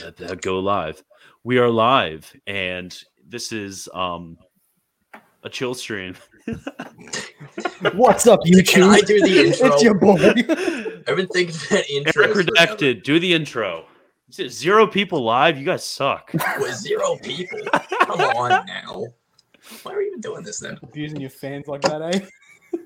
that, that go live. We are live, and this is um a chill stream. What's up, Can YouTube? I do the intro? It's your boy. I've been thinking of that intro. Eric forever. redacted. Do the intro. Is it Zero people live. You guys suck. With zero people. Come on now. Why are we even doing this then? Abusing your fans like that, eh?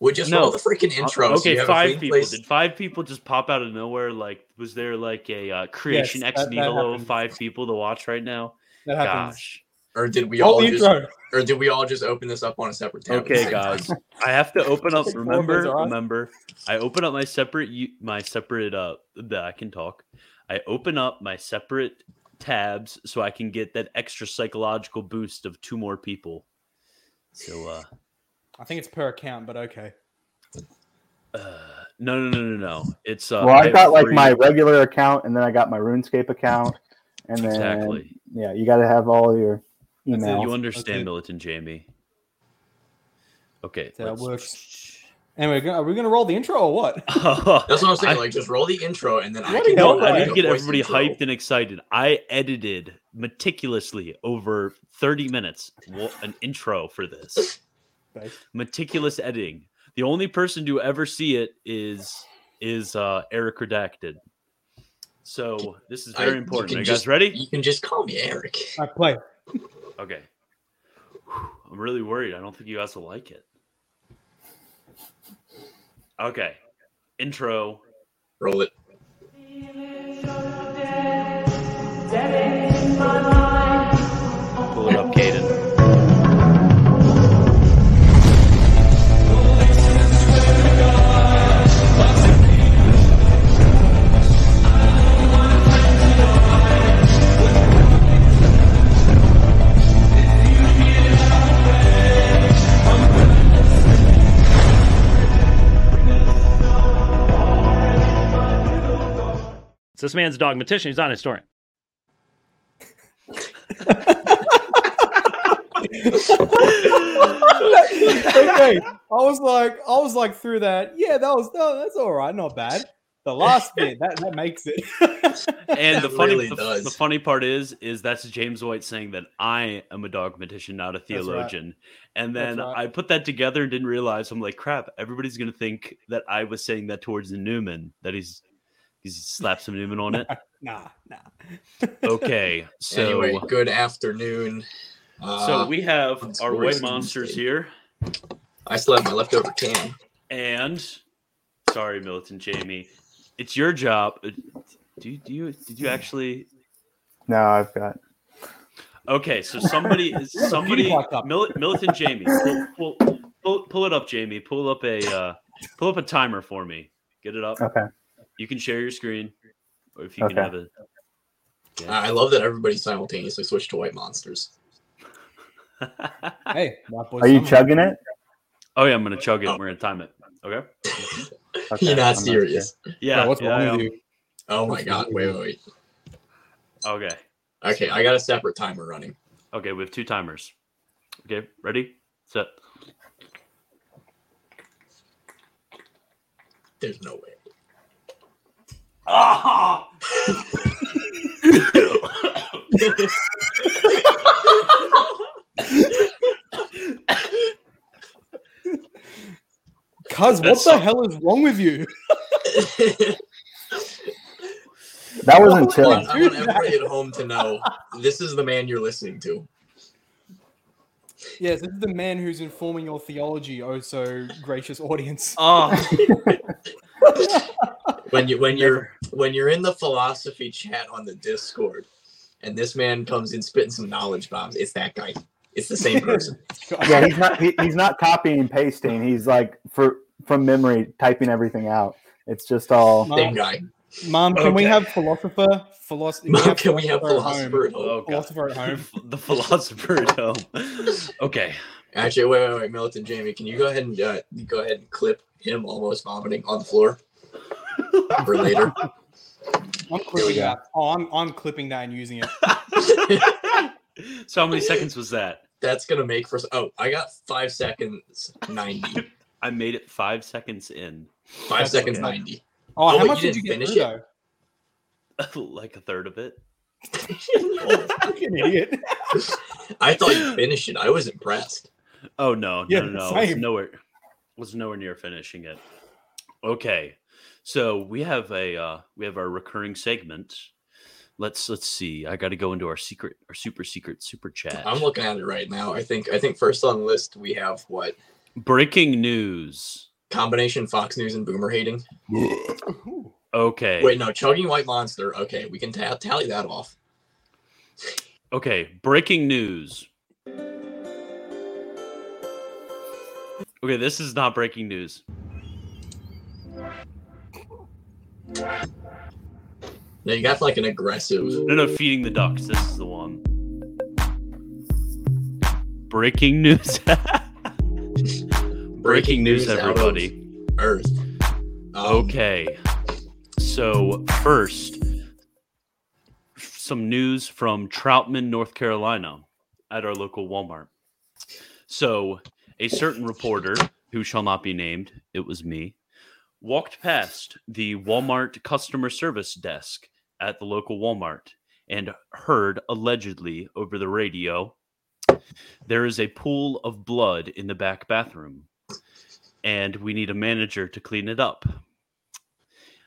We just No. Uh, roll the freaking intro. so okay, you have a five thing people. placed- Did five people just pop out of nowhere? Like, was there like a uh, creation Yes, ex that- that nihilo? happens. Five people to watch right now. That happens. Gosh. Or did we All all the just? intro. Or did we all just open this up on a separate tab? at the Okay, same guys, time? I have to open up. Four of Remember, those are us. remember, I open up my separate, u- my separate. Uh, that I can talk. I open up my separate tabs so I can get that extra psychological boost of two more people. So, uh, I think it's per account, but okay. uh no, no, no, no, no. It's uh, well, I have got like three- my regular account, and then I got my RuneScape account, and then exactly. yeah, you got to have all your That's it, email. You Okay. understand, Militant Jamie? Okay, That let's- works. Anyway, go- are we gonna roll the intro or what? That's what I'm saying. I- like, just roll the intro, and then I What can do go No, Oh, and I need do to a get voice everybody intro. hyped and excited. I edited meticulously over 30 minutes wo- an intro for this. Based. Meticulous editing. The only person to ever see it is is uh, Eric Redacted. So this is I- very you important. Are can you just- guys ready? You can just call me Eric. I play. Okay. Whew, I'm really worried. I don't think you guys will like it. Okay. Intro. Roll it. Pull it up, Caden. So this man's a dogmatician. He's not a historian. okay, I was like, I was like through that. Yeah, that was no, that's all right, not bad. The last bit that, that makes it. And the It funny really the, does. the funny part is is that's James White saying that I am a dogmatician, not a right. theologian. And That's then right. I put that together and didn't realize I'm like, crap, everybody's gonna think that I was saying that towards the Newman, that he's he's slapped some Newman on it. nah, nah. Okay. So anyway, good afternoon. Uh, so we have it's our always white monsters Wednesday. here. I still have my leftover can. And sorry, Militant Jamie, it's your job. Uh, Do you, do you did you actually? No, I've got. Okay, so somebody is have a somebody beauty block up. Mil, Militant Jamie, pull, pull, pull, pull it up, Jamie. Pull up a uh, pull up a timer for me. Get it up. Okay. You can share your screen, or if you can Okay. have a I I love that everybody simultaneously switched to white monsters. Hey, white boy Are you summer. chugging it? oh yeah, I'm gonna chug it. We're gonna time it. Okay. Okay, You're I'm not sure. serious. Yeah. Bro, what's yeah, wrong I with am. you? Oh my god! Wait, wait, wait. Okay. Okay, I got a separate timer running. Okay. We have two timers. Okay. Ready, set. There's no way. Ah! Cuz, what That's the so- hell is wrong with you? That wasn't I chilling. want I want everybody at home to know this is the man you're listening to. Yes, this is the man who's informing your theology, oh so gracious audience. Oh, When you when you're when you're in the philosophy chat on the Discord, and this man comes in spitting some knowledge bombs. It's that guy. It's the same person. Yeah, he's not. He, he's not copying and pasting. He's like for from memory typing everything out. It's just all. Same guy. Mom, can we Okay. have philosopher? Philosophy. Can we have philosopher at home? oh god. Philosopher at home. the philosopher at home. Okay. Actually, wait, wait, wait, Militant Jamie, can you go ahead and uh, go ahead and clip him almost vomiting on the floor for later? I'm we clipping go. that. Oh, I'm I'm clipping that and using it. so how many seconds was that? That's gonna make for s- oh, I got five seconds ninety. I made it five seconds in. Five That's seconds okay. ninety. Oh, Oh, how wait, much you did you didn't get finish through it? though? like a third of it. Fucking idiot. I thought you finished it. I was impressed. Oh no, Yeah, no, no, no. It's same. nowhere was nowhere near finishing it. Okay. So we have a uh we have our recurring segment. Let's let's see. I gotta go into our secret our super secret super chat. I'm looking at it right now. I think I think first on the list we have what Breaking news. combination Fox News and Boomer hating. Okay. Wait, no, chugging white monster. Okay, we can ta- tally that off. Okay, breaking news. Okay, this is not breaking news. Now you got like an aggressive. No, no, feeding the ducks. This is the one. Breaking news. breaking news, out of everybody. Earth. Um, Okay. So, first, some news from Troutman, North Carolina, at our local Walmart. So, a certain reporter who shall not be named, it was me, walked past the Walmart customer service desk at the local Walmart and heard allegedly over the radio there is a pool of blood in the back bathroom and we need a manager to clean it up.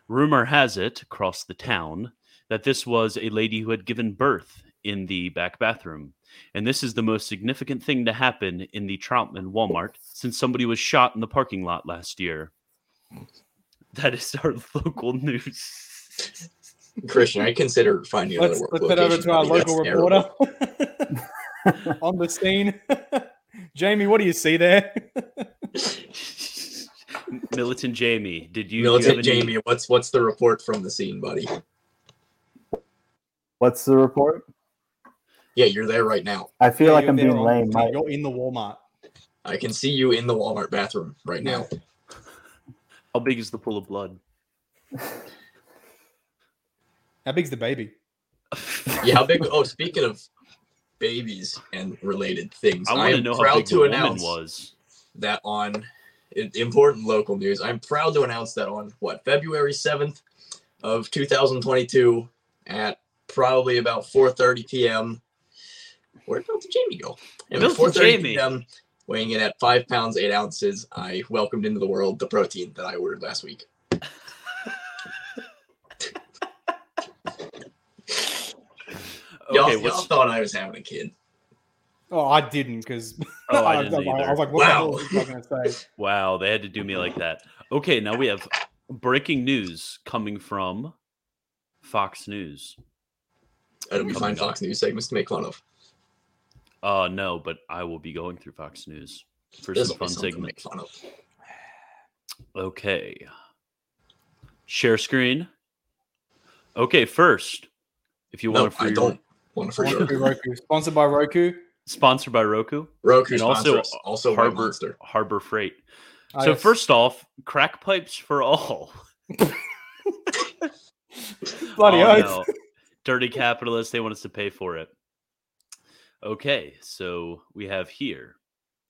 Rumor has it across the town that this was a lady who had given birth in the back bathroom. And this is the most significant thing to happen in the Troutman Walmart since somebody was shot in the parking lot last year. That is our local news. Christian, I consider finding Let's another work flip it over location to our for me. local That's terrible. reporter on the scene. Jamie, what do you see there? Militant Jamie, did you, do you have Militant any- Jamie, what's what's the report from the scene, buddy? What's the report? Yeah, you're there right now. I feel like You're I'm there being on- lame. My, You're in the Walmart. I can see you in the Walmart bathroom right now. How big is the pool of blood? How big's the baby? Yeah, how big? Oh, speaking of babies and related things, I I, want to am know how proud big the to woman announce was. that on i- important local news, I'm proud to announce that on what February 7th of 2022 at probably about 4:30 p.m. Where did Milton Jamie go? And at Milton 4:30 Jamie. p.m., weighing in at five pounds eight ounces, I welcomed into the world the protein that I ordered last week. Okay, y'all, y'all what's, thought I was having a kid. Oh, I didn't because oh, I was didn't like, I either. was like, what Wow. the hell is he fucking gonna say? Wow, they had to do me like that. Okay, now we have breaking news coming from Fox News. How do we find Coming up. Fox News segments to make fun of? Uh no, but I will be going through Fox News for There's some fun always something to make segments. fun of. Okay. Share screen. Okay, first, if you No, want to I free don't want to for Sponsored by sure. Roku. Sponsored by Roku. sponsored by Roku, Roku And also sponsors, also White Harbor Monster. Harbor Freight. Ah, so yes. first off, crack pipes for all. bloody Oh, oath. no. Dirty capitalists, they want us to pay for it. Okay, so we have here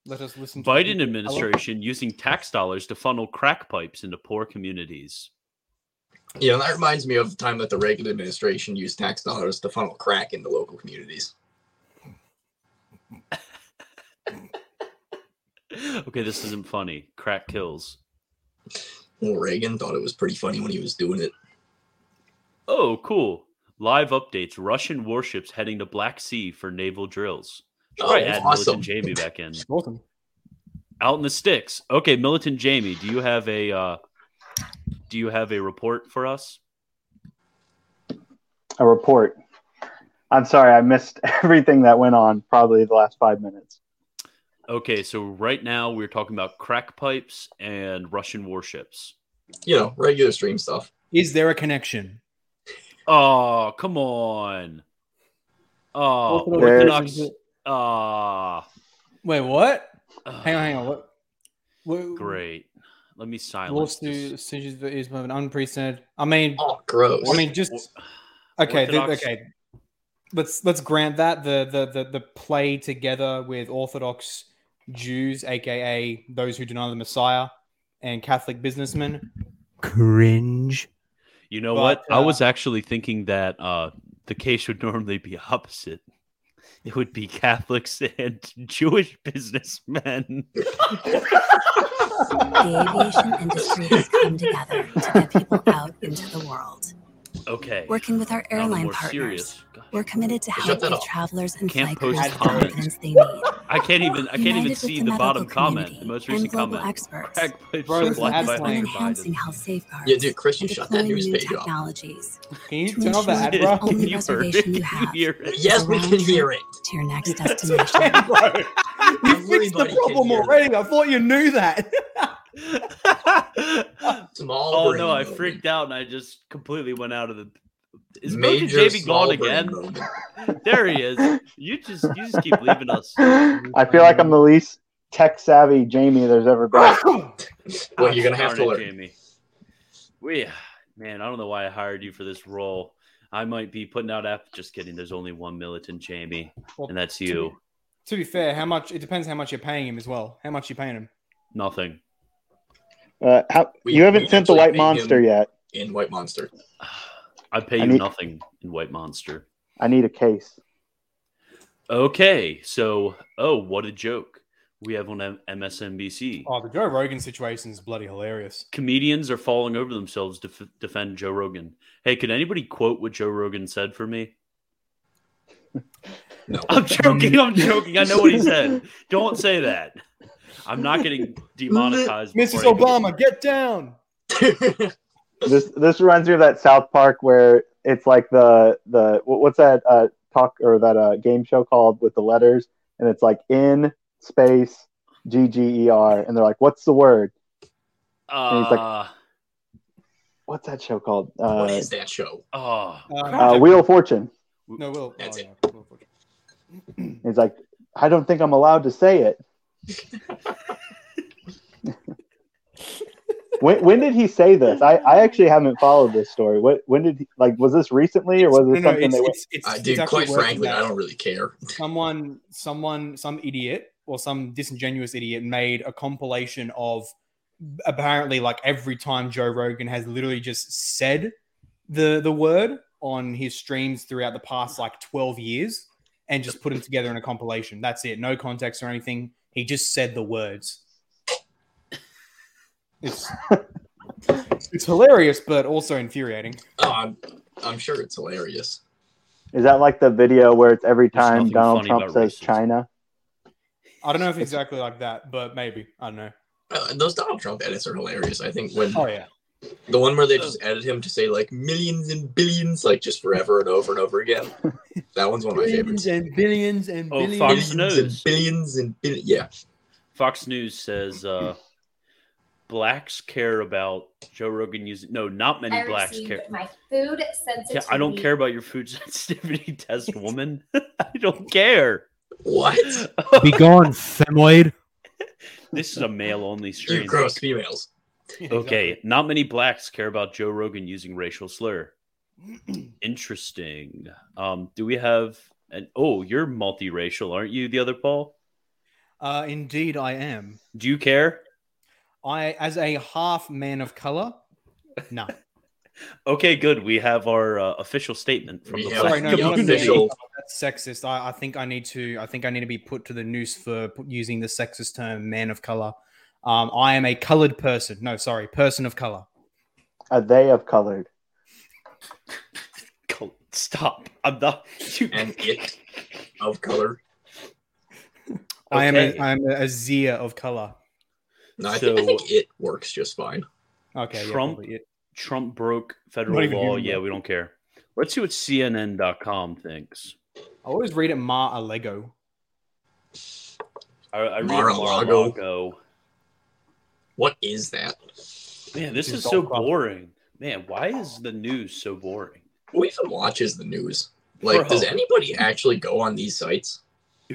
Let us listen. to Biden people. administration using tax dollars to funnel crack pipes into poor communities. Yeah, that reminds me of the time that the Reagan administration used tax dollars to funnel crack into local communities. Okay, this isn't funny. Crack kills. Well, Reagan thought it was pretty funny when he was doing it. Oh, cool. Live updates Russian warships heading to Black Sea for naval drills. Should Oh, probably add awesome. Militant Jamie back in. Awesome. Out in the sticks. Okay, Militant Jamie, do you have a uh, do you have a report for us? a report. I'm sorry, I missed everything that went on. Probably the last five minutes. Okay, so right now we're talking about crack pipes and Russian warships. You know, regular stream stuff. Is there a connection? Oh, come on. Oh, Orthodox. Orthodox. Ah, Wait, what? ah, Hang on, hang on. What? what Great. Let me silence. this. Lawsuit decisions is an unprecedented. I mean, Oh, gross. I mean, just okay. the- Orthodox- okay, let's let's grant that the, the the the play together with Orthodox Jews, aka those who deny the Messiah, and Catholic businessmen. Cringe. You know But, what? I uh, was actually thinking that uh, the case would normally be opposite. It would be Catholics and Jewish businessmen. The aviation industry has come together to get people out into the world. Okay. Working with our now the airline more partners, serious- God, we're committed to Shut help that give off. travelers and Can't flight post crews the comments. confidence they need. I can't even. I can't United even with see the medical bottom comment. The community most and recent global comment. Experts. Crack pipes Bro, were this black Focus admin by on lane. Hunter enhancing Biden. health safeguards Yeah, dude, Chris, you and shut that deploying new newspages off. technologies Can you to turn off the ensure ad, that bro? all- Can only you hear it? reservation you Can you have. hear it? Yes, we can hear it. to your next That's destination. okay, bro. We fixed Everybody the can problem hear already. I thought you knew that. Small oh brain no! I moment. freaked out and I just completely went out of the. Is Broken Major Jamie small gone brain again? moment. There he is. You just you just keep leaving us. I feel like I'm the least tech savvy Jamie there's ever been. Well, you're gonna Ouch, have to darn it, learn. Jamie. We, man, I don't know why I hired you for this role. I might be putting out app. Just kidding. There's only one militant Jamie, Well, and that's you. To be fair, how much? It depends how much you're paying him as well. How much you paying him? Nothing. Uh, how, We- you haven't we sent the actually white made monster him- yet. In White Monster, I pay I you need- nothing in White Monster. I need a case. Okay, so oh, what a joke! We have on M- MSNBC. Oh, the Joe Rogan situation is bloody hilarious. Comedians are falling over themselves to f- defend Joe Rogan. Hey, could anybody quote what Joe Rogan said for me? No. I'm joking. I'm joking. I know what he said. Don't say that. I'm not getting demonetized. Mrs. before I even- Obama, get down. This this reminds me of that South Park where it's like the the what- what's that uh, talk or that uh, game show called with the letters and it's like in space G G E R and they're like what's the word? And he's like, Uh, What's that show called? what Uh, is that show? oh, Uh, uh, Wheel of Fortune. no, Will. Oh, That's it. yeah, Will Fortune. And he's like I don't think I'm allowed to say it. when, when did he say this? I, I actually haven't followed this story. What when did he, like was this recently or was No, it no, something it's, they went? it's, it's, I it's dude, actually quite working frankly, out. I don't really care. someone someone some idiot or some disingenuous idiot made a compilation of apparently like every time Joe Rogan has literally just said the the word on his streams throughout the past like 12 years and just put them together in a compilation. That's it. No context or anything. He just said the words. It's it's hilarious but also infuriating. Oh, I'm, I'm sure it's hilarious. Is that like the video where it's every There's time nothing Donald funny Trump about says racism. China? I don't know if it's exactly like that, but maybe. I don't know. Uh, those Donald Trump edits are hilarious. I think when Oh yeah. the one where they just edit him to say like millions and billions, like just forever and over and over again. That one's one of my favorites. and billions and Oh, billions. Fox Billions knows. and billions and billions. Yeah, Fox News says uh, blacks care about Joe Rogan using. No, not many I blacks received care. My food sensitivity. Yeah, I don't care about your food sensitivity test, woman. I don't care. what? Be gone, femoid. This is a male only You stream. gross females. Okay, not many blacks care about Joe Rogan using racial slur. Interesting. Um, do we have an oh, you're multiracial, aren't you, the other Paul? Uh, indeed, I am. Do you care? I, as a half man of color, no. Okay, good. We have our uh, official statement from We the have black Sorry, no, the not community. official. That's sexist. I, I think I need to. I think I need to be put to the noose for p- using the sexist term "man of color." Um, I am a colored person. No, sorry, person of color. Are uh, they of colored? Co- Stop. I'm not you- And it. oh, Of color. I am. A, Okay. I am a, a Zia of color. No, I, think, I So- think it works just fine. Okay. yeah, Trump- probably it. Trump broke Not federal even law. human, Yeah, bro. we don't care. Let's see what CNN.com thinks. I always read it Mar a Lego. I, I read Mar-a-Lago. Mar-a-Lago. What is that? Man, Which this is is so golf club. boring. Man, why is the news so boring? Who even watches the news? Like, Bro. does anybody actually go on these sites?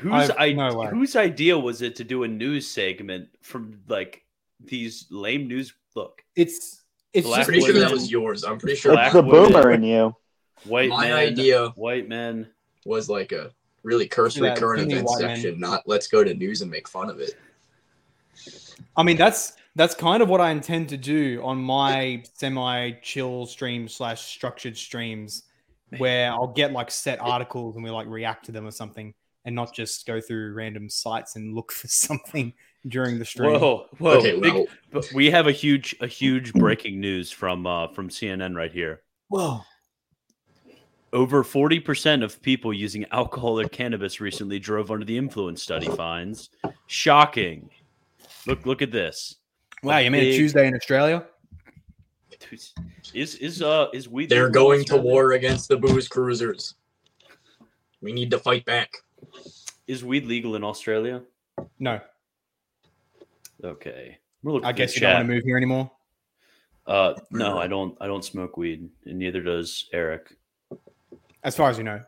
Whose I've- I- no way. whose idea was it to do a news segment from like these lame news? Look, It's. It's Black I'm just pretty sure that women. was yours. I'm pretty sure It's Black the women. boomer in you. white My men, idea- white men. was like a really cursory Yeah, current Disney events White Man. section, not let's go to news and make fun of it. I mean, that's that's kind of what I intend to do on my semi chill stream slash structured streams where I'll get like set articles and we like react to them or something and not just go through random sites and look for something during the stream. Whoa, whoa! Okay, big- well- but we have a huge, a huge breaking news from uh, from CNN right here. Whoa. Over forty percent of people using alcohol or cannabis recently drove under the influence. Study finds shocking. Look, look at this. Wow, you made Big- a Tuesday in Australia? Is is uh is weed? They're legal in going to Australia? war against the booze cruisers. We need to fight back. Is weed legal in Australia? No, Okay, we're looking. I through guess you chat. don't want to move here anymore. Uh, no, I don't. I don't smoke weed, and neither does Eric. As far as you know.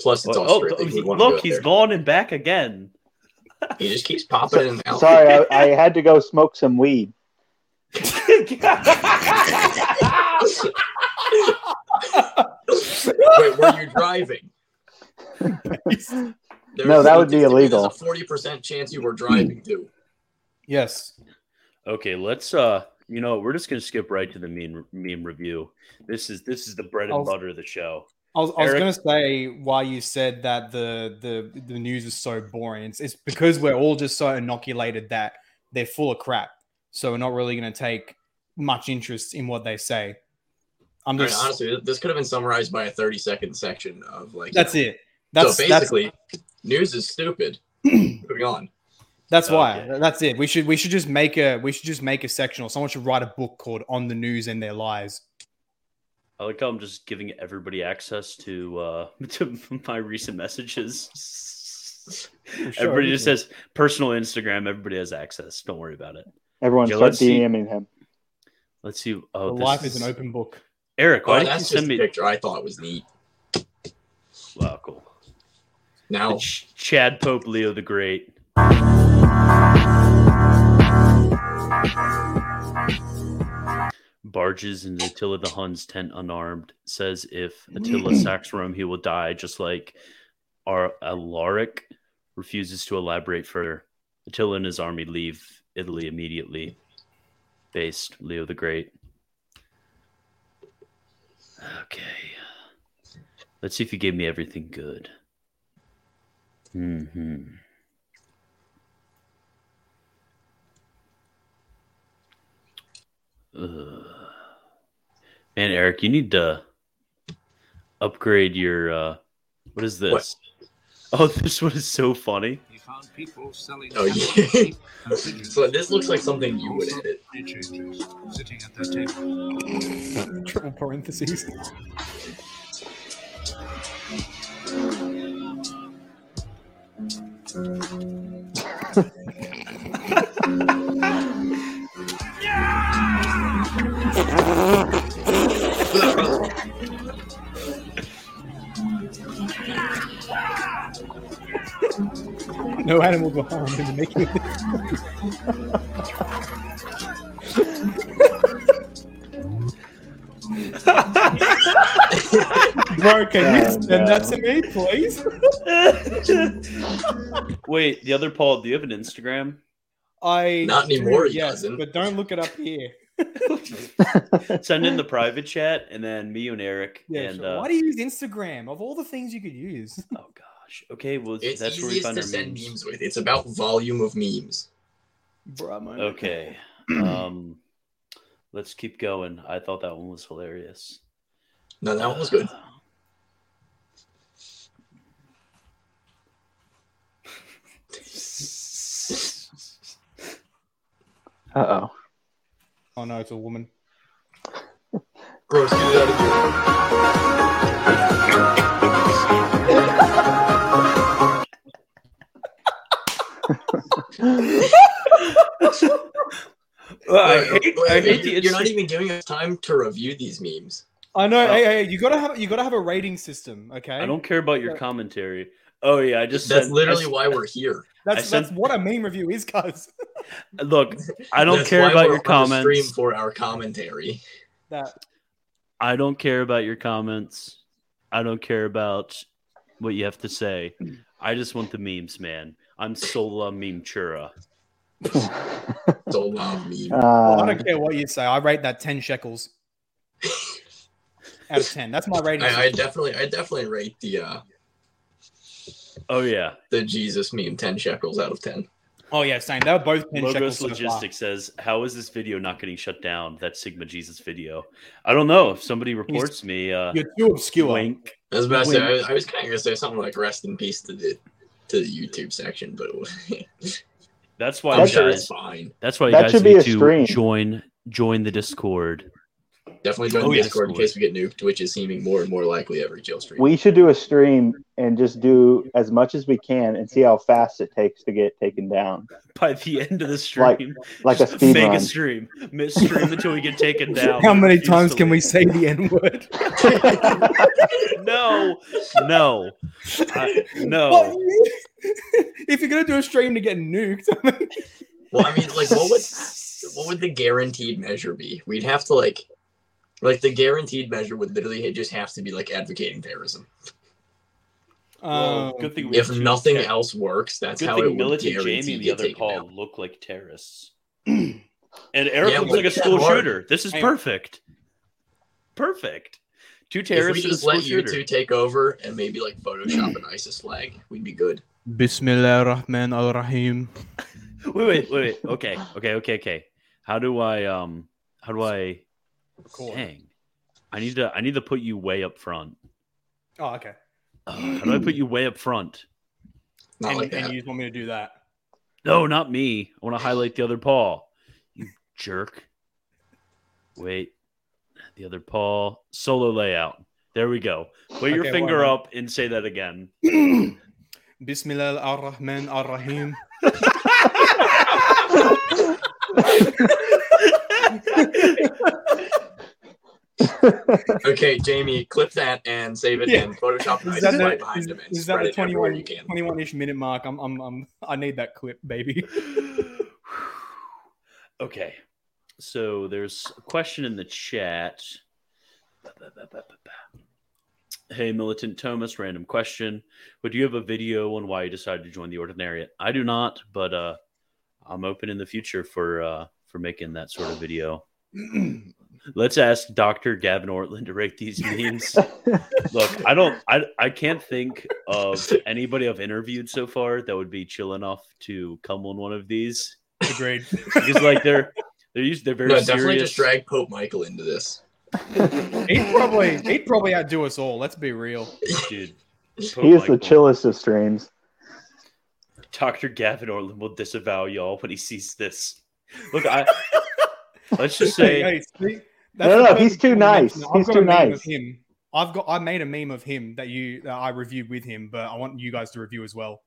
Plus, it's Oh, all oh, straight. look, he's gone and back again. He just keeps popping in and out. Sorry, I, I had to go smoke some weed. Wait, were you driving? No, that would be illegal. There's a forty percent chance you were driving too. Yes. Okay, let's. Uh, you know, we're just gonna skip right to the meme meme review. This is this is the bread and I'll- butter of the show. I was, I was Eric- going to say why you said that the, the the news is so boring. It's, it's because we're all just so inoculated that they're full of crap. So we're not really going to take much interest in what they say. I'm I mean, just honestly, this could have been summarized by a thirty-second section of like. that's it. That's so that's basically, news is stupid. Moving on. that's why. Okay. That's it. We should we should just make a we should just make a section or someone should write a book called On the News and Their Lies. I like how I'm just giving everybody access to uh to my recent messages. everybody just says personal Instagram. Everybody has access. Don't worry about it. Everyone Yeah, start let's see. DMing him. Let's see. Oh, this life is an open book. Eric, why Oh, did you that's just send a me? picture I thought was neat. Wow, cool. The Now, Ch- Chad Pope, Leo the Great. Barges in Attila the Hun's tent unarmed says if Attila sacks Rome, he will die, just like Ar- Alaric refuses to elaborate further. Attila and his army leave Italy immediately. Based Leo the Great. Okay. Let's see if you gave me everything good. hmm Ugh. Man, Eric, you need to upgrade your. Uh, what is this? Oh, this one is so funny. oh yeah. so this looks like something you would edit. Uh-uh. Triple parentheses. No animal go harmed in the making of this. Bro, can you Oh, send no. that to me, please? Wait, the other Paul, do you have an Instagram? I Not anymore, he yes, doesn't. but don't look it up here. Send in the private chat, and then me and Eric. Yeah, and sure. uh, why do you use Instagram? Of all the things you could use, oh gosh, okay, well It's that's where we easiest find to our send memes. memes with. It's about volume of memes. bro. man. Okay. Um let's keep going. I thought that one was hilarious. No, that one was good. Uh oh. Oh no, it's a woman. Gross. Do that again. I Wait, hate, wait, I wait, hate you're, the you're not instant- even giving us time to review these memes. I know. Oh. hey, hey, you gotta have you gotta have a rating system. Okay, I don't care about your commentary. Oh yeah, I just That's sent- literally I- why we're here. That's I sent- that's what a meme review is, guys. Look, I don't That's care why about we're your on the Stream comments. for our commentary. That I don't care about your comments. I don't care about what you have to say. I just want the memes, man. I'm Sola Memechura. So love me. Well, I Uh, don't care what you say. I rate that ten shekels out of ten. That's my rating. I, I definitely, I definitely rate the uh, Oh yeah, the Jesus meme ten shekels out of ten. oh yeah, same. They were both ten shekels. Logos so far. Logistics says, "How is this video not getting shut down? That Sigma Jesus video? I don't know. If somebody reports me, uh, You're too obscure. wink. I was about to say, Wait. I, I was kind of gonna say something like "rest in peace" to the to the YouTube section, but That's why I'm you That sure guys. it's fine. That's why you that guys should be need a to stream. join join the Discord. Definitely join Oh, the yeah, Discord in absolutely. case we get nuked, which is seeming more and more likely every jail stream. we should do a stream and just do as much as we can and see how fast it takes to get taken down, By the end of the stream, Like- like a just speed fake run. a stream, miss stream until we get taken down. How We many refuse times to can we leave. say the N word? No, no, I- no. Well, if you're gonna do a stream to get nuked, I mean, well, I mean, like, what would what would the guaranteed measure be? We'd have to like, like the guaranteed measure would literally just have to be like advocating terrorism. Well, um, good thing we If have two- nothing okay. else works, that's Good how thing it would Militant guarantee Jamie and the get other taken Paul down. look like terrorists. and Eric Yeah, looks but like a it's school hard. shooter. This is Hey. perfect. Perfect. Two If terrorists and we a just school let you shooter. two take over and maybe like Photoshop an ISIS flag, we'd be good. Bismillah Rahman Al Rahim. Wait, wait, wait, wait. Okay, okay, okay, okay. How do I um? How do I? Dang, I need to. I need to put you way up front. Oh, okay. Ugh, how do I put you way up front? Not and, like that. and you just want me to do that? No, not me. I want to highlight the other paw. You jerk. Wait. The other paw. Solo layout. There we go. Put your Okay, finger well, up and say that again. Bismillah Ar Rahman Ar Rahim. Okay, Jamie, clip that and save it Yeah. and Photoshop an Is ISIS that flag the, behind is, him and is that spread the it everywhere 21, you can. 21 ish minute mark? I'm, I'm, I'm, I need that clip, baby. okay. So there's a question in the chat. Hey, Militant Thomas, random question. Would you have a video on why you decided to join the Ordinariate? I do not, but uh, I'm open in the future for uh, for making that sort of video. Let's ask Dr. Gavin Ortland to rate these memes. Look, I don't, I, I can't think of anybody I've interviewed so far that would be chill enough to come on one of these Agreed. because like they're they're used they're very No, definitely serious. just drag Pope Michael into this. he'd probably, he'd probably outdo us all. Let's be real. Dude, he is the chillest of streams. Doctor Gavin Orland will disavow y'all when he sees this. Look, I let's just Hey, say hey, see? No, the no, person he's too who nice. mentioned it. He's got too a meme of nice. Him. I've got. I made a meme of him that you that I reviewed with him, but I want you guys to review as well.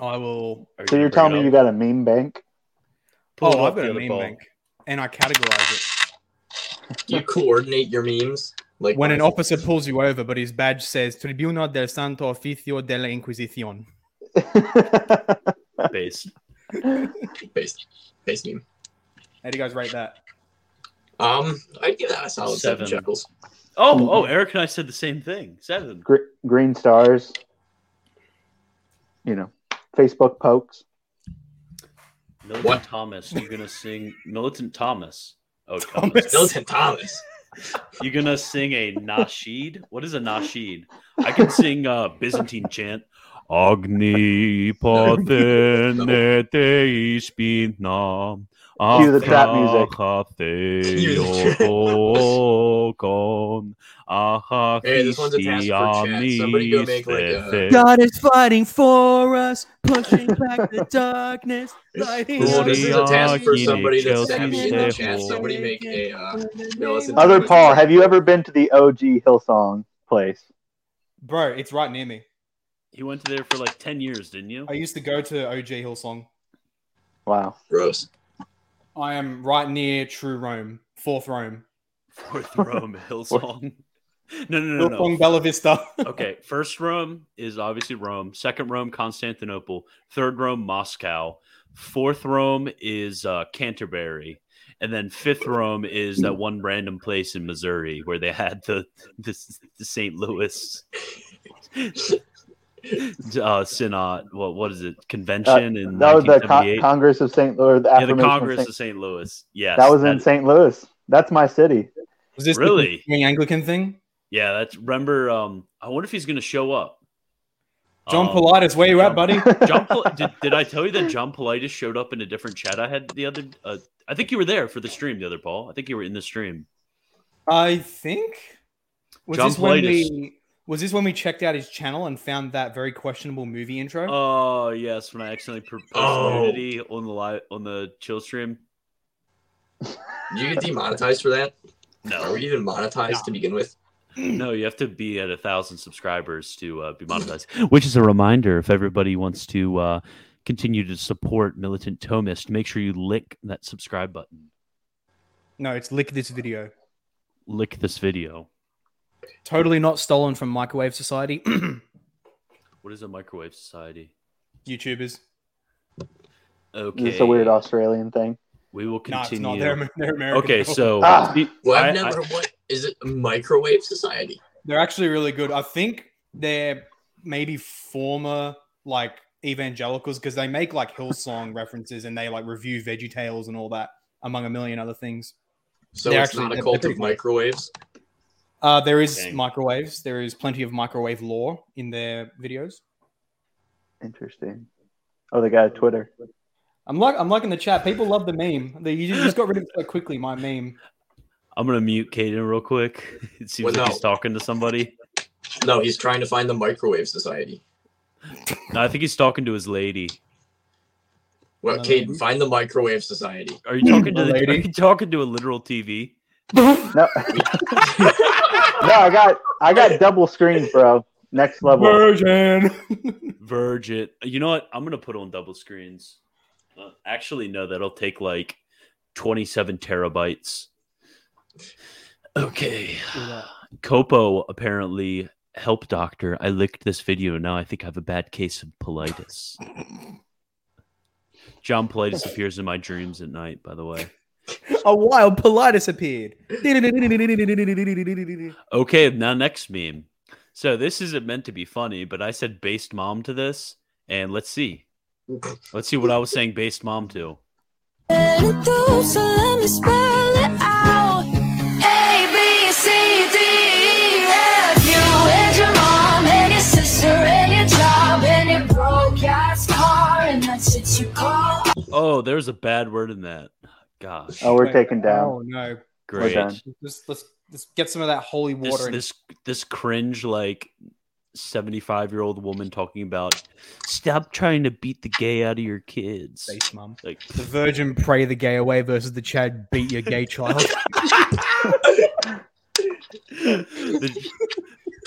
I will. Are So you you're gonna telling bring me it you up? got a meme bank? Pull oh, up I've got the a other meme ball. bank, and I categorize Do you coordinate your memes? it. Like When an officer pulls you over, but his badge says "Tribunal del Santo Oficio della Inquisición." Based. based based meme. How do you guys rate that? Um, I'd give that a solid seven, Seven. shekels. Oh, oh, Eric and I said the same thing. Seven. Gr- green stars. You know, Facebook pokes. Militant What? Thomas, you're gonna sing Militant Thomas. Oh, Thomas. Thomas. Militant Thomas. You're gonna sing a nasheed? What is a nasheed? I can sing uh Byzantine chant. Agni pathenete ispinam. Cue the trap music. Hey, this one's a task for chat. Somebody go make, like, a- God is fighting for us, pushing back the darkness, lighting This, up this is a task for the somebody that's Chelsea savvy in the Stay chat. Home. Somebody make a uh, Militant Other Paul, have you ever been to the OG Hillsong place? Bro, it's right near me. He went there for like ten years, didn't you? I used to go to OG Hillsong. Wow. gross. I am right near True Rome, Fourth Rome, Fourth Rome, Hillsong. No, no, no, Hillsong no. Bella Vista. Okay, first Rome is obviously Rome. Second Rome, Constantinople. Third Rome, Moscow. Fourth Rome is uh, Canterbury, and then fifth Rome is that one random place in Missouri where they had the the, the St. Louis uh, synod. What what is it? Convention in Uh, That was the Con- 1978? Congress of St. Louis. The yeah, the affirmation of Congress Saint- of St. Louis. Yes, that was in St. Louis. That's my city. Was this Really? the continuing Anglican thing? Yeah, that's remember. Um, I wonder if he's going to show up. John Um, Pilatus, where you at, buddy? John Pol- did, did I tell you that John Politis showed up in a different chat I had the other? Uh, I think you were there for the stream the other Paul. I think you were in the stream. I think. Was John this when Politis. we was this when we checked out his channel and found that very questionable movie intro? Oh yes, when I accidentally proposed Oh. nudity on the live on the chill stream. Do you get demonetized for that? Are No, we even monetized to begin with? no, you have to be at a thousand subscribers to uh, be monetized. Which is a reminder if everybody wants to uh, continue to support Militant Thomist, make sure you lick that subscribe button. no, it's lick this video. Lick this video. Totally not stolen from Microwave Society. What is a microwave society? YouTubers. It's Okay, This is a weird Australian thing. We will No, it's continue. not. They're, Amer- they're American. Okay, though. so Ah. the- Well, I've I- never. what is it? Microwave society. They're actually really good. I think they're maybe former like evangelicals because they make like Hillsong references and they like review Veggie Tales and all that, among a million other things. So They're it's actually- not a they're cult pretty of cool. microwaves. Uh, there is Dang. microwaves. There is plenty of microwave lore in their videos. Interesting. Oh, they got a Twitter. I'm like I'm liking the chat. People love the meme. They you just got rid of it so quickly. My meme. I'm gonna mute Caden real quick. It seems Well, like no. he's talking to somebody. No, he's trying to find the microwave society. No, I think he's talking to his lady. Well, No. Caden, find the microwave society. Are you talking to A the, lady? Are you talking to a literal TV? No, no, I got I got double screen, bro. Next level. Version. Virgin. You know what? I'm gonna put on double screens. Uh, actually, no, that'll take like 27 terabytes. Okay. Copo apparently help doctor. I licked this video. Now I think I have a bad case of politis. John Politis appears in my dreams at night, by the way. a wild Pilatus appeared. Okay, now next meme. So this isn't meant to be funny, but I said based mom to this, and let's see. Let's see what I was saying based mom to. Let it go, so let me spell it out. A, B, C, D, E, F. You and your mom and your sister and your job and your broke ass car, and that's what you call. Oh, there's a bad word in that. Gosh, Oh, we're taken down. Oh no! great. done. Let's, let's let's get some of that holy water. This in. this this cringe like 75 year old woman talking about stop trying to beat the gay out of your kids. face, mum. Like The Virgin pray the gay away versus the Chad beat your gay child. the,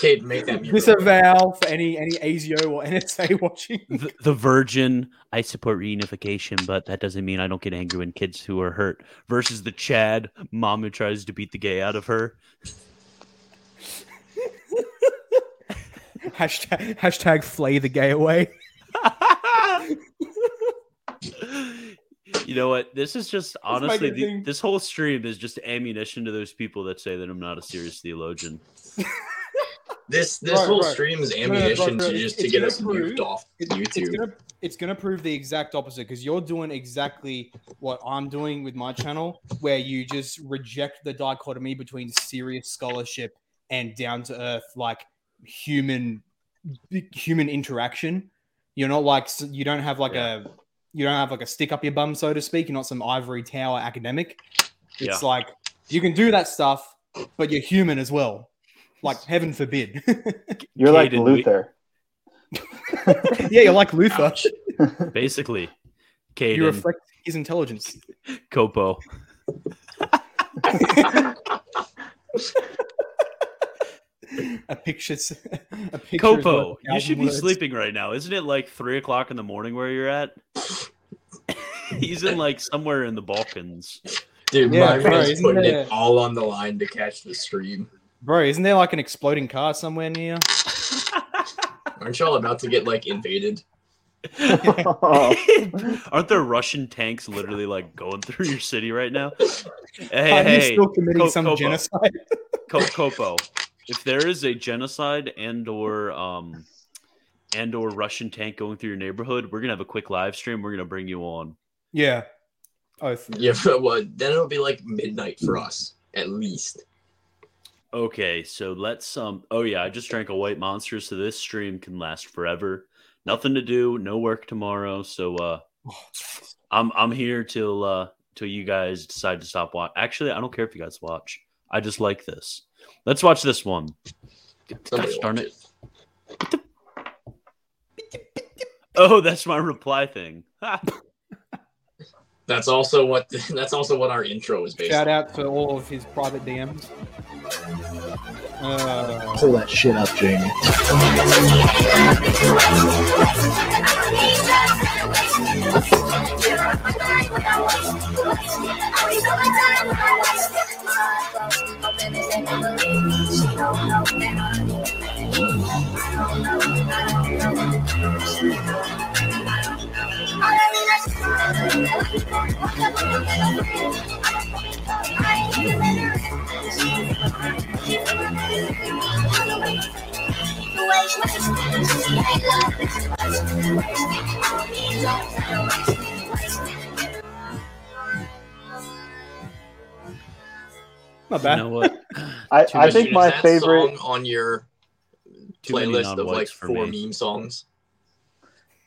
Caden, make that mute. Disavow for any any ASIO or NSA watching. the, the virgin i support reunification but that doesn't mean i don't get angry when kids who are hurt versus the chad mom who tries to beat the gay out of her Hashtag hashtag flay the gay away. you know what this is just honestly good the- thing. this whole stream is just ammunition to those people that say that i'm not a serious theologian This this Right, whole right. stream is no, ammunition bro, to just to it's get gonna us moved prove- off It- It's YouTube. gonna, it's gonna prove the exact opposite because you're doing exactly what I'm doing with my channel, where you just reject the dichotomy between serious scholarship and down to earth, like human human interaction. You're not like s- you don't have like a you don't have like a stick up your bum, so to speak. You're not some ivory tower academic. It's Yeah. like you can do that stuff, but you're human as well. Like heaven forbid. You're like Caden, we- Luther. yeah, you're like Luther. Ouch. basically You Caden, reflect his intelligence. copo a picture. s- A picture is copo worth a you should thousand be words. sleeping right now isn't it like three o'clock in the morning where you're at he's in like somewhere in the balkans Dude, Yeah, my bro, man's isn't putting that- it all on the line to catch the stream. bro. Isn't there like an exploding car somewhere near? Aren't y'all about to get like invaded? Oh, Aren't there Russian tanks literally like going through your city right now? Hey, Are you hey, Uh, still committing Co- some Copo. genocide? Co- Copo. If there is a genocide and or um and or Russian tank going through your neighborhood, we're gonna have a quick live stream. We're gonna bring you on. Yeah. Oath. Yeah, but what? Then it'll be like midnight for Hmm. us, at least. Okay, so let's um oh yeah, I just drank a white monster, so this stream can last forever. Nothing to do, no work tomorrow. So uh Oh, I'm I'm here till uh till you guys decide to stop watch. Actually, I don't care if you guys watch. I just like this. Let's watch this one. Somebody Gosh darn watch it. Oh, that's my reply thing. Ha. That's also what that's also what our intro is based Shout on. out to all of his private DMs. Uh, Pull that shit up, Jamie. not You bad. know what? I, Too I bad think Is my that favorite song on your Too many playlist of non-whites like for four me. meme songs.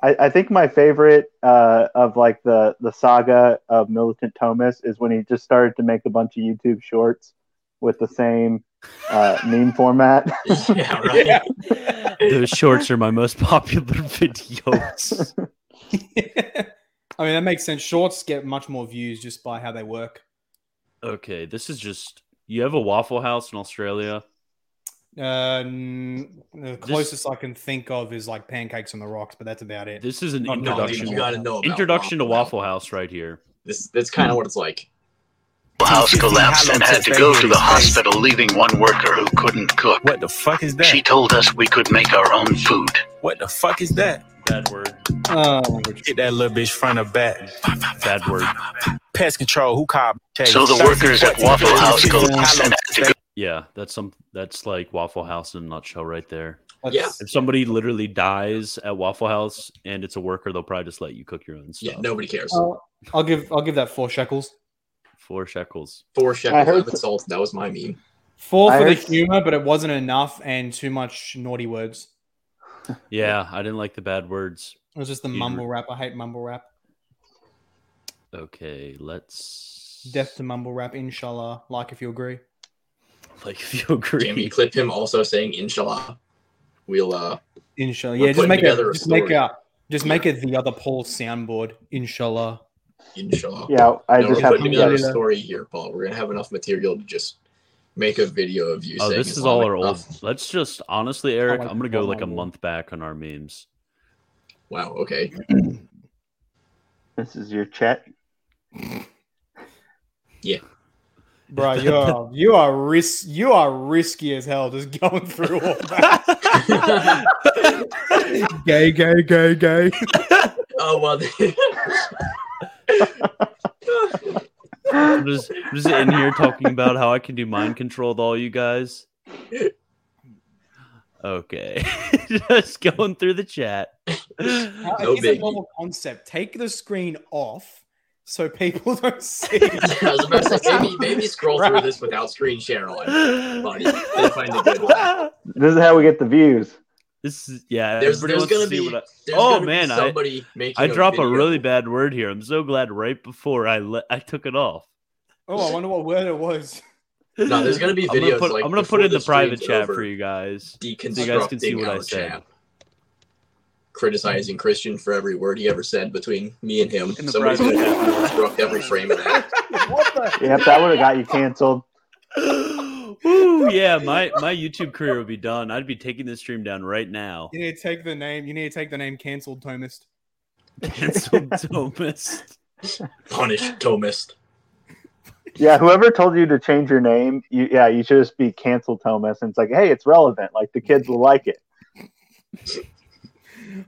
I, I think my favorite uh, of like the the saga of Militant Thomas is when he just started to make a bunch of YouTube shorts with the same uh, meme format. yeah, right. Yeah. Those shorts are my most popular videos. I mean, that makes sense. Shorts get much more views just by how they work. Okay, this is just you have a Waffle House in Australia. Um, the closest I can think of is like pancakes on the rocks, but that's about it. This is an No, no, Oh, No, dude, introduction. you gotta know. About introduction to Waffle House right here. This that's kind of what it's like. The house collapsed and had to go to the hospital, leaving one worker who couldn't cook. What the fuck is She that? told us we could make our own food. What the fuck is that? Bad word. Uh, language. Hit that little bitch front of back. Bad word. Pest control. Who called? So the workers at Waffle House collapsed and had to go. Yeah, that's some. That's like Waffle House in a nutshell right there. Yeah. If somebody literally dies at Waffle House and it's a worker, they'll probably just let you cook your own stuff. Yeah, nobody cares. Oh. I'll, I'll give I'll give that four shekels. Four shekels. Four I shekels heard of salt. That was my meme. Four I for the heard- humor, but it wasn't enough, and too much naughty words. Yeah, I didn't like the bad words. It was just the Dude. mumble rap. I hate mumble rap. Okay, let's. Death to mumble rap. Inshallah. Like if you agree. Like if you agree. Jamie, clip him also saying "Inshallah." We'll uh, Inshallah. We're Yeah. Just putting make it. together a Just make story. a. Just make it the other Paul soundboard. Inshallah. Inshallah. yeah, I No, just we're have putting together a Yeah. story here, Paul. We're gonna have enough material to just make a video of you. Oh, saying this is all Islamic our old. stuff. Let's just honestly, Eric. like I'm gonna go like a Islamic. month back on our memes. Wow. Okay. this is your chat. Bro, you are you are risk you are risky as hell just going through all that. Gay, gay, gay, gay. Oh well. I'm just, I'm just in here talking about how I can do mind control with all you guys. Okay. just going through the chat. Now, No it is Uh, a biggie. novel concept. Take the screen off so people don't see. I was about to say, maybe, maybe scroll through this without screen share on. Buddy, they find a good one. This is how we get the views. This is, yeah, There's- everybody there's wants to gonna see be- what I- There's Oh, gonna be man, I- somebody making. I, drop a video. really bad word here. I'm so glad right before I let I took it off. Oh, I wonder what word it was. No, there's gonna be I'm gonna videos put, like I'm gonna before put it in the the private stream's chat over. for you guys. deconstructing So you guys can see what I our said. chat. Criticizing Christian for every word he ever said between me and him. In the Somebody's private gonna have to deconstruct every frame of that. What the? Yep, that would have got you canceled. Ooh, yeah, my my YouTube career would be done. I'd be taking this stream down right now. You need to take the name. You need to take the name cancelled Thomas. Cancel Thomas. Punish Thomist. Yeah, whoever told you to change your name, you, yeah, you should just be canceled, Thomas. And it's like, hey, it's relevant. Like the kids will like it.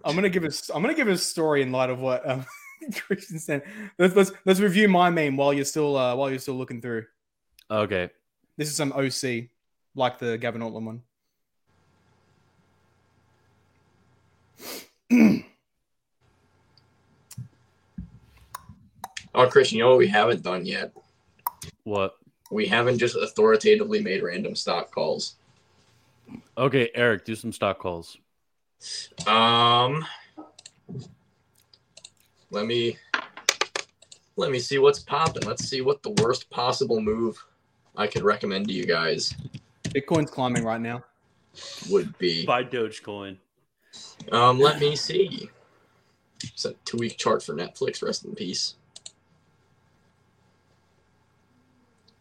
I'm gonna give us. I'm gonna give a story in light of what um, Christian said. Let's, let's let's review my meme while you're still uh, while you're still looking through. Okay. This is some OC, like the Gavin Altman one. Oh, Christian, you know what we haven't done yet? What? We haven't just authoritatively made random stock calls. Okay, Eric, do some stock calls. Um, let me let me see what's popping. Let's see what the worst possible move I could recommend to you guys Bitcoin's climbing right now. would be. Buy Dogecoin. Um, let me see. It's a two week chart for Netflix. Rest in peace.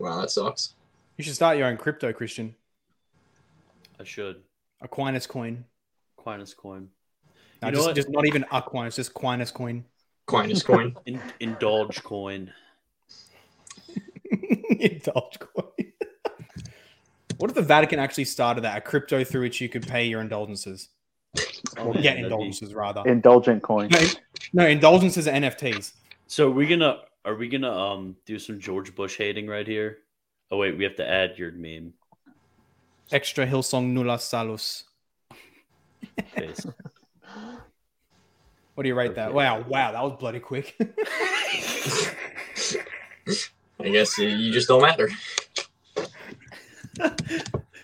Wow, that sucks. You should start your own crypto, Christian. I should. Aquinas coin. Aquinas coin. No, You know just, what? just not even Aquinas, just Aquinas coin. Aquinas coin. In, indulge coin. Indulge coin. what if the Vatican actually started that? A crypto through which you could pay your indulgences. Oh, Or man, get that'd be- indulgences, rather. Indulgent coin. No, no, indulgences are NFTs. So are we gonna are we gonna um do some George Bush hating right here? Oh wait, we have to add your meme. Extra Hillsong Nulla Salus. Face. What do you rate that? Okay. Wow, wow, that was bloody quick. I guess uh, you just don't matter.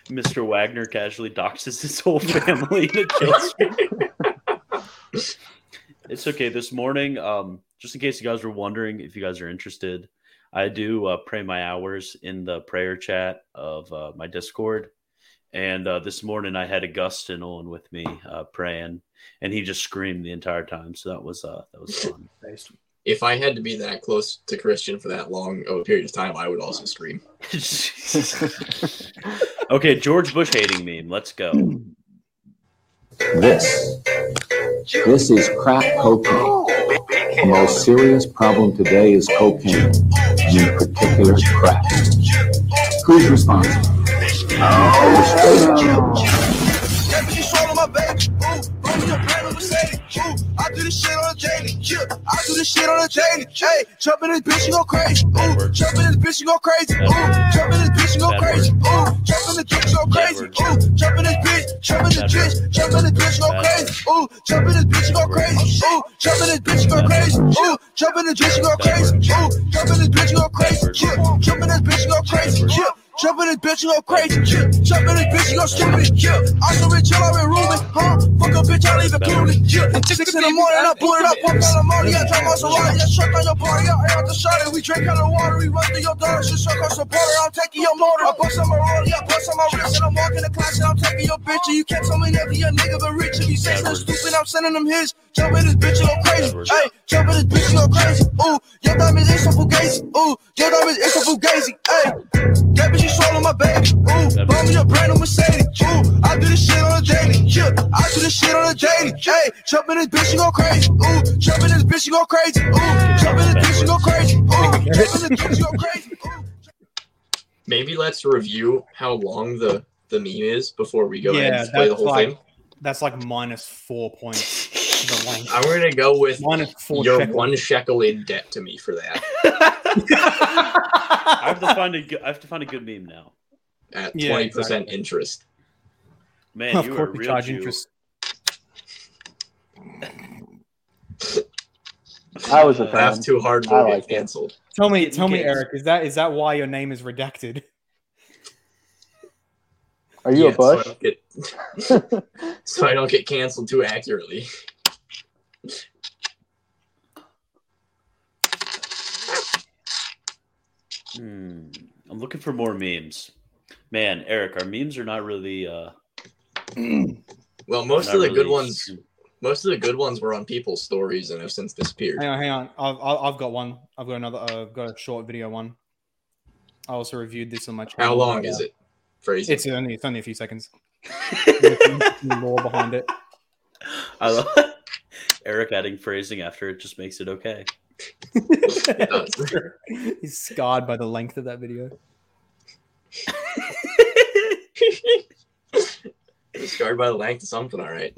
Mr. Wagner casually doxes his whole family to kill stream. it's okay. This morning, um, just in case you guys were wondering, if you guys are interested, I do uh, pray my hours in the prayer chat of uh, my Discord. And uh, this morning, I had Augustine on with me uh, praying, and he just screamed the entire time. So that was uh, that was fun. If I had to be that close to Christian for that long of a period of time, I would also scream. okay, George Bush hating meme. Let's go. This. This is crack cocaine. The most serious problem today is cocaine, and in particular crack. Who's responsible? I do this shit on a daily, yeah. I do this shit on a daily, hey. Jumping this bitch, you go crazy, ooh. Jumping this bitch, you go crazy, ooh. Jumping this bitch, you go crazy, ooh. Jumping this bitch, you go crazy, ooh. Jumping this bitch, jumping this bitch, jumping this bitch, you go crazy, ooh. Jumping this bitch, you go crazy, ooh. Jumping this bitch, you go crazy, ooh. Jumping this bitch, you go crazy, ooh. Jumping this bitch, you go crazy, yeah. Jumping this bitch, you go crazy, yeah. Jumping this bitch, you go crazy, yeah. Jumping this bitch, you go stupid, yeah. I saw it, chill, I been ruling, huh? Fuck a bitch, I leave it coolly, yeah. Six in the morning, I boot it up, pump out the money, I drop my Ferrari, I truck on your party, I air out the shot, and we drink out the water, we run through your door, she suck on some butter, I'm taking your motor, I bust on my rollie, I bust on my wrist, and I'm walking the class, and I'm taking your bitch, and you can't tell me nothing, your nigga, but rich, if you say something stupid, I'm sending them his, jumping this bitch, you go crazy, hey, jumping this bitch, you go crazy, ooh, your diamonds, it's a fugazi, ooh, your diamonds, it's a fugazi, hey, that bitch, you swallow my baby, ooh, buy me a brand new Mercedes, ooh, I do this shit on a daily, yeah, I do this shit on a daily, hey, jumping this bitch, you go crazy, ooh, jumping this bitch, you go crazy, ooh, jumping this bitch, you go crazy, ooh, jumping this bitch, you go crazy. Maybe let's review how long the the meme is before we go ahead yeah, and play the that's whole like thing. that's like minus four points. the length. I'm gonna go with Minus four your shekels. one shekel in debt to me for that I have to find a good, I have to find a good meme now. at Yeah, twenty percent interest. Man, of you are course, a we real charge Jew. interest. I was a fan. Laugh too hard I will like get it. canceled. Tell me, tell me, games. Eric, is that is that why your name is redacted? Are you Yeah, a so I Bush? don't get- so I don't get canceled too accurately. Hmm. I'm looking for more memes. Man, Eric, our memes are not really. uh Well, most not of the really- good ones, most of the good ones were on people's stories and have since disappeared. Hang on, hang on. I've I've I've got one. I've got another. uh, I've got a short video one. I also reviewed this on my channel. How long is it, Phrase? It's only it's only a few seconds. There's some lore behind it. I love Eric adding phrasing after it just makes it okay. He's scarred by the length of that video. Scarred by the length of something. All right.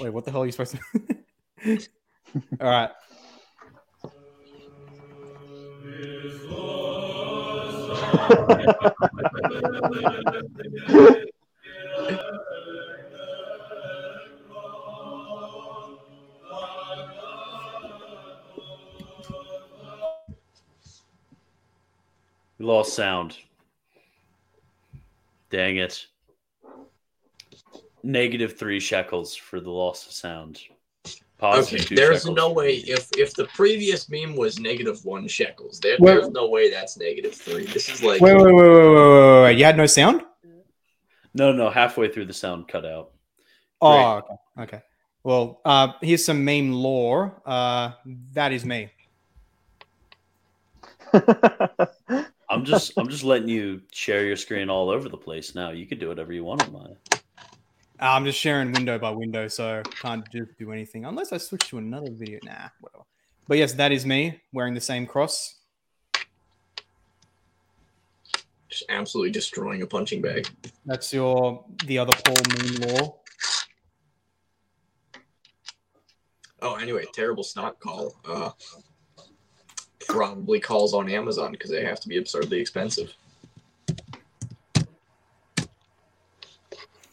Wait, what the hell are you supposed to? All right. lost sound. Dang it. Negative three shekels for the loss of sound. Positive Okay, two there's shekels. no way if if the previous meme was negative one shekels, there, Wait. there's no way that's negative three. This is like Wait, wait, wait, wait, wait, wait, wait, wait. You had no sound? No, no, halfway through the sound cut out. Oh, okay. okay. Well, uh, here's some meme lore. Uh, that is me. I'm just I'm just letting you share your screen all over the place now. You could do whatever you want on mine. Uh, I'm just sharing window by window, so can't do, do anything unless I switch to another video. Nah, whatever. But yes, that is me wearing the same cross. just absolutely destroying a punching bag. That's your the other Paul meme lore. Oh, anyway, terrible stock call. Uh, probably calls on Amazon because they have to be absurdly expensive.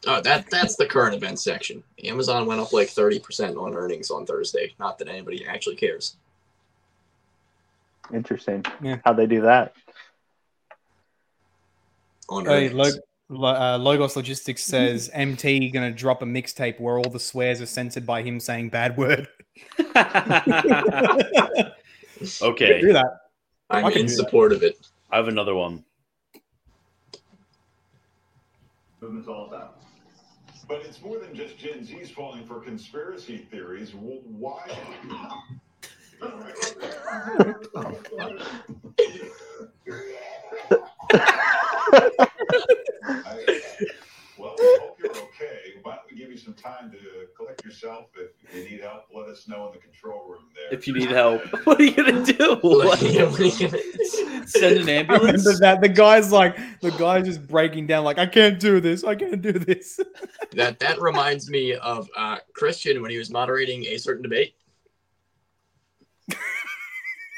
Oh, that that's the current event section. Amazon went up like thirty percent on earnings on Thursday. Not that anybody actually cares. Interesting. How'd they do that? On Hey, earnings. Log- Lo- uh, Logos Logistics says Mm. MT gonna drop a mixtape where all the swears are censored by him saying bad word. Okay. do that. I'm I can in do that. support of it. I have another one. movement's all about. But it's more than just Gen Z's falling for conspiracy theories. W- Why? I- well, we hope you're okay. Why don't we give you some time to collect yourself? If you need help, let us know in the control room there. If you need help, what are you gonna do? Send an I remember ambulance? that the guy's like the guy's just breaking down like I can't do this. I can't do this. That that reminds me of uh, Christian when he was moderating a certain debate.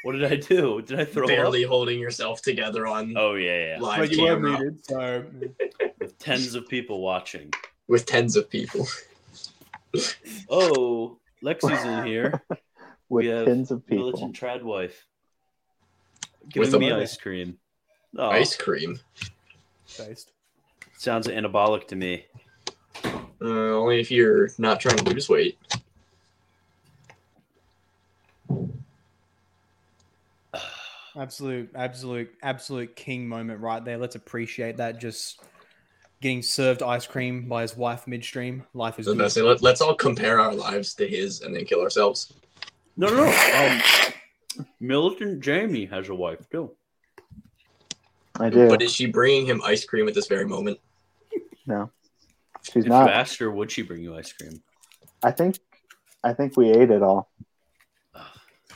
What did I do? Did I throw barely up? holding yourself together on Oh yeah, yeah. live camera so with tens of people watching. with tens of people. Oh, Lexi's in here. With we have tens of people. militant trad wife. With Giving a me mother. ice cream. Oh. Ice cream. Based. Sounds anabolic to me. Uh, only if you're not trying to lose weight. Absolute, absolute, absolute king moment right there. Let's appreciate that. Just getting served ice cream by his wife midstream. Life is So good. that's it. Let, let's all compare our lives to his and then kill ourselves. No, no, no. Um, militant Jamie has a wife too. I do. But is she bringing him ice cream at this very moment? No, she's if not. you asked her, would she bring you ice cream? I think, I think we ate it all.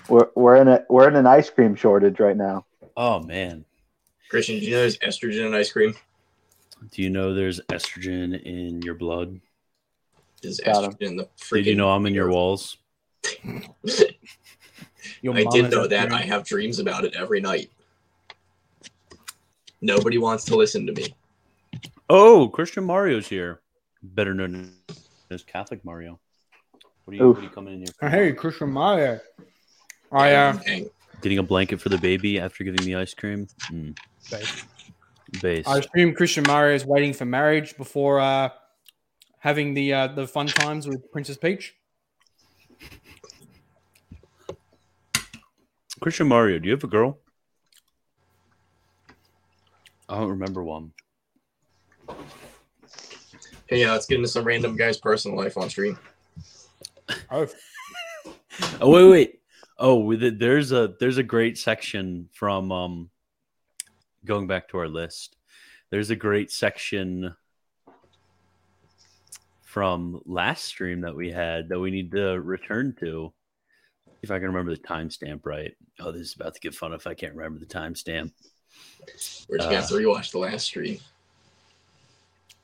We're we're in a we're in an ice cream shortage right now. Oh man. Christian, do you know there's estrogen in ice cream? Do you know there's estrogen in your blood? There's estrogen in the Did you freaking. know I'm in your walls? Your I mom did has know that. estrogen. I have dreams about it every night. Nobody wants to listen to me. Oh, Christian Mario's here. Better known as Catholic Mario. What are you, what are you coming in here? for? Hey, Christian Meyer. I uh, Getting a blanket for the baby after giving me ice cream. Mm. Base. Base. I assume Christian Mario is waiting for marriage before uh, having the uh, the fun times with Princess Peach. Christian Mario, do you have a girl? I don't remember one. Hey, yeah, let's get into some random guy's personal life on stream. Oh, Oh wait, wait. Oh, with it, there's a there's a great section from um going back to our list. There's a great section from last stream that we had that we need to return to. If I can remember the timestamp right. Oh, this is about to get fun if I can't remember the timestamp. We're just gonna have to Uh, rewatch the last stream.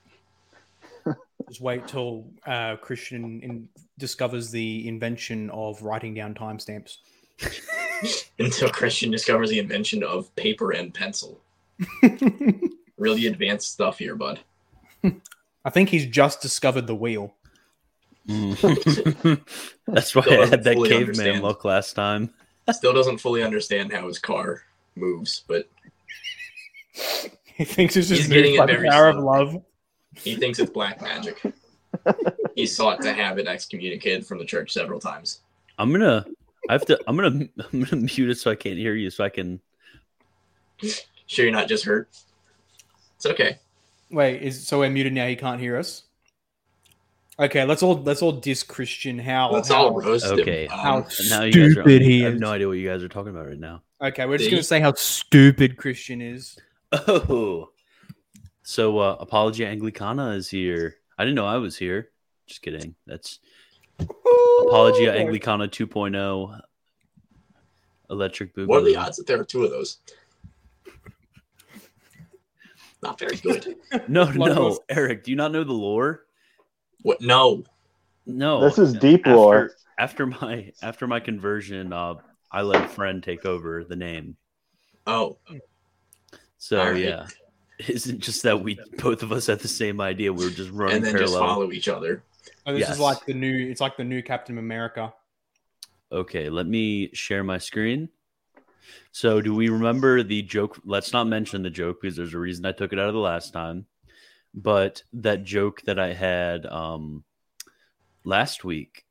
just wait till uh, Christian in- discovers the invention of writing down timestamps. until Christian discovers the invention of paper and pencil. really advanced stuff here, bud. I think he's just discovered the wheel. That's why Still I had doesn't that fully caveman understand. look last time. Still doesn't fully understand how his car moves, but He thinks it's just He's getting it very power of slow. love. He thinks it's black magic. he sought to have it excommunicated from the church several times. I'm gonna. I have to. I'm gonna. I'm gonna mute it so I can't hear you. So I can. Sure, you're not just hurt. It's okay. Wait, is so we're muted now? He can't hear us. Okay, let's all let's all diss Christian. How Let's how- all roast him. Um, Okay. How now you guys are- stupid he I have is. no idea what you guys are talking about right now. Okay, we're just gonna say how stupid Christian is. Oh. So uh Apology Anglicana is here. I didn't know I was here. Just kidding. That's Apology Oh Anglicana 2.0 Electric Boogaloo. What are the odds that there are two of those? Not very good. No, Love no, those. Eric, do you not know the lore? What? No. No. This is deep After- lore. After my after my conversion, uh, I let a friend take over the name. Oh. So All right. yeah, isn't just that we both of us had the same idea? We were just running and then parallel. just follow each other. Oh, this Yes. is like the new. It's like the new Captain America. Okay, let me share my screen. So, do we remember the joke? Let's not mention the joke because there's a reason I took it out of the last time. But that joke that I had um, last week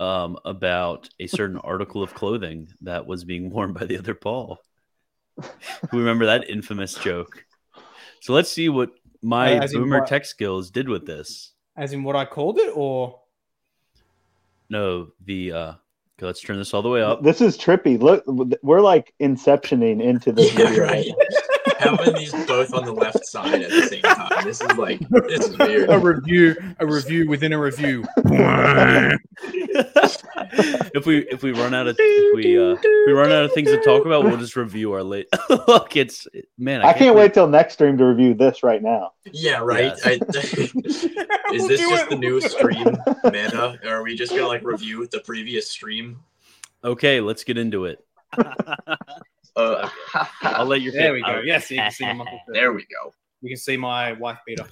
um, about a certain article of clothing that was being worn by the other Paul. we remember that infamous joke. So, let's see what my Uh, as in boomer what- tech skills did with this. As in what I called it, or No, the uh, okay, let's turn this all the way up. This is trippy. Look, we're like inceptioning into this video. Right. Having these both on the left side at the same time. This is like this is weird. a review, a review within a review. if we if we run out of if we uh if we run out of things to talk about, we'll just review our late. Look, it's man, I, I can't wait till next stream to review this right now. Yeah, right. I, is this just the new stream meta? Are we just gonna like review the previous stream? Okay, let's get into it. Uh, I'll let your There we go. Yes, you can see my muscle fit. there we go. You can see my wife beater.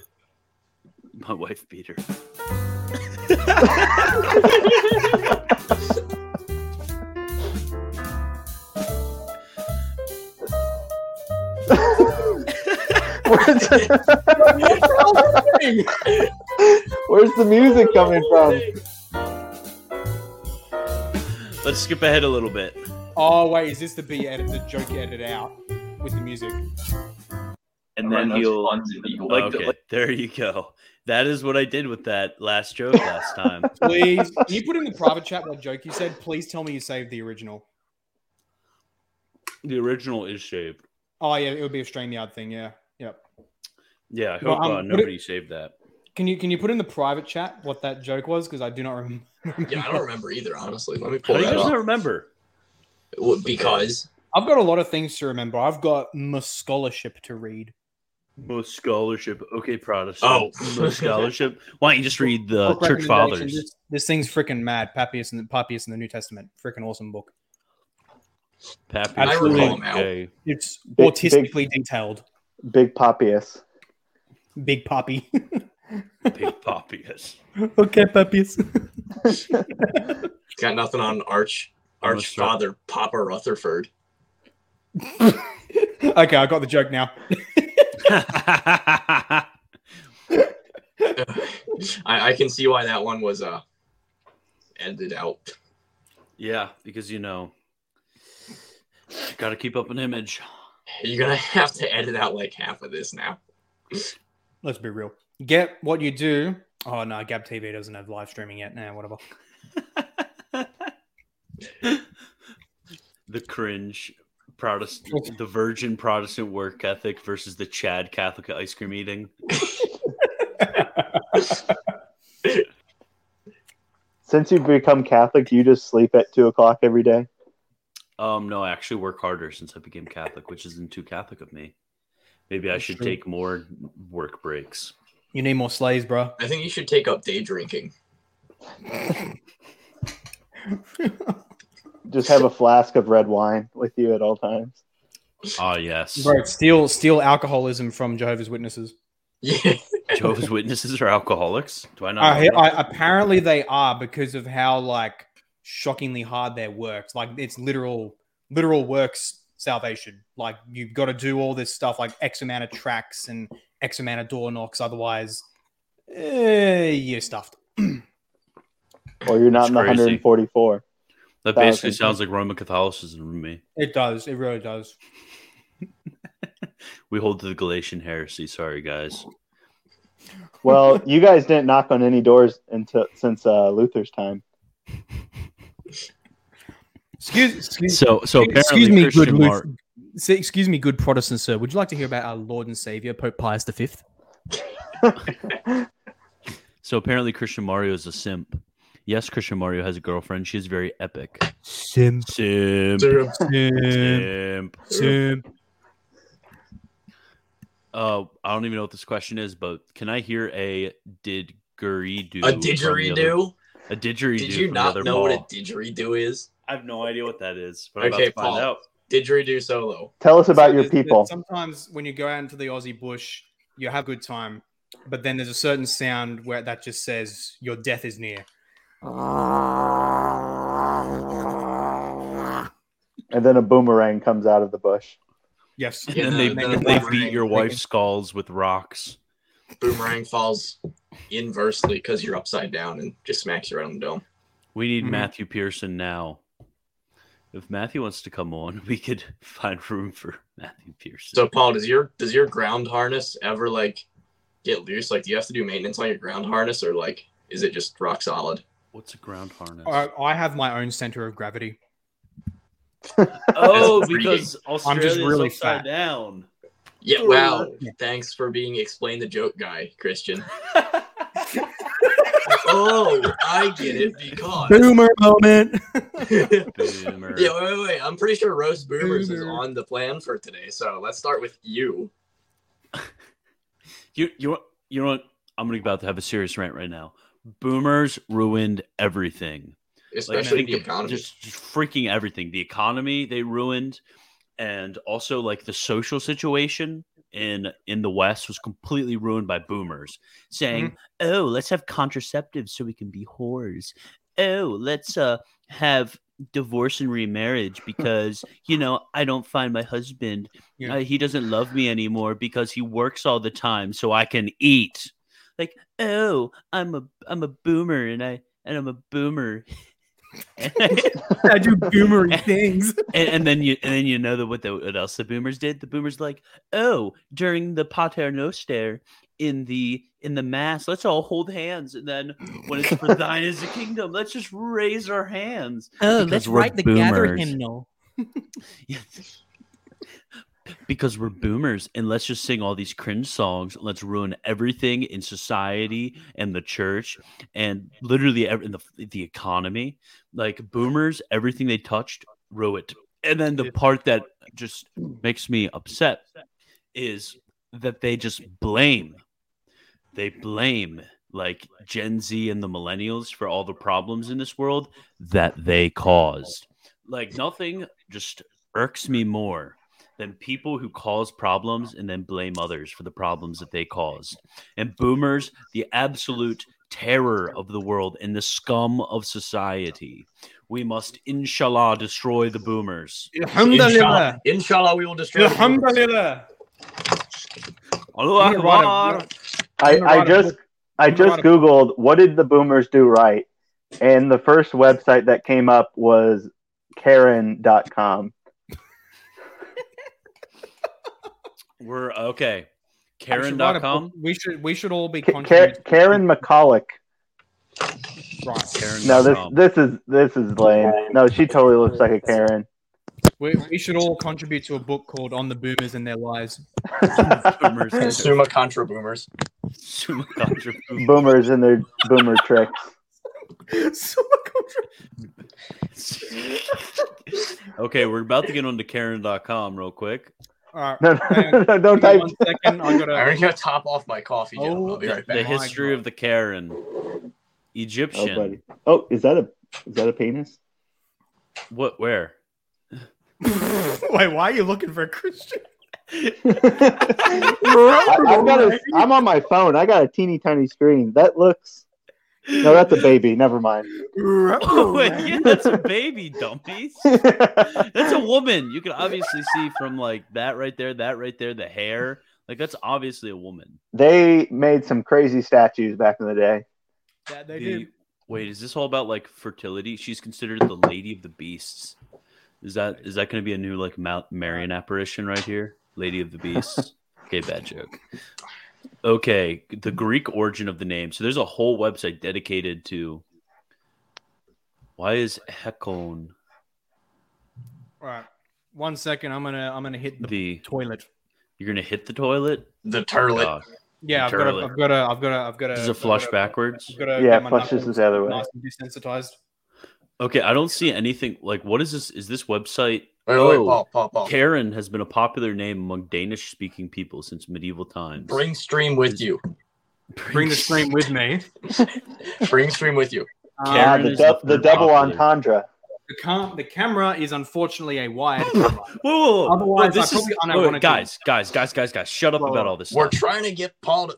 My wife beater. Where's, Where's the music coming from? Let's skip ahead a little bit. Oh wait, is this the B edit, the joke edit out with the music? And then he'll like okay, there you go. That is what I did with that last joke last time. Please, can you put in the private chat that joke you said? Please tell me you saved the original. The original is saved. Oh yeah, it would be a StreamYard thing. Yeah, yep. Yeah, I hope Well, um, uh, would it- nobody saved that. Can you can you put in the private chat what that joke was? Because I do not remember. Yeah, I don't remember either. Honestly, let me How pull do you that guys not up. remember? Well, Because I've got a lot of things to remember. I've got my scholarship to read. Most scholarship. Okay, Protestant. Oh. most scholarship. Why don't you just read the Book Church recommendation. Fathers? This, this thing's freaking mad. Papias and Papias in the New Testament. Freaking awesome book. Pappy. I recall him out. It's Big- autistically detailed. Big Poppius. Big Poppy. Big Poppius. okay, Papias. it's got nothing on Arch I'm gonna start- Archfather Papa Rutherford. okay, I got the joke now. I, I, I can see why that one was uh ended out. yeah, because you know, got to keep up an image. You're gonna have to edit out like half of this now. Let's be real. Get what you do. Oh no, Gab TV doesn't have live streaming yet. Nah, whatever. The cringe Protestant, the virgin Protestant work ethic versus the Chad Catholic ice cream eating. Since you've become Catholic, you just sleep at two o'clock every day. Um, no, I actually work harder since I became Catholic, which isn't too Catholic of me. Maybe I That's should true. take more work breaks. You need more slaves, bro. I think you should take up day drinking. Just have a flask of red wine with you at all times. Ah, yes. Bro, steal steal alcoholism from Jehovah's Witnesses. Yeah. Jehovah's Witnesses are alcoholics. Do I not? I, know that? I, apparently they are because of how like shockingly hard their works. Like it's literal literal works salvation. Like you've got to do all this stuff, like X amount of tracks and X amount of door knocks. Otherwise, eh, you're stuffed. Or you're not That's in the crazy. 144. That Thousand. basically sounds like Roman Catholicism to me. It does. It really does. We hold to the Galatian heresy. Sorry, guys. Well, you guys didn't knock on any doors until since uh, Luther's time. Excuse, excuse So- so excuse- apparently excuse me, Christian good Luth- Mark- say- excuse me, good Protestant sir. Would you like to hear about our Lord and Savior Pope Pius V? So apparently, Christian Mario is a simp. Yes, Christian Mario has a girlfriend. She is very epic. Simp. Simp. Simp. Simp. Simp. Uh, I don't even know what this question is, but can I hear a did do? A didgeridoo? A didgeridoo. Did you from the not other know what a ball. didgeridoo is? I have no idea what that is, but I'm okay, about to find Paul, out. Didgeridoo solo. Tell us about your there's- there's people. Sometimes when you go out into the Aussie bush, you have a good time, but then there's a certain sound where that just says your death is near. And then a boomerang comes out of the bush. Yes. And then they, then they beat your wife's skulls with rocks. Boomerang falls inversely because you're upside down and just smacks you right on the dome. We need Mhm. Matthew Pearson now. If Matthew wants to come on, we could find room for Matthew Pearson. So Paul, does your does your ground harness ever like get loose? Like, do you have to do maintenance on your ground harness, or like, is it just rock solid? What's a ground harness? I, I have my own center of gravity. Oh, That's intriguing. because Australia's really upside fat. down. Yeah. Wow. Thanks for being explain the joke guy, Christian. oh, I get it because Boomer moment. Boomer. Yeah, wait, wait, wait. I'm pretty sure roast boomers is on the plan for today. So let's start with you. You you you know what? I'm gonna about to have a serious rant right now. Boomers ruined everything. Especially think the of economy. Just, just freaking everything. The economy they ruined, and also like the social situation in in the West was completely ruined by boomers saying, "Oh, let's have contraceptives so we can be whores. Oh, let's uh have." divorce and remarriage because you know i don't find my husband Yeah. uh, he doesn't love me anymore because he works all the time so i can eat like oh i'm a i'm a boomer and i and i'm a boomer I do boomery things. and, and then you and then you know that what the what else the boomers did the boomers like oh during the paternoster in the in the mass let's all hold hands and then when it's for thine is the kingdom let's just raise our hands Oh, because let's we're write the gather boomers. hymnal. because we're boomers and let's just sing all these cringe songs let's ruin everything in society and the church and literally ev- in the, the economy like boomers everything they touched ruined and then the part that just makes me upset is that they just blame they blame like gen z and the millennials for all the problems in this world that they caused like nothing just irks me more than people who cause problems and then blame others for the problems that they caused. And boomers, the absolute terror of the world and the scum of society. We must inshallah destroy the boomers. Inshallah, inshallah we will destroy. the boomers. Alhamdulillah. Allahu I'm gonna write a- Akbar. I, I'm gonna I write a just book. I I'm gonna just write a googled what did the boomers do right, and the first website that came up was Karen.com. We're okay. I should write a Karen.com. book. We should we should all be K- Karen, contributing. Karen McCulloch. Right. No, this um, this is this is lame. No, she totally looks like a Karen. We, we should all contribute to a book called "On the Boomers and Their Lives." boomers. Summa contra boomers. Summa contra boomers. Boomers and their boomer tricks. Okay, we're about to get onto Karen.com real quick. All No, right. no, don't Give me type. One second, I gotta. I already got to top off my coffee. gentlemen. I'll be Oh, right The back. history of the Karen. Oh, Egyptian. buddy. Oh, is that a is that a penis? What? Where? Wait, why are you looking for a Christian? I, I've got a, I'm on my phone. I got a teeny tiny screen. That looks No, that's a baby. Never mind. Oh, wait, yeah, that's a baby, dummies. that's a woman. You can obviously see from like that right there, that right there, the hair. Like that's obviously a woman. They made some crazy statues back in the day. Yeah, they The- did. Wait, is this all about like fertility? She's considered the lady of the beasts. Is that is that going to be a new like Mount Marion apparition right here? Lady of the beasts. okay, bad joke. Okay, the Greek origin of the name. So there's a whole website dedicated to. Why is Hecon All right. One second. I'm gonna I'm gonna hit the. the toilet? You're gonna hit the toilet. The turlet. God. yeah, I've got, a, Turlet. I've got a. I've got a. I've got a. Does it flush backwards? I've got a, Yeah, get my flushes knuckles the other way. Nice and desensitized. Okay, I don't see anything like what is this? Is this website? Oh, Wait, wait, wait, Paul, Paul, Paul. Karen has been a popular name among Danish speaking people since medieval times. Bring stream with you. Bring the stream with me. Um, Bring stream with you. Ah, Karen the, is dou- very the double popular. entendre. The, cam- the camera is unfortunately a wired camera. Whoa, whoa, whoa, Otherwise, this I is probably whoa, unironically- guys, guys, guys, guys, guys. Shut up Whoa, about all this. We're Stuff. trying to get Paul to.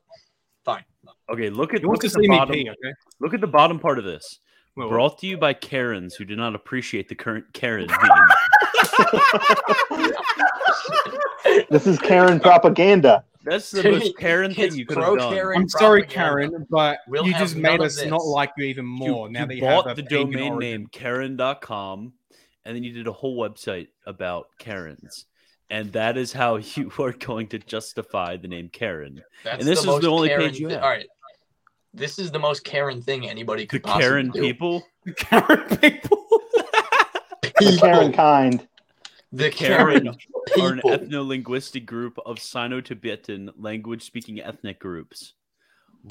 Fine. Okay, look at You want look to at see the me bottom. pee? Okay. Look at the bottom part of this. Whoa, whoa. Brought to you by Karens who do not appreciate the current Karen meme. This is Karen propaganda. That's the most Karen thing It's you could have done. pro-Karen I'm sorry, propaganda. Karen, but We'll you have just none made of us not this. like you even more. now that you have bought a the pagan domain origin. name karen.com and then you did a whole website about karens and that is how you are going to justify the name karen That's and this is most the only Karen page you thi- have All right. This is the most Karen thing anybody the could possibly karen do. people Karen people. The Karen kind. The karen Karen. are an people. ethno-linguistic group of sino-tibetan language-speaking ethnic groups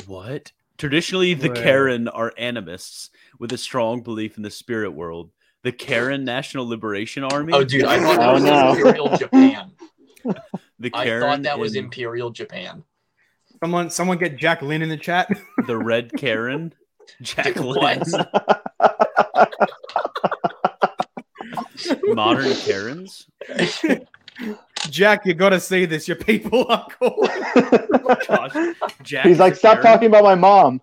what traditionally the Right. karen are animists with a strong belief in the spirit world the karen national liberation army Oh, dude, I thought Oh, that was no. Imperial Japan. the I karen thought that was in- Imperial Japan. Someone, someone get Jack Lynn in the chat. the red Karen, Jacqueline, modern Karens. Jack, you gotta see this. Your people are cool. Gosh, Jack He's like, is a stop Karen." talking about my mom.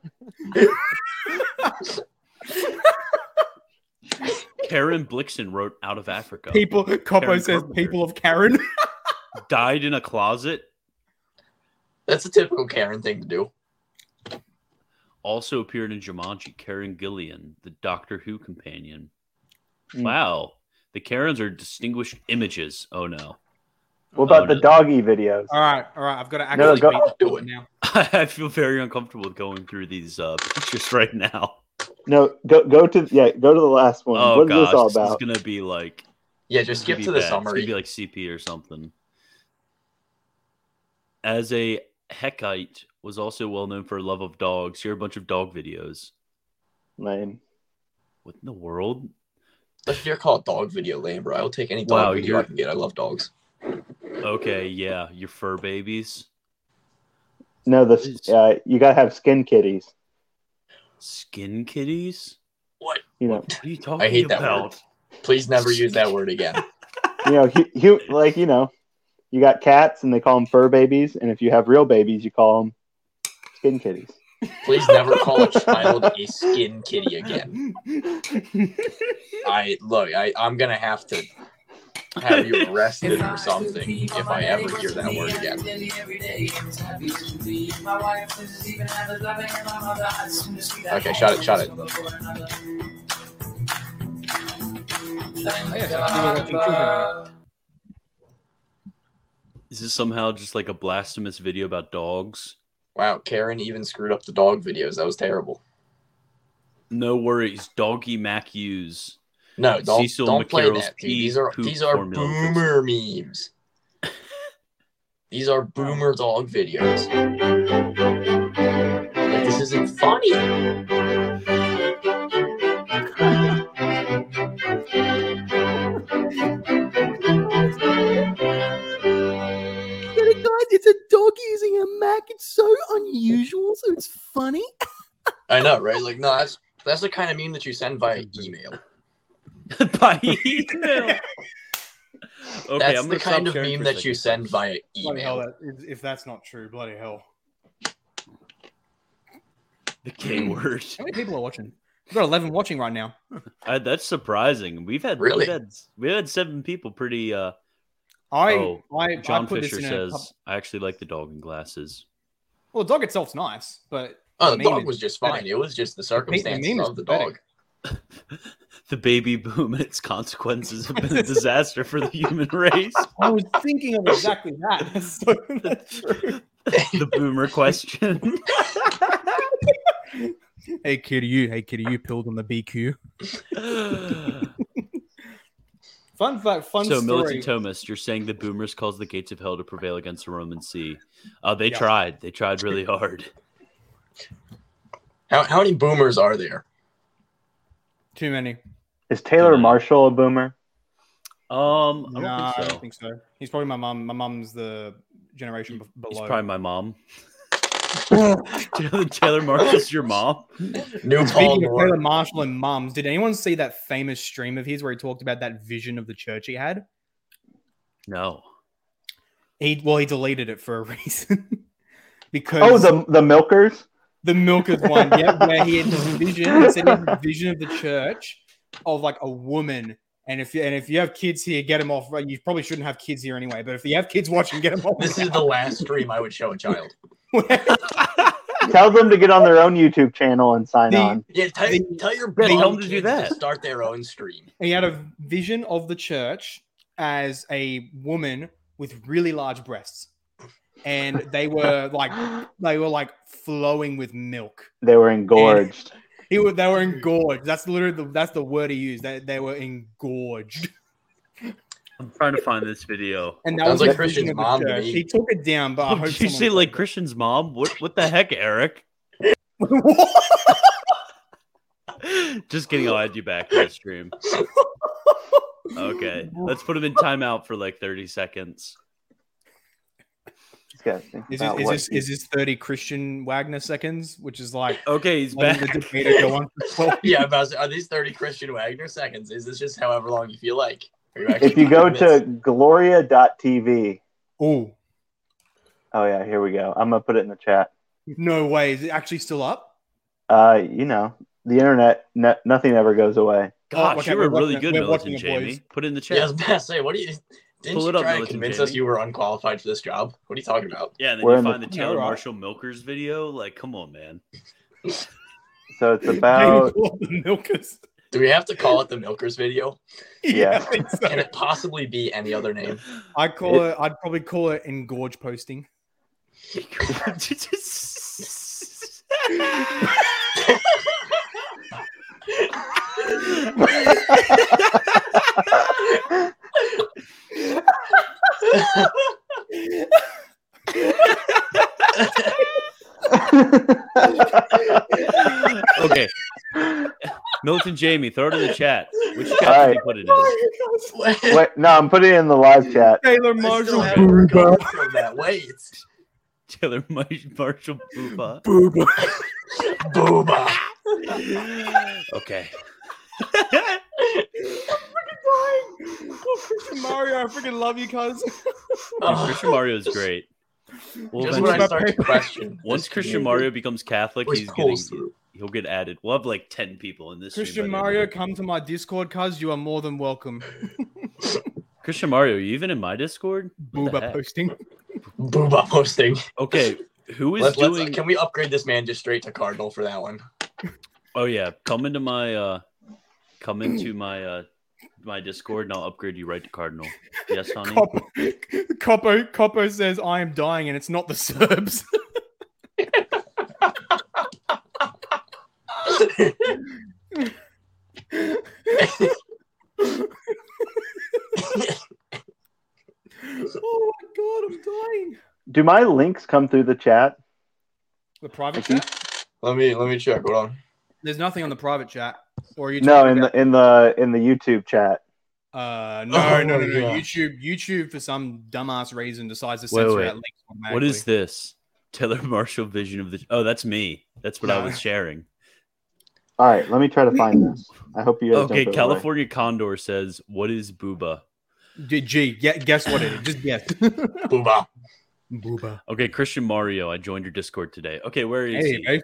Karen Blixen wrote out of Africa. People, Coppo Karen says Carpenter. people of Karen. died in a closet. That's a typical Karen thing to do. Also appeared in Jumanji. Karen Gillian, the Doctor Who companion. Mm. Wow, the Karens are distinguished images. Oh no, What about Oh, the no. doggy videos? All right, all right. I've got to No, actually go- beat do it it. now. I feel very uncomfortable going through these uh, pictures right now. No, go go to yeah, go to the last one. Oh what is gosh, this all this is about? gonna be like Yeah, just skip be to the bad. It's gonna summary. be like CP or something. As a Heckite was also well known for her love of dogs. Here are a bunch of dog videos. Lame. What in the world? If you're called dog video lame, bro, I'll take any dog Wow, video you're- I can get. I love dogs. Okay, yeah, your fur babies, No, this Jeez. uh, you gotta have skin kitties. skin kitties. What? You know, What are you talking hate that about? Please never use that word again. you know, hu- hu- like you know, you got cats and they call them fur babies, and if you have real babies, you call them skin kitties. Please never call a child a skin kitty again. I look, I, I'm gonna have to have you arrested or something if I ever hear that word again. Okay, shut it, shut it. Is this somehow just like a blasphemous video about dogs? Wow, Karen even screwed up the dog videos. That was terrible. No worries, doggy Mac use. No, don't Cecil don't play McCarroll's that. pea Dude. These are poop these are formula boomer memes. These are boomer dog videos. Like, this isn't funny. But guys, it's a dog using a Mac. It's so unusual, so it's funny. I know, right? Like, no, that's that's the kind of meme that you send via email. By email. Okay, that's I'm the gonna stop kind of sharing meme for a that you second. send via Bloody hell, email. that, if- if that's not true, bloody hell. The K word. How many people are watching? We've got 11 watching right now. I, that's surprising. We've had Really? we've had, we've had seven people. Pretty. uh I- oh, I- I John put this Fisher in a says pub- I actually like the dog in glasses. Well, the dog itself's nice, but. Oh, the meme dog is was just pathetic. fine. It was just the The pe- the circumstances meme is of the pathetic. dog. The baby boom and its consequences have been a disaster for the human race. I was thinking of exactly that. So that's true. The boomer question. Hey, kitty, you. Hey, kitty, you pilled on the BQ. fun fact, fun so, story. Militant Thomas, you're saying the boomers caused the gates of hell to prevail against the Roman sea. Uh, they Yeah. tried. They tried really hard. How, how many boomers are there? Too many. Is Taylor Marshall a boomer? Um, I don't, Nah, think so. I don't think so. He's probably my mom. My mom's the generation be- below. It's probably my mom. Taylor, Taylor Marshall's your mom. New Speaking of Taylor Marshall and mums, did anyone see that famous stream of his where he talked about that vision of the church he had? No. He well, he deleted it for a reason because Oh, the the milkers. the milkers one, yeah, where he had this vision. He said he had this vision of the church of like a woman. And if you, and if you have kids here, get them off. You probably shouldn't have kids here anyway. But if you have kids watching, get them off. This is the last stream I would show a child. Tell them to get on their own YouTube channel and sign on. Yeah, tell, tell your Tell bum them to do kids that. to start their own stream. he had a vision of the church as a woman with really large breasts and they were like they were like flowing with milk They were engorged. he was, they were engorged that's literally the, that's the word he used they, they were engorged I'm trying to find this video. and that was his vision of the church. he took it down but i hope Did you someone- say like Christian's mom? What what the heck, Eric? Just kidding. I'll add you back to the stream. Okay, let's put him in timeout for like 30 seconds. is this, is, this, is this 30 christian wagner seconds which is like okay he's letting back. the debate go on for 12 yeah, about, to say, are these 30 Christian Wagner seconds? Is this just however long you feel like? Are actually If you go doing this? to gloria.tv. Ooh. Oh yeah, here we go. I'm gonna put it in the chat. no way is it actually still up Uh, you know, the internet, no, nothing ever goes away. Gosh, okay, you we're were watching really it- good, we're Militant watching it, boys. Jamie. Put it in the chat. Yeah, I was about to say, what do you. Didn't Pull you it up, try to Militant convince us Jamie. you were unqualified for this job? What are you talking about? Yeah, and then We're you in the- find the, Yeah, Taylor right. Marshall Milkers video. Like, come on, man. So it's about the milkers. Do we have to call it the Milkers video? Yeah. Can it possibly be any other name? I call It- it. I'd probably call it engorge posting. okay. Milton Jamie, throw it in the chat. Which chat All did right. you put it in? Wait, no, I'm putting it in the live chat. Taylor Marshall. From that wait. Taylor Mar- Marshall Booba. Booba. Booba. Okay. Oh, Christian Mario, I freaking love you, cuz. Dude, Christian Mario is great. We'll Just when I eventually- start to question Once this Christian community. Mario becomes Catholic, Which he's getting, pulls he'll get added. We'll have like ten people in this. stream Christian by the end. Mario, come to my Discord, cuz. You are more than welcome. Christian Mario, you even in my Discord? What the Booba heck? posting. Booba posting. Okay, who is Let's- let's- doing? can we upgrade this man just straight to Cardinal for that one? Oh yeah, come into my uh, come into my uh, my Discord, and I'll upgrade you right to Cardinal. Yes, honey. Coppo, Coppo, Coppo says I am dying, and it's not the Serbs. oh my god, I'm dying. Do my links come through the chat? The private chat? Let me let me check. Hold on. There's nothing on the private chat. Or you No, in the in the in the YouTube chat. Uh, no, Oh no, no, my no. God. YouTube, YouTube, for some dumbass reason, decides to Wait, censor wait. that link. What automatically. is this? Taylor Marshall vision of the. Oh, that's me. That's what I No. was sharing. All right, let me try to find this. I hope you guys Okay, don't. California. California Condor says, "What is booba?" G, G, yeah, guess what it is. Just guess. Booba. Booba. Okay, Christian Mario, I joined your Discord today. Okay, where is Hey, he? hey.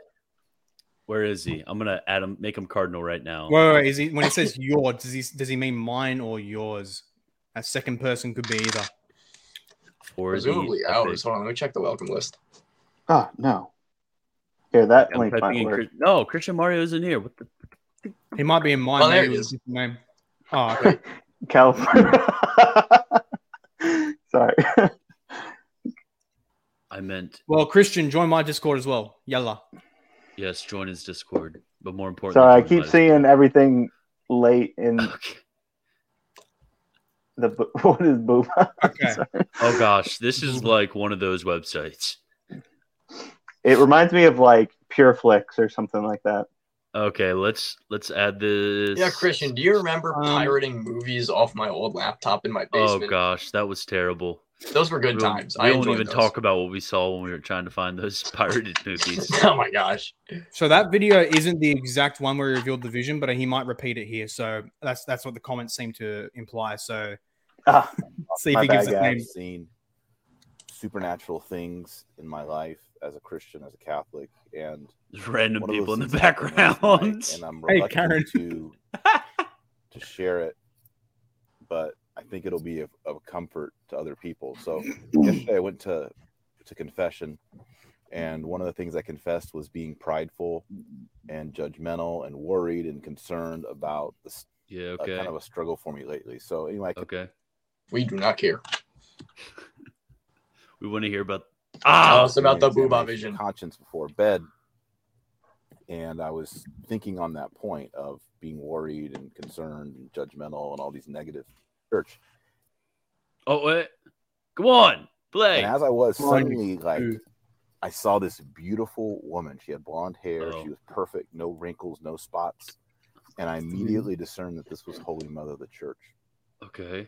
Where is he? I'm gonna add him, make him cardinal right now. Wait, wait, wait, is he when it says your? Does he does he mean mine or yours? A second person could be either. Or is he Presumably a ours. fake? Hold on, let me check the welcome list. Ah, no. Here, that I'm link typing might in work. Chris- no, Christian Mario isn't here. What the? He might be in mine. Oh, there maybe he it was is. a different Name. Oh, okay. California. Sorry. I meant well, Christian, join my Discord as well. Yalla. yes. Join his Discord, but more importantly, Sorry, I join keep mine. seeing everything late in the bo- what is Booba? Okay. Oh gosh, this is like one of those websites. It reminds me of like Pure Flix or something like that. Okay, let's let's add this. Yeah, Christian, do you Um, remember pirating movies off my old laptop in my Oh basement? gosh, that was terrible. Those were good We won't- times. We I won't enjoyed even those. talk about what we saw when we were trying to find those pirated movies. oh my gosh. So that video isn't the exact one where he revealed the vision, but he might repeat it here. So that's that's what the comments seem to imply. So Ah, see if My he gives bad, the guys. name. I've seen supernatural things in my life as a Christian, as a Catholic, and There's random one of people in those the things happened last night, background. and I'm Hey, reluctant Karen. to to share it, but I think it'll be of, of comfort to other people. So yesterday I went to to confession, and one of the things I confessed was being prideful and judgmental and worried and concerned about this. Yeah, okay. kind of a struggle for me lately. So anyway, I okay. We do not care. We want to hear about Tell ah us about the Booba examination of conscience before bed. And I was thinking on that point of being worried and concerned and judgmental and all these negative church. Oh wait, come on, play. And as I was Come on, suddenly like, I saw this beautiful woman. She had blonde hair. Oh. She was perfect, no wrinkles, no spots. And I immediately discerned that this was Holy Mother of the Church. Okay.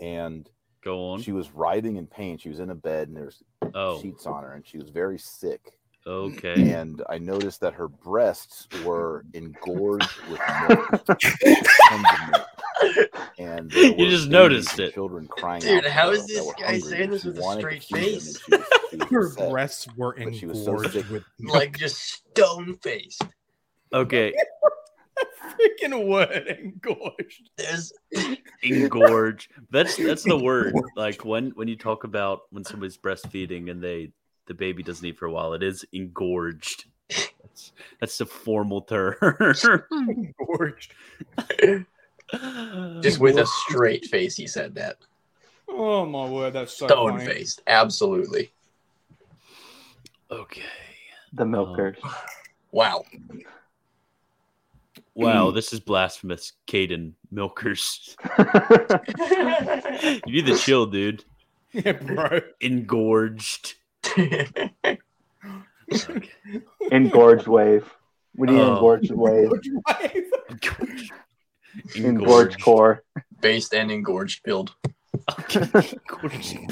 and go on. She was writhing in pain. She was in a bed, and there's Oh. sheets on her, and she was very sick. Okay. And I noticed that her breasts were engorged with milk, tons of milk. and there You were just babies noticed and Children crying. Dude, out how for milk is that this were guy hungry, saying and this she with a wanted to straight feed them, and face? she was- she was Her upset. breasts were But she was so engorged sick. with Like just stone faced. Okay. freaking word engorged. There's engorge. That's that's the word. Like when when you talk about when somebody's breastfeeding and they the baby doesn't eat for a while, it is engorged. That's that's the formal term. engorged. just with a straight face he said that. Oh my word, that's so Stone funny. faced. Absolutely. Okay. The milkers. Wow. Wow, this is blasphemous, Caden Milkers. you need the chill, dude. Yeah, bro. Engorged. Engorged wave. We need Oh. engorged wave. Engorged. Engorged core. Based and engorged build.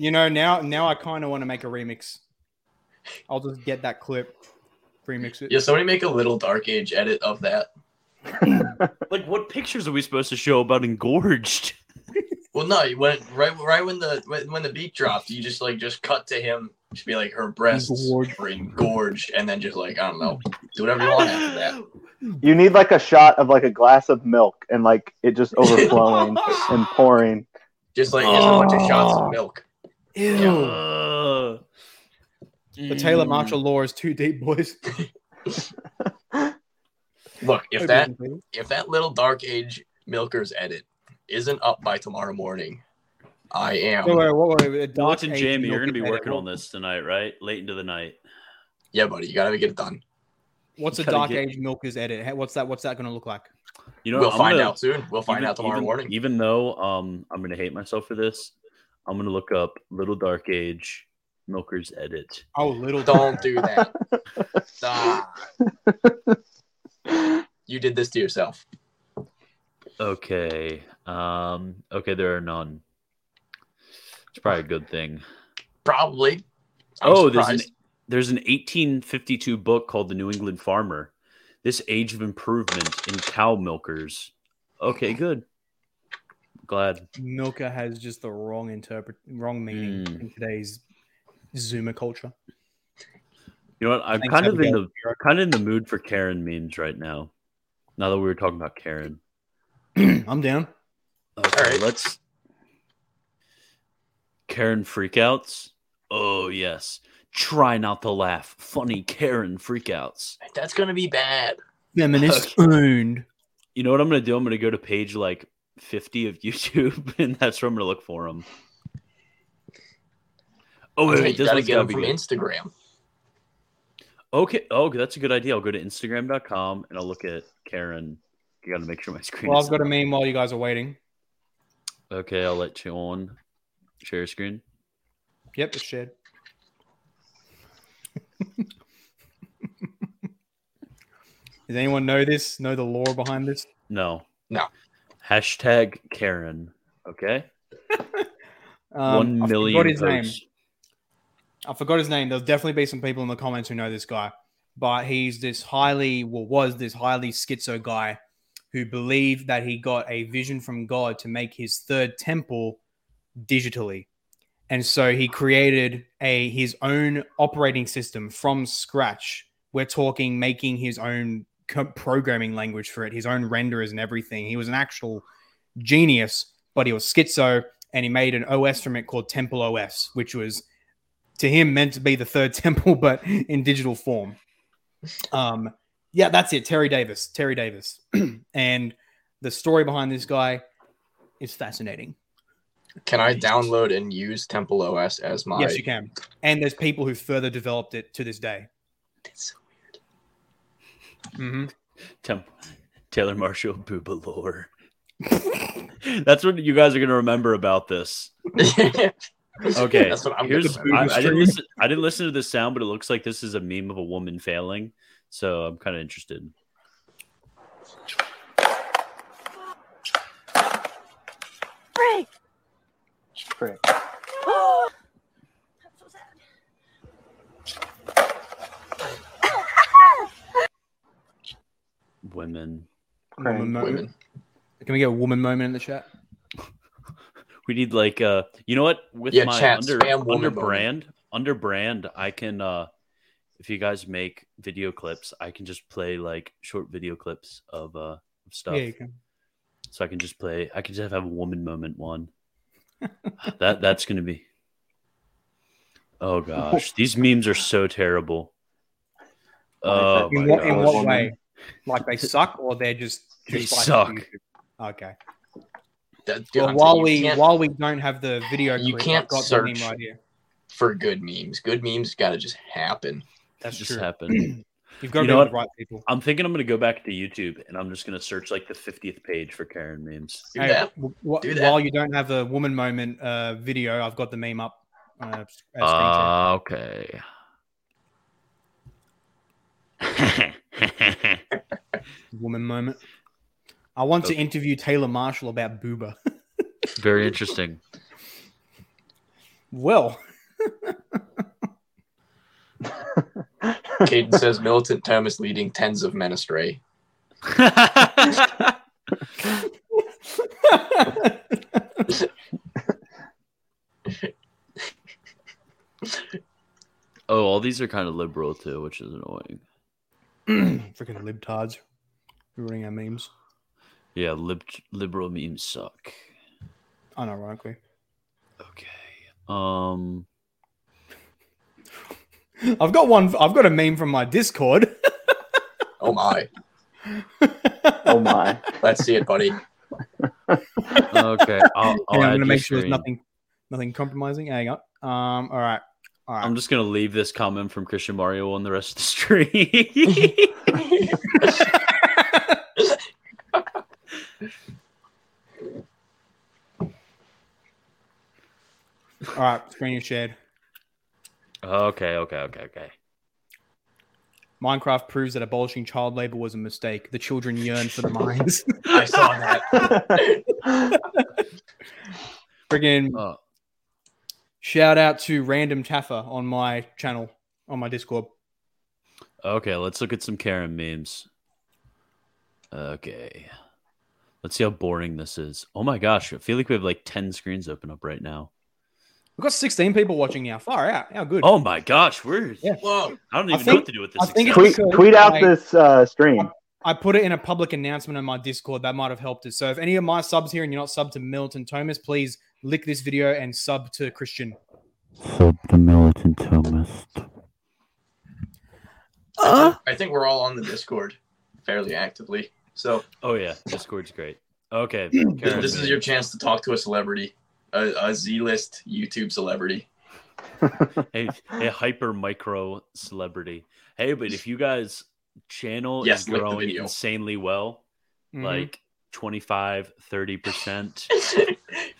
You know, now now I kind of want to make a remix. I'll just get that clip, remix it. Yeah, somebody make a little dark age edit of that. Like what pictures are we supposed to show about engorged? Well, no, you went right right when the when, when the beat drops, you just like just cut to him. Just be like her breasts were engorged, and then just like I don't know, do whatever you want after that. You need like a shot of like a glass of milk and like it just overflowing and pouring. Just like just a bunch of shots of milk. Ew. The Taylor Marshall lore is too deep, boys. Look, if Okay, that okay. if that little dark age milkers edit isn't up by tomorrow morning, I am. Wait, wait, wait, wait, a dark Watching age Jamie, you're milk gonna be edit. working on this tonight, right? Late into the night. Yeah, buddy, you gotta get it done. What's You a gotta dark get- age milkers edit? Hey, What's that? What's that going to look like? You know, We'll I'm find gonna- out soon. We'll find even- out tomorrow even- morning. Even though um, I'm gonna hate myself for this, I'm gonna look up Little Dark Age Milker's edit. Oh, little. Don't do that. Stop. You did this to yourself. Okay. Um. Okay, there are none. It's probably a good thing. Probably. I'm oh, there's an, surprised. there's an 1852 book called The New England Farmer. This Age of Improvement in Cow Milkers. Okay, good. Glad. Milker has just the Hmm. wrong interpret, wrong meaning in today's Zoomer culture. You know what? I'm Thanks, kind of in Abigail. the kind of in the mood for Karen memes right now. Now that we were talking about Karen, I'm down. Okay, let's Karen freakouts. Oh yes, try not to laugh. Funny Karen freakouts. That's gonna be bad. Feminist owned. You know what I'm gonna do? I'm gonna go to page like 50 of YouTube, and that's where I'm gonna look for them. Oh wait, Okay, wait you this gotta one's get gotta them be from good. Instagram. Okay. Oh, that's a good idea. I'll go to Instagram.com and I'll look at Karen. You got to make sure my screen. Well, is I've got a up. meme while you guys are waiting. Okay, I'll let you on. Share screen. Yep, it's shared. Does anyone know this? Know the lore behind this? No. No. Hashtag Karen. Okay. Um, I One million. forgot his posts. name. I forgot his name. There'll definitely be some people in the comments who know this guy, but he's this highly, well, was this highly schizo guy who believed that he got a vision from God to make his third temple digitally, and so he created a his own operating system from scratch. We're talking making his own co- programming language for it, his own renderers and everything. He was an actual genius, but he was schizo and he made an OS from it called Temple OS, which was to him meant to be the third temple, but in digital form. Um, yeah, that's it. Terry Davis, Terry Davis. and the story behind this guy is fascinating. Can I download and use Temple OS as my? Yes, you can. And there's people who further developed it to this day. That's so weird. Mm-hmm. Tem- Taylor Marshall Booba lore. That's what you guys are gonna remember about this. Okay. That's what I'm here's- gonna I, remember. I didn't listen, I didn't listen to this sound, but it looks like this is a meme of a woman failing. So I'm kind of interested. Break. Frick. Oh. Women. Woman moment. Can we get a woman moment in the chat? We need like uh you know what with Yeah, my chat, under spam woman under moment. brand under brand I can uh if you guys make video clips I can just play like short video clips of uh of stuff Yeah, you can. so I can just play I can just have a woman moment one that that's gonna be oh gosh these memes are so terrible oh in my what, in gosh. what way? Like they suck or they're just too They spicy for suck. YouTube? Okay. dude, well, I'm while saying you we can't- while we don't have the video, You clip, can't I've got the search meme right here. for good memes. Good memes got to just happen. That's just happened. You've gotta You be know with the what? right people. I'm thinking I'm going to go back to YouTube and I'm just going to search like the 50th page for Karen memes. Hey, w- wh- While you don't have the woman moment uh, video, I've got the meme up. Uh, s- uh, Ah, okay. Uh, woman moment. I want to Okay. interview Taylor Marshall about Booba. Very interesting. well, Caden says militant Thomas leading tens of men astray. Oh, all these are kind of liberal too, which is annoying. freaking libtards ruining our memes Yeah, lib- liberal memes suck. unironically. Um, I've got one. I've got a meme from my Discord. Oh my. Oh my. Let's see it, buddy. okay, I'll, Hang I'll on, I'm add gonna your make sure screen. there's nothing, nothing compromising. Hang on. Um. All right. All right. I'm just gonna leave this comment from Christian Mario on the rest of the stream. All right. Screen is shared. okay, okay, okay, okay. Minecraft proves that abolishing child labor was a mistake. The children yearn for the mines. I saw that. Uh. Friggin' shout out to Random Taffer on my channel, on my Discord. Okay, let's look at some Karen memes. Okay. Let's see how boring this is. Oh my gosh, I feel like we have like 10 screens open up right now. We've got 16 people watching now. Far out. How good. Oh my gosh, we're whoa. I don't I even know think- what to do with this. I think except- it's Tweet, because, tweet out like- this uh, stream. I put it in a public announcement on my Discord. That might have helped us. So if any of my subs here and you're not subbed to Milton Thomas, please lick this video and sub to Christian. Sub to Militant Thomas. I think we're all on the Discord fairly actively. So oh yeah, Discord's great. Okay, Karen. this is your chance to talk to a celebrity, a, a Z-list YouTube celebrity. a, a hyper micro celebrity. Hey, but if you guys channel Yes, is like the growing video. insanely well, Mhm. like 25, 30 percent.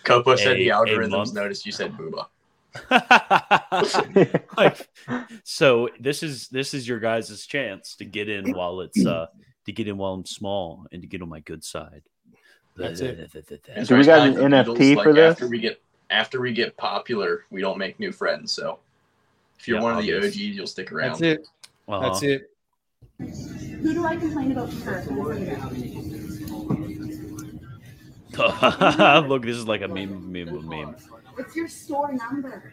Copo said the algorithms noticed you said booba. like, so this is this is your guys' chance to get in while it's uh to get in while I'm small and to get on my good side. That's it. That's Do we right, got like an the NFT Beatles, for like, this? After we get after we get popular, we don't make new friends. So if you're Yeah, one of the obvious. OGs, you'll stick around. That's it. Uh-huh. That's it. Who do I complain about first? Look, this is like a meme meme of meme. What's your store number?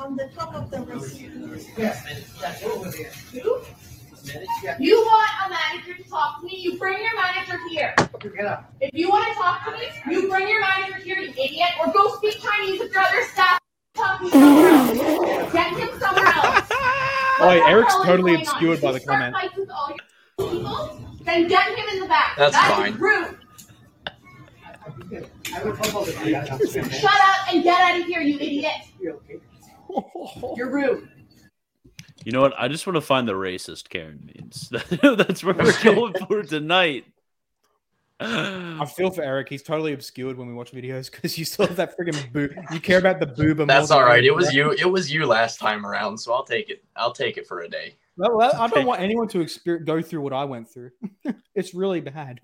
On the top of the list. You want a manager to talk to me? You bring your manager here. If you want to talk to me, you bring your manager here, you idiot, or go speak Chinese with your other staff. Talk to me somewhere else. Get him somewhere else. Oh, wait, Eric's What the hell is totally going on? obscured by the If you start comment. fights with all your people, Then get him in the back. That's That is fine. rude. Shut up and get out of here, you idiot. You're rude. You know what? I just want to find the racist Karen memes. That's where we're going for tonight. I feel for Eric. He's totally obscured when we watch videos because you still have that friggin' boob. You care about the boob. That's all right. It was you. It was you last time around. So I'll take it. I'll take it for a day. Well, well, I don't want anyone to exper- go through what I went through. it's really bad.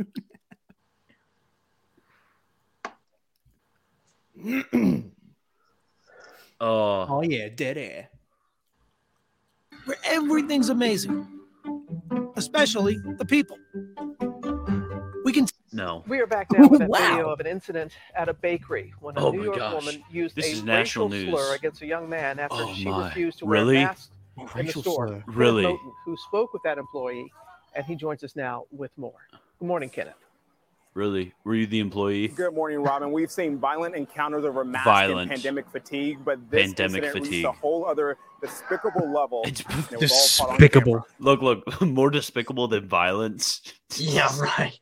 Oh. Oh yeah, dead air. Where everything's amazing, especially the people. We can. No. We are back now with a Wow. video of an incident at a bakery when a Oh New my York gosh. woman used This a is racial national news. slur against a young man after Oh she my. refused to Really? wear a mask in the Racial store. slur. Kenneth Really? Moten, who spoke with that employee, and he joins us now with more. Good morning, Kenneth. Really? Were you the employee? Good morning, Robin. We've seen violent encounters over mask Violent. and pandemic fatigue, but this Pandemic incident reached a fatigue. whole other despicable level. It's Despicable. Look, look, more despicable than violence. Yeah, right.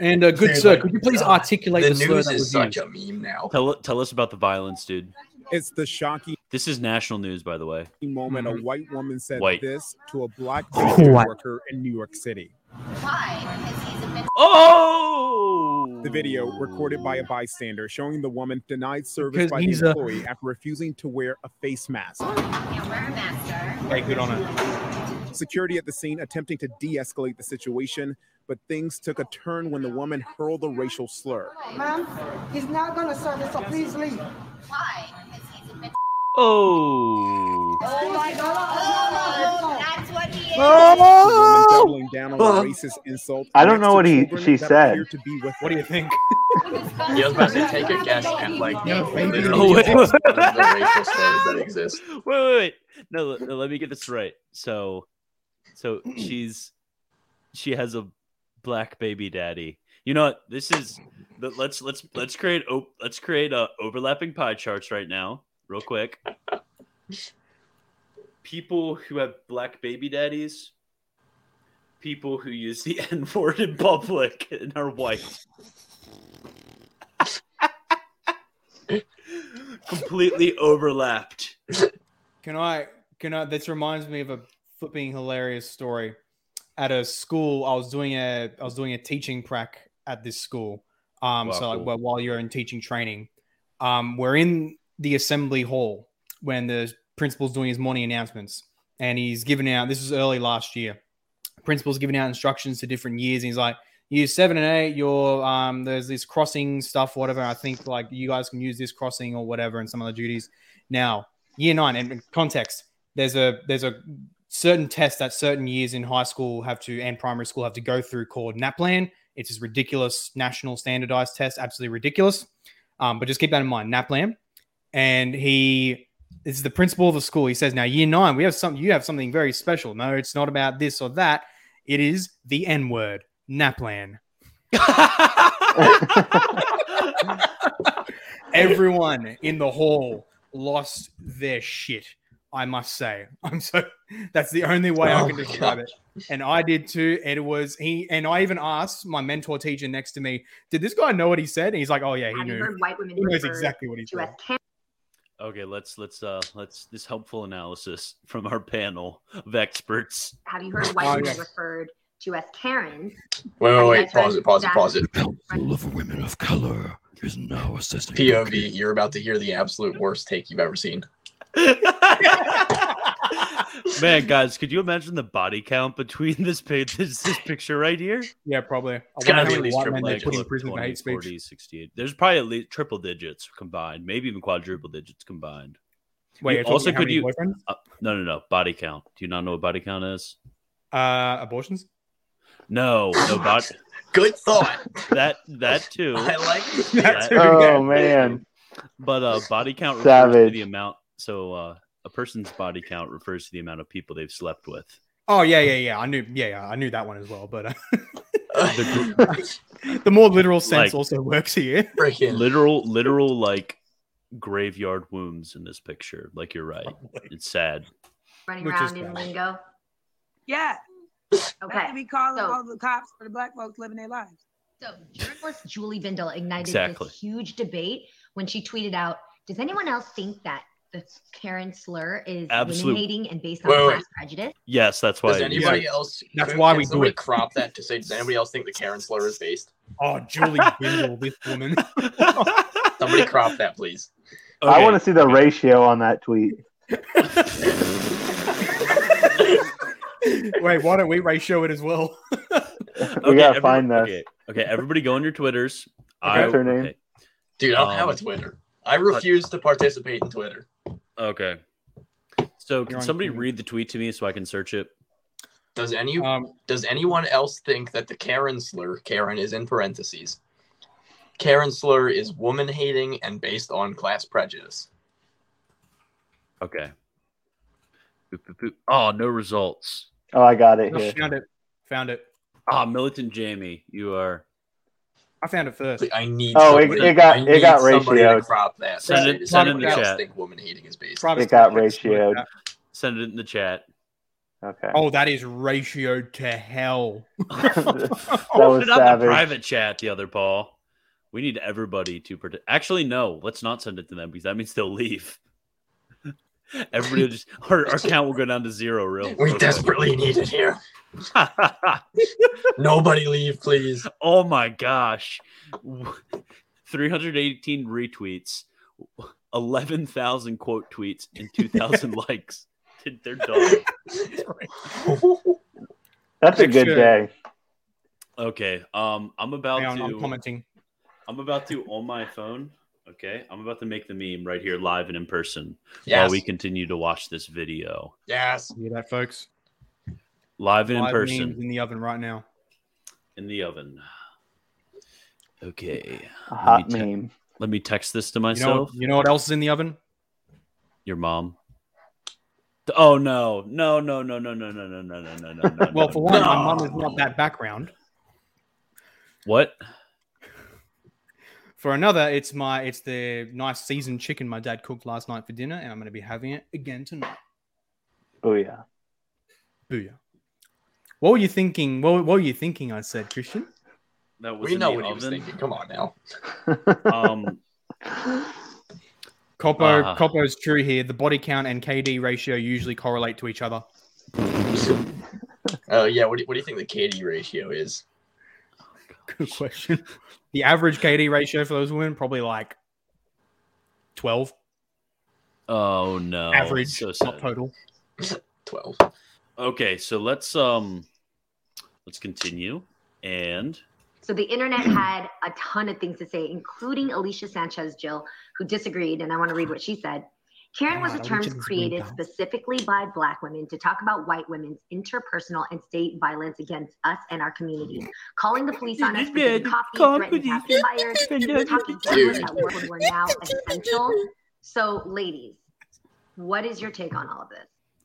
And uh, good Dude, sir, like, could you please uh, articulate the the, slur news that is was such used? a meme now. Tell tell us about the violence, dude. It's the shocking This is national news, by the way. moment a white woman said Mm-hmm. White. this to a black White. worker in New York City. Oh! The video recorded by a bystander showing the woman denied service Because by the he's a- employee after refusing to wear a face mask. Hey, good on it. Security at the scene attempting to de escalate the situation, but things took a turn when the woman hurled a racial slur. Ma'am, he's not gonna serve us, so please leave. Oh. Oh my god. That's what he The woman doubling down on Oh. the racist insult. I don't next know to what he- children she that said. appear To be with what do you think? Oh! Yeah, I was about to say, take a guess at like Yeah, baby. literally Oh, wait. all of the racial slurs that exist. wait, wait, wait. No, let, let me get this right. So, so she's she has a black baby daddy. You know what? This is but let's let's let's create op- let's create uh, overlapping pie charts right now, real quick. People who have black baby daddies, people who use the N word in public and are white. Completely overlapped. Can I? Can I? This reminds me of a flipping hilarious story. At a school, I was doing a I was doing a teaching prac at this school. Um, Wow, so like, cool. well, while you're in teaching training, um, we're in the assembly hall when the principal's doing his morning announcements, and he's giving out. This was early last year. Principal's giving out instructions to different years, and he's like, year seven and eight, you're um, there's this crossing stuff, whatever. I think like you guys can use this crossing or whatever, and some other duties. Now, year nine, and in context, there's a there's a certain test that certain years in high school have to and primary school have to go through called NAPLAN. It's this ridiculous national standardized test, absolutely ridiculous. Um, but just keep that in mind, NAPLAN. and he this is the principal of the school. He says, "Now, year nine, we have some. You have something very special. No, it's not about this or that. It is the N word, Naplan." Everyone in the hall lost their shit. I must say, I'm so. That's the only way I Oh can my describe God. it, and I did too. And it was he, and I even asked my mentor teacher next to me, "Did this guy know what he said?" And he's like, "Oh yeah, he Have you knew. heard white women he knows refer exactly what he to as said." Okay, let's let's uh let's this helpful analysis from our panel of experts. Have you heard white Oh, women yes. referred to as Karens? Wait, wait, wait, pause it, pause it, pause it. Council of Women of Color is now assessing. POV, you're about to hear the absolute worst take you've ever seen. Man, guys, could you imagine the body count between this page this, this picture right here? Yeah, probably. It's I wonder gotta how be many at least white triple men they digits, put in like prison for 20, hate speech. 40, 68. There's probably at least triple digits combined, maybe even quadruple digits combined. Wait, You you're talking also how could many you boyfriends? uh, no no no body count. Do you not know what body count is? Uh, abortions. No, no body. Good thought. That that too. I like that. oh man, But uh, body count refers to Savage. the amount. So uh, a person's body count refers to the amount of people they've slept with. Oh yeah, yeah, yeah. I knew. Yeah, yeah. I knew that one as well. But uh, the more literal sense Like- also works here. Literal, literal, like graveyard wombs in this picture. Like you're right. It's sad. running Which is around in bad. lingo. Yeah. Okay. That's to be calling so- all the cops for the black folks living their lives. So journalist Julie Vindel ignited Exactly. this huge debate when she tweeted out, "Does anyone else think that the Karen slur is Absolute- eliminating and based on Wait, wait. class prejudice?" Yes, that's why. Does anybody else? That's can- why can we do somebody it. Crop that to say. Does anybody else think the Karen slur is based? Oh, Julie Bindle, this woman. Somebody crop that, please. I want to see the ratio on that tweet. Wait, why don't we ratio it as well? We Okay, gotta every- find this. Okay, okay, everybody, go on your twitters. What's her name? Dude, I don't Um, have a Twitter. I refuse to participate in Twitter. Okay. So You're can on somebody read the tweet to me so I can search it? Does any Um, does anyone else think that the Karen slur Karen is in parentheses? Karen slur is woman hating and based on class prejudice. Okay. Boop, boop, boop. Oh, no results. Oh, I got it No, here. found it. Found it. Ah, militant Jamie, you are. I found it first. I need. Oh, it- somebody- it got- I it need got somebody to ratioed. crop that. Send Say, it, send it in "Somebody the else chat. think woman hating is based." It got ratioed. Send it in the chat. Okay. Oh, that is ratioed to hell. that Put was it on the savage. private chat. The other Paul. We need everybody to partic- Actually, no. Let's not send it to them because that means they'll leave. Everybody will just our, our count will go down to zero. Real. We desperately need it here. Nobody leave, please. Oh my gosh. 318 retweets, 11,000 quote tweets, and 2,000 likes. Dude, They're done. That's a Picture. good day. Okay. Um, I'm about Hang on, to. I'm commenting. I'm about to on my phone. Okay, I'm about to make the meme right here, live and in person, while Yes. we continue to watch this video. Yes. Hear that, folks? Live and in Live person memes in the oven right now. in the oven. Okay. A hot let me te- meme. let me text this to You know, myself. you know what else is in the oven? Your mom. Oh no! No! No! No! No! No! No! No! No! No! No! No! Well, no, for one, no. my mum is not that background. What? For another, it's my it's the nice seasoned chicken my dad cooked last night for dinner, and I'm going to be having it again tonight. Oh yeah. Booyah! What were you thinking? What, what were you thinking? I said, Christian. That was We in know the what he was oven. thinking. Come on now. Um, Coppo, Ah. Coppo's true here. The body count and KD ratio usually correlate to each other. Oh yeah. What do, you- what do you think the KD ratio is? Good question. The average KD ratio for those women probably like twelve Oh no! average, So not sad. total. Twelve. Okay, so let's um, let's continue and So the internet had a ton of things to say, including Alicia Sanchez Jill, who disagreed, and I want to read what she said. Karen was a God, term Alicia's really created bad. specifically by Black women to talk about white women's interpersonal and state violence against us and our community. Calling the police on us for getting coffee, threatening to have us fired, talking to us at work when we're now essential, So, ladies, what is your take on all of this?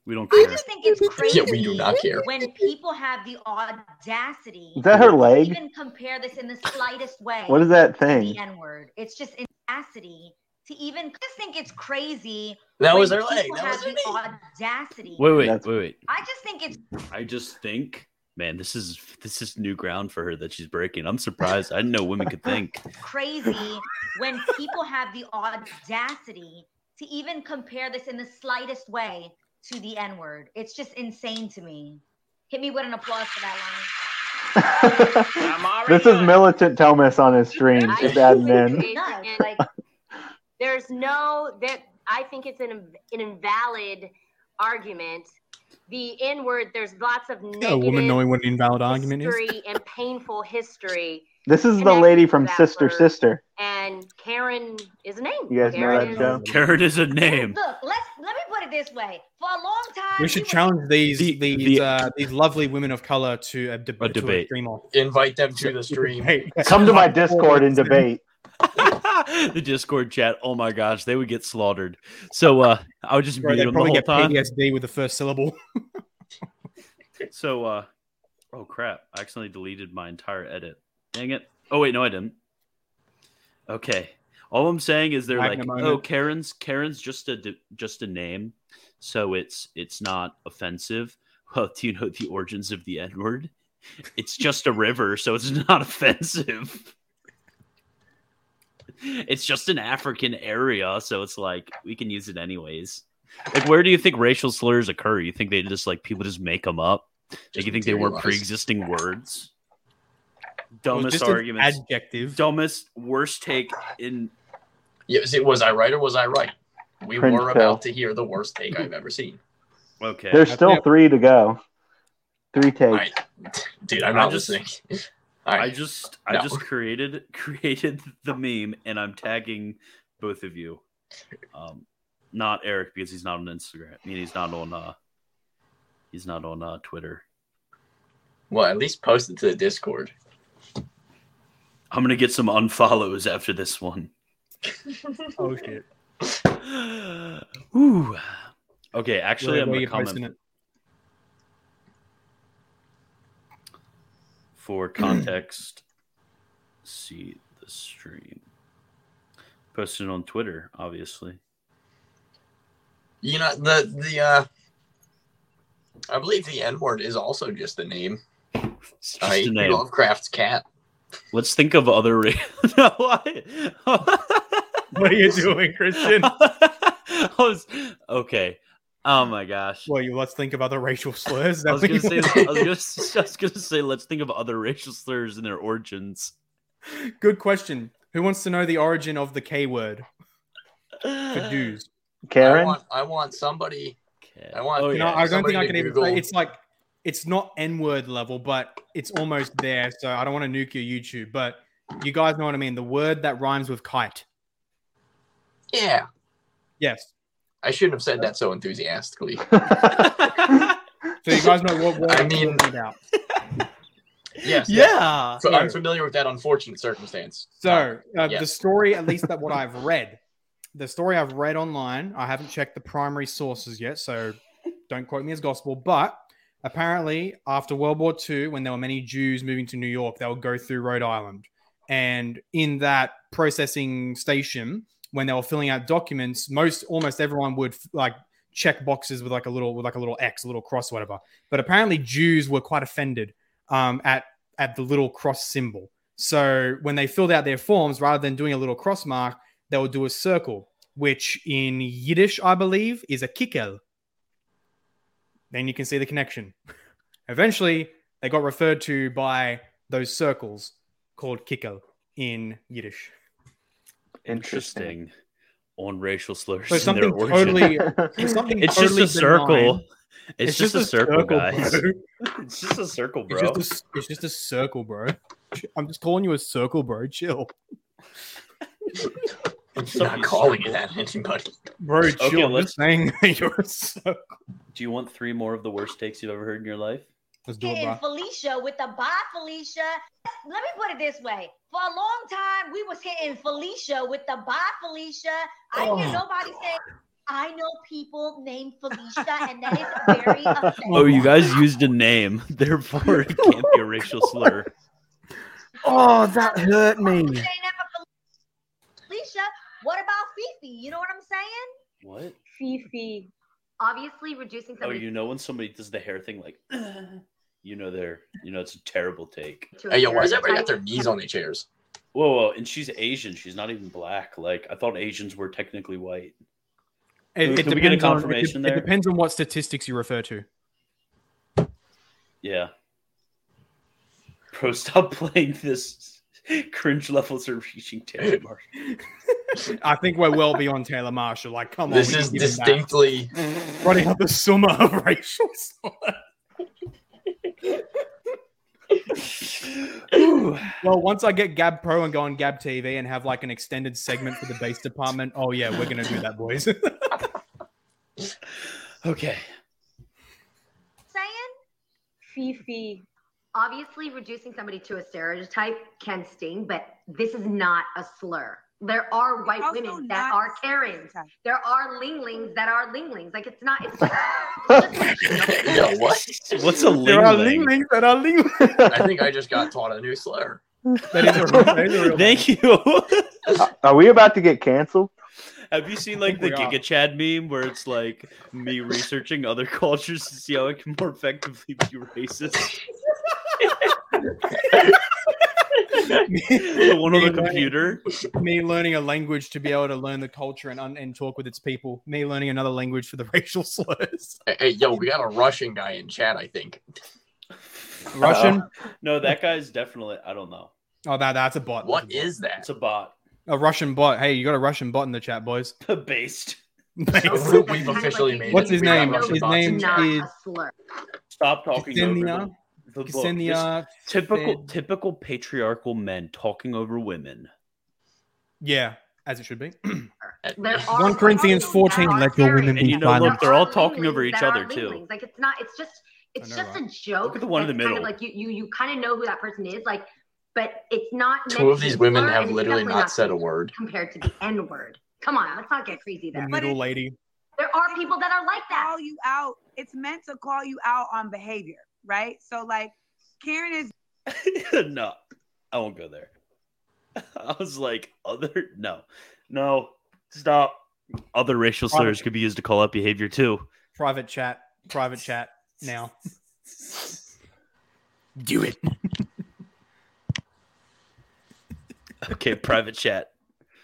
We don't I care. just think it's crazy. Yeah, we do not care. When people have the audacity Is that her leg? to even compare this in the slightest way. What is that to thing? The N word. It's just audacity to even. I just think it's crazy. That when was her leg. people That have was the audacity. Wait, wait, wait, wait. I just think it's I just think, man, this is this is new ground for her that she's breaking. I'm surprised. I didn't know women could think. crazy when people have the audacity to even compare this in the slightest way to the N word. It's just insane to me. Hit me with an applause for that, Lonnie. This is militant Thomas on his stream. Just adding in. It's like there's no that I think it's an an invalid argument. The N word, there's lots of Yeah, a negative woman knowing what an invalid argument is. history and painful history. This is the lady from Sister Sister. And Karen is a name. You guys know Karen that is- show? Karen is a name. Look, let's let me put it this way. For a long time, We should challenge these these uh, these lovely women of color to a, deb- to a debate. stream off. Invite them to the stream. Come to my Discord and debate. the Discord chat. Oh my gosh, they would get slaughtered. So uh, I would just Bro, mute they them the probably whole get time. PTSD with the first syllable. So uh, oh crap, I accidentally deleted my entire edit. Dang it. Oh wait, no, I didn't. Okay. All I'm saying is they're Magnum like, moment. oh, Karen's Karen's just a d- just a name, so it's it's not offensive. Well, do you know the origins of the N word? It's just a river, so it's not offensive. it's just an African area, so it's like we can use it anyways. Like, where do you think racial slurs occur? You think they just like people just make them up? Like, you think they weren't materialize. pre-existing words? Dumbest just an arguments. Adjective. Dumbest worst take in. Yes, it was I right or was I right? We Cringe were pill. about to hear the worst take I've ever seen. Okay. There's still three to go. Three takes. Dude, I'm I not just- listening. I just I No. just created created the meme and I'm tagging both of you. Um not Eric because he's not on Instagram. I mean he's not on uh he's not on uh Twitter. Well, at least post it to the Discord. I'm gonna get some unfollows after this one. oh shit! Ooh. Okay, actually Where- I'm where gonna you posting comment for context. see the stream. Posted on Twitter, obviously. You know the the uh I believe the N word is also just a name. just I a name. Lovecraft's cat. Let's think of other ra- No, I- What are you doing, Christian? I was- okay. Oh my gosh. Well, you let's think of other racial slurs. I was That's gonna what say you- I was gonna, s- I was gonna say let's think of other racial slurs and their origins. Good question. Who wants to know the origin of the K word? Uh, For dudes. I want, I want somebody. I want. you know, Oh, I don't Oh, somebody think I to can even Google- say it's like it's not N word level, but it's almost there. So I don't want to nuke your YouTube, but you guys know what I mean. The word that rhymes with kite. Yeah. Yes. I shouldn't have said that so enthusiastically. So you guys know what word I I'm mean- talking about. Yes. Yeah. So I'm familiar with that unfortunate circumstance. So uh, the Ah, Yes. story, at least that what I've read, the story I've read online, I haven't checked the primary sources yet, so don't quote me as gospel. But apparently, after World War II, when there were many Jews moving to New York, they would go through Rhode Island, and in that processing station, when they were filling out documents, most almost everyone would like check boxes with like a little with like a little X, a little cross, whatever. But apparently, Jews were quite offended um, at at the little cross symbol. So when they filled out their forms, rather than doing a little cross mark, they would do a circle, which in Yiddish, I believe, is a kickel. Then you can see the connection. Eventually, they got referred to by those circles called kickel in Yiddish. Interesting. On racial slurs. So and something their origin. totally, something it's totally just a circle. benign. It's, just, a circle, guys. bro. It's just a circle, It's bro. just, a, s- it's just a circle, bro. I'm just calling you a circle, bro. Chill, I'm not calling it that anybody. bro. Chill. Okay, I'm let's- just saying you're a circle. Do you want three more of the worst takes you've ever heard in your life? Let's do it, hitting bro. Felicia with the bye Felicia. Let me put it this way: for a long time, we was hitting Felicia with the bye Felicia. I hear Oh, nobody say, "I know people named Felicia," and that is very offensive. Oh, you guys used a name, therefore it can't be a racial slur. Oh, that hurt me. They never Felicia. What about Fifi? You know what I'm saying? What? Fifi. Obviously, reducing Oh, somebody's you know when somebody does the hair thing, like you know, they're you know, it's a terrible take. Hey, yo, why does everybody got their knees on their chairs? Whoa, whoa, and she's Asian. She's not even black. Like I thought Asians were technically white. It, Can it we get a depends on- it de- confirmation It there? depends on what statistics you refer to. Yeah. Bro, stop playing this. Cringe levels are reaching Taylor Marshall. I think we're well beyond Taylor Marshall. Like, come on. This we can is give him that. distinctly- running up the summer of racial slur. well, once I get Gab Pro and go on Gab TV and have like an extended segment for the base department, oh yeah, we're gonna do that, boys. okay. saying? Fifi. Obviously, reducing somebody to a stereotype can sting, but this is not a slur. There are white women that are Karens. There are linglings that are linglings. Like it's not. It's Yo, what? What's a There are ling lings that are ling. I think I just got taught a new slur. Thank you. Are we about to get canceled? Have you seen like the we are. Giga Chad meme where it's like me researching other cultures to see how I can more effectively be racist? the one on the computer. Me learning a language to be able to learn the culture and un- and talk with its people. Me learning another language for the racial slurs. Hey, hey, yo, we got a Russian guy in chat, I think. Russian? No, that guy's definitely. I don't know. Oh, that that's a bot. What is that? It's a bot. A Russian bot. Hey, you got a Russian bot in the chat, boys. Based. We've officially made. What's it. his We got name? Russian His bots in name chat. is Stop talking over Ksenia- them. The book. Ksenia This typical typical patriarchal men talking over women. yeah, as it should be. There are One Corinthians fourteen. Let your women And be you know, look, silent. they're all talking over linglings each that other are too. linglings. Like it's not. It's just. It's know, just right? a joke. at the one in that's the kind of middle. like you, you, you kind of know who that person is. Like, but it's not. Two meant of to these be women slur, have and it's literally definitely not said a word. compared to the N word. Come on, let's not get crazy there. But middle lady. There are people that are like that. Call you out. It's meant to call you out on behavior, right? So like, Karen is no, I won't go there. I was like, other no, no, stop. Other racial slurs could be used to call out behavior too. Private chat. Private chat now. Do it. Okay, private chat.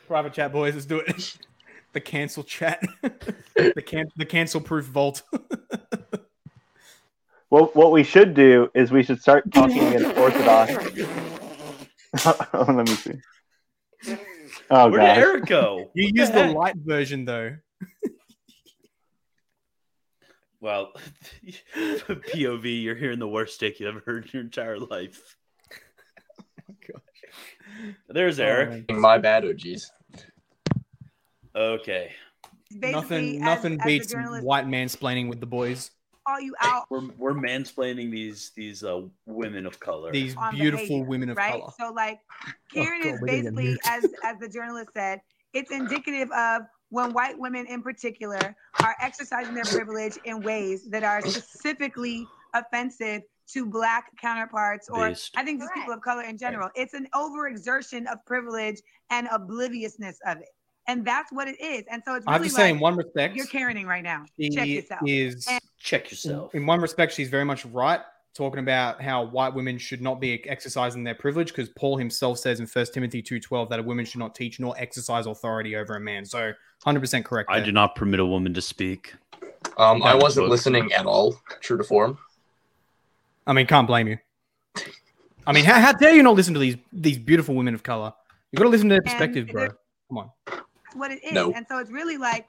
Private chat, boys. Let's do it. The cancel chat. the can the cancel proof vault. Well, what we should do is we should start talking in Orthodox. Let me see. Oh Where god. did Eric go? You What the use the heck? light version though. Well, POV, you're hearing the worst dick you ever heard in your entire life. Oh There's Eric. My bad, OGs. Okay. Nothing as- nothing as a beats journalist- white mansplaining with the boys. call you out. We're, we're mansplaining these these uh, women of color. These on behavior, right? So like Karen Oh, God, is we're gonna get basically, as as the journalist said, it's indicative of when white women in particular are exercising their privilege in ways that are specifically offensive to black counterparts or Based. I think just people of color in general. It's an overexertion of privilege and obliviousness of it. And that's what it is. And so it's I really have to say, like, in one respect, you're Karening right now. Check she yourself. is And- check yourself. In one respect, she's very much right, talking about how white women should not be exercising their privilege, because Paul himself says in First Timothy two twelve that a woman should not teach nor exercise authority over a man. So, hundred percent correct. I there. do not permit a woman to speak. Um, I That wasn't book. listening at all. True to form. I mean, can't blame you. I mean, how, how dare you not listen to these these beautiful women of color? You got to listen to their perspective, bro. there- Come on. That's what it is. No. And so it's really like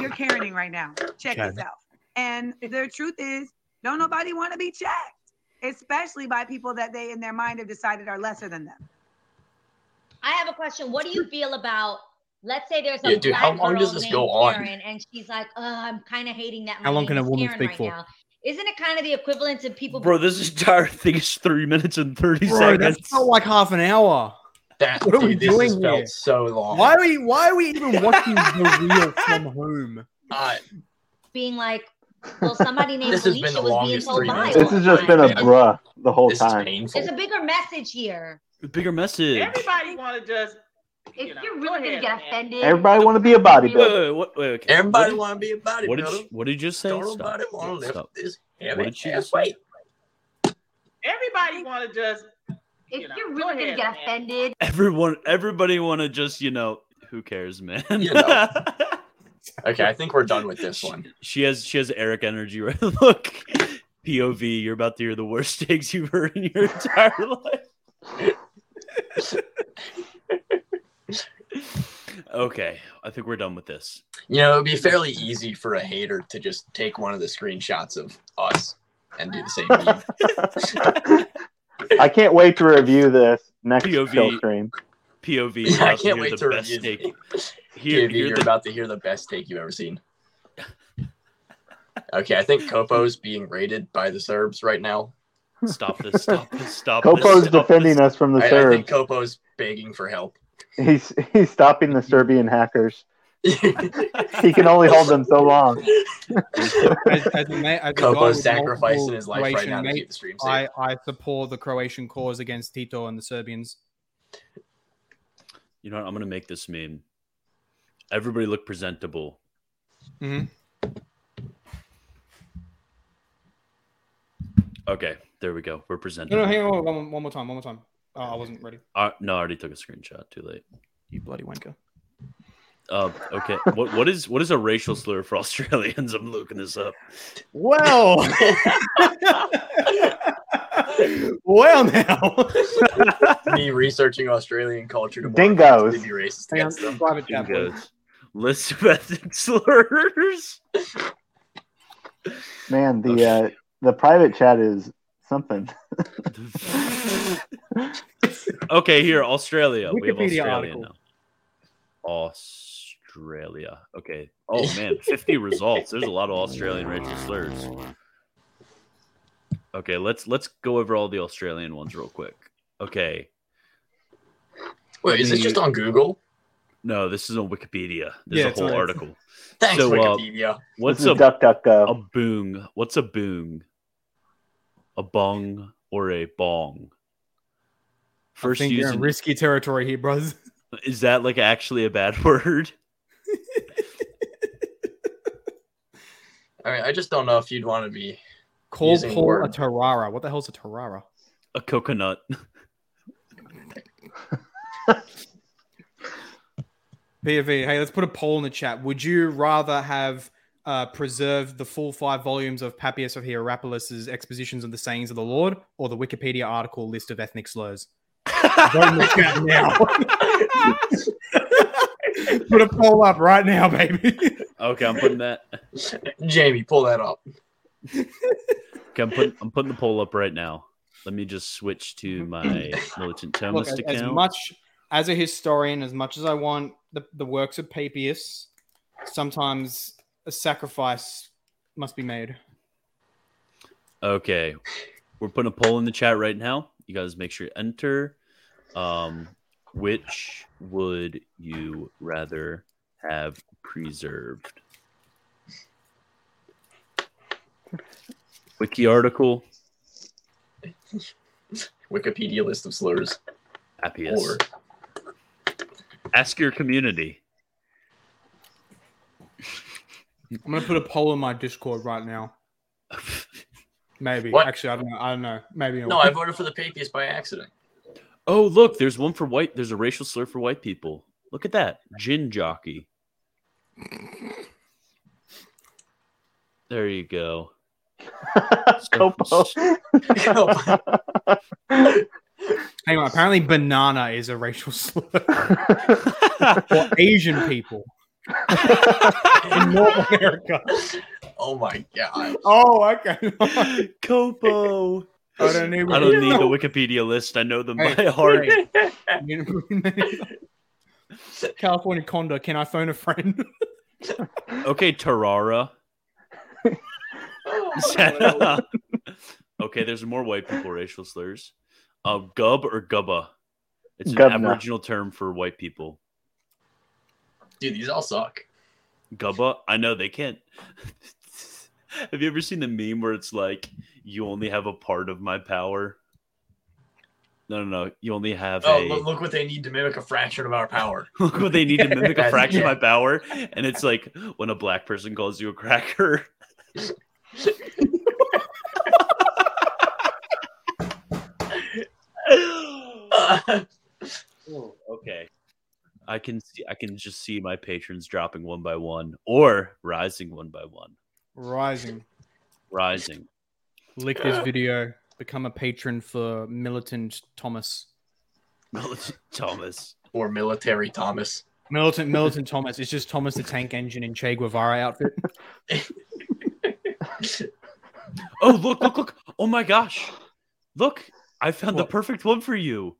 you're Karening right now. Check Karen. yourself. And the truth is, don't nobody want to be checked, especially by people that they in their mind have decided are lesser than them. I have a question. What do you feel about? Let's say there's a Yeah, dude, black how long girl does this named go on? Karen, and she's like, "Oh, I'm kind of hating that." How my long name can a is woman Karen speak right for? Now. Isn't it kind of the equivalent to people? Bro, this entire thing is three minutes and 30 Bro, seconds. that's felt like half an hour. That, what are we dude, this has doing felt here? so long. Why are we Why are we even watching the real from home? being like, well, somebody named This has been Felicia the was being longest told three lies. minutes. This has just been a bruh the whole time. There's a bigger message here. Bigger message. Everybody want to just. If you're really gonna get offended, Everybody want to be a bodybuilder. Everybody want to be a body. What did, you, what did you say? Stop. wanna lift Stop. this What did she just Wait. Everybody want to just. If you are really gonna get offended, Everyone, everybody want to just, you know, who cares, man? Okay, I think we're done with this one. she has she has Eric energy right. Look, POV, you're about to hear the worst takes you've heard in your entire life. okay, I think we're done with this. You know, it would be fairly easy for a hater to just take one of the screenshots of us and do the same meme. I can't wait to review this next POV. show stream. POV. I about to can't hear wait the to best review take. Here, Here, here you're the- about to hear the best take you've ever seen. Okay, I think Kopo's being raided by the Serbs right now. Stop this! Stop this! Stop Kopo's this! Stop defending us from the I, I think Serbs. Kopo's begging for help. He's he's stopping the Serbian hackers. he can only hold them so long. As, as a ma- as a guy Kopo's with sacrificing multiple his life right now to keep the stream safe. I, I support the Croatian cause against Tito and the Serbians. You know what? I'm gonna make this meme. Everybody look presentable. Mhm. Okay, there we go. We're presentable. No, no, hang on, one, more- one more time, one more time. Oh, I wasn't ready. Uh, no, I already took a screenshot. Too late. You bloody wanker. Uh, okay. what what is what is a racial slur for Australians? I'm looking this up. Well, well now. Me researching Australian culture tomorrow. Dingoes. To be racist against them. Dingoes. List of ethnic slurs. Man, the Oh, uh, the private chat is something. Okay, here Australia. we have Wikipedia Australia article. now. Australia. Okay. Oh man, 50 results. There's a lot of Australian racial slurs. Okay, let's let's go over all the Australian ones real quick. Okay. Wait, is this just on Google? No, this is on Wikipedia. There's Yeah, a it's whole on- article. Thanks, So, uh, Wikipedia. what's This is a DuckDuckGo. A boong. What's a boong? A bong or a bong? First I think you're used in in- risky territory here, bros. Is that like actually a bad word? I mean, I just don't know if you'd want to be Call using Paul a word. Tarara. What the hell's a Tarara? A coconut. PFV, hey, let's put a poll in the chat. Would you rather have uh, preserved the full five volumes of Papias of Hierapolis's expositions of the sayings of the Lord or the Wikipedia article list of ethnic slurs? Vote in the chat now. put a poll up right now, baby. Okay, I'm putting that. Jamie, pull that up. Okay, I'm putting I'm putting the poll up right now. Let me just switch to my Look, militant Thomas as, as account. much as a historian, as much as I want the, the works of Papias, sometimes a sacrifice must be made. Okay. We're putting a poll in the chat right now. You guys make sure you enter. Um, which would you rather have preserved? Wiki article, Wikipedia list of slurs. Appius. Or- Ask your community. I'm gonna put a poll in my Discord right now. Maybe. What? Actually, I don't know. I don't know. Maybe. No, I voted for the Papias by accident. Oh, look, there's one for white. There's a racial slur for white people. Look at that. Gin jockey. There you go. Hang on. Apparently, banana is a racial slur for Asian people in North America. Oh my god. Oh, okay. Copo. I don't need. I don't need the Wikipedia list. I know them by heart. California condo. Can I phone a friend? Okay, Tarara. Shut up. okay, there's more white people racial slurs. Uh, gub or gubba. It's an Gubna. Aboriginal term for white people. Dude, these all suck. Gubba. I know they can't. have you ever seen the meme where it's like, "You only have a part of my power"? No, no, no. You only have Oh, a. look, look what they need to mimic a fraction of our power. Look what they need to mimic a That's- fraction yeah. of my power, and it's like when a black person calls you a cracker. Oh, okay. I can see. I can just see my patrons dropping one by one, or rising one by one, Rising. rising. Lick this video. Become a patron for Militant Thomas. Militant Thomas. Or military Thomas. Militant Militant Thomas. It's just Thomas the Tank Engine in Che Guevara outfit. oh look! Look! Look! Oh my gosh! Look! I found the perfect one for you.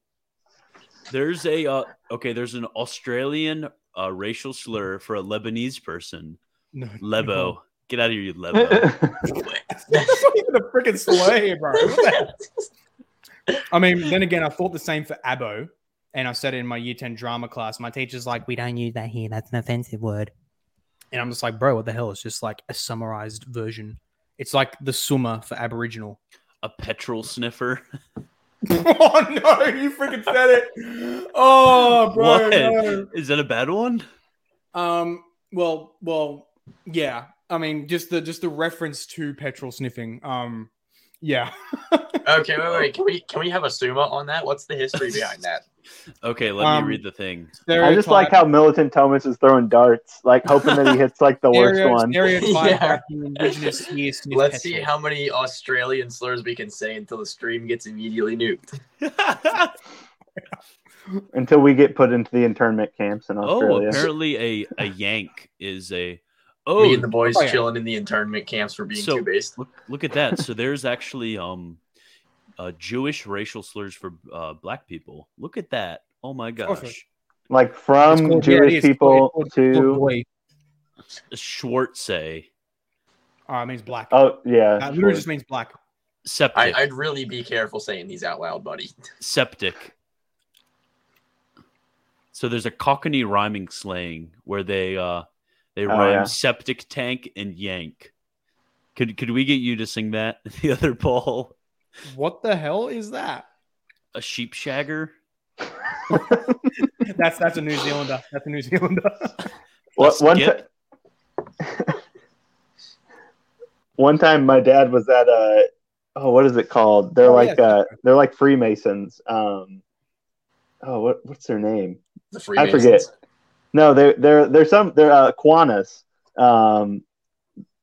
There's a uh, okay. There's an Australian uh, racial slur for a Lebanese person. No, Lebo, no. get out of here, you Lebo. That's not even a freaking sleigh, bro. What the heck? I mean, then again, I thought the same for Abbo, and I said it in my year 10 drama class. My teacher's like, we don't use that here. That's an offensive word. And I'm just like, bro, what the hell? It's just like a summarized version. It's like the summa for Aboriginal. a petrol sniffer. oh, no, you freaking said it. Oh, bro. What? no. Is that a bad one? Um. Well. Well. Yeah. I mean, just the just the reference to petrol sniffing. Um. Yeah. Okay, wait, wait. Can we can we have a summa on that? What's the history behind that? Okay, let Um, me read the thing. I just like how militant Thomas is throwing darts, like hoping that he hits like the worst Stereo- one. stereotype Yeah. African indigenous here sniff Let's petrol. see how many Australian slurs we can say until the stream gets immediately nuked. Until we get put into the internment camps in Oh, Australia. apparently a a yank is a oh Me and the boys oh, yeah. chilling in the internment camps for being So too based. look look at that. So there's actually um uh, Jewish racial slurs for uh, black people. Look at that. Oh my gosh. like from called- yeah, it Jewish is. It's people called- it's called- it's called to boy. Schwartze. Oh, it means black. oh yeah, that literally just means black. Septic. I, I'd really be careful saying these out loud, buddy. septic. So there's a Cockney rhyming slang where they uh they Oh, rhyme yeah. septic tank and yank. Could could we get you to sing that? The other Paul, What the hell is that? a sheep shagger. That's that's a New Zealander. That's a New Zealander. What, one, ti- Skip. one time, my dad was at a oh, what is it called? They're Oh, like yeah. uh, they're like Freemasons. Um, oh, what what's their name? The I forget. Freemasons. No, they're they're they're some they're uh, Kwanas. Um,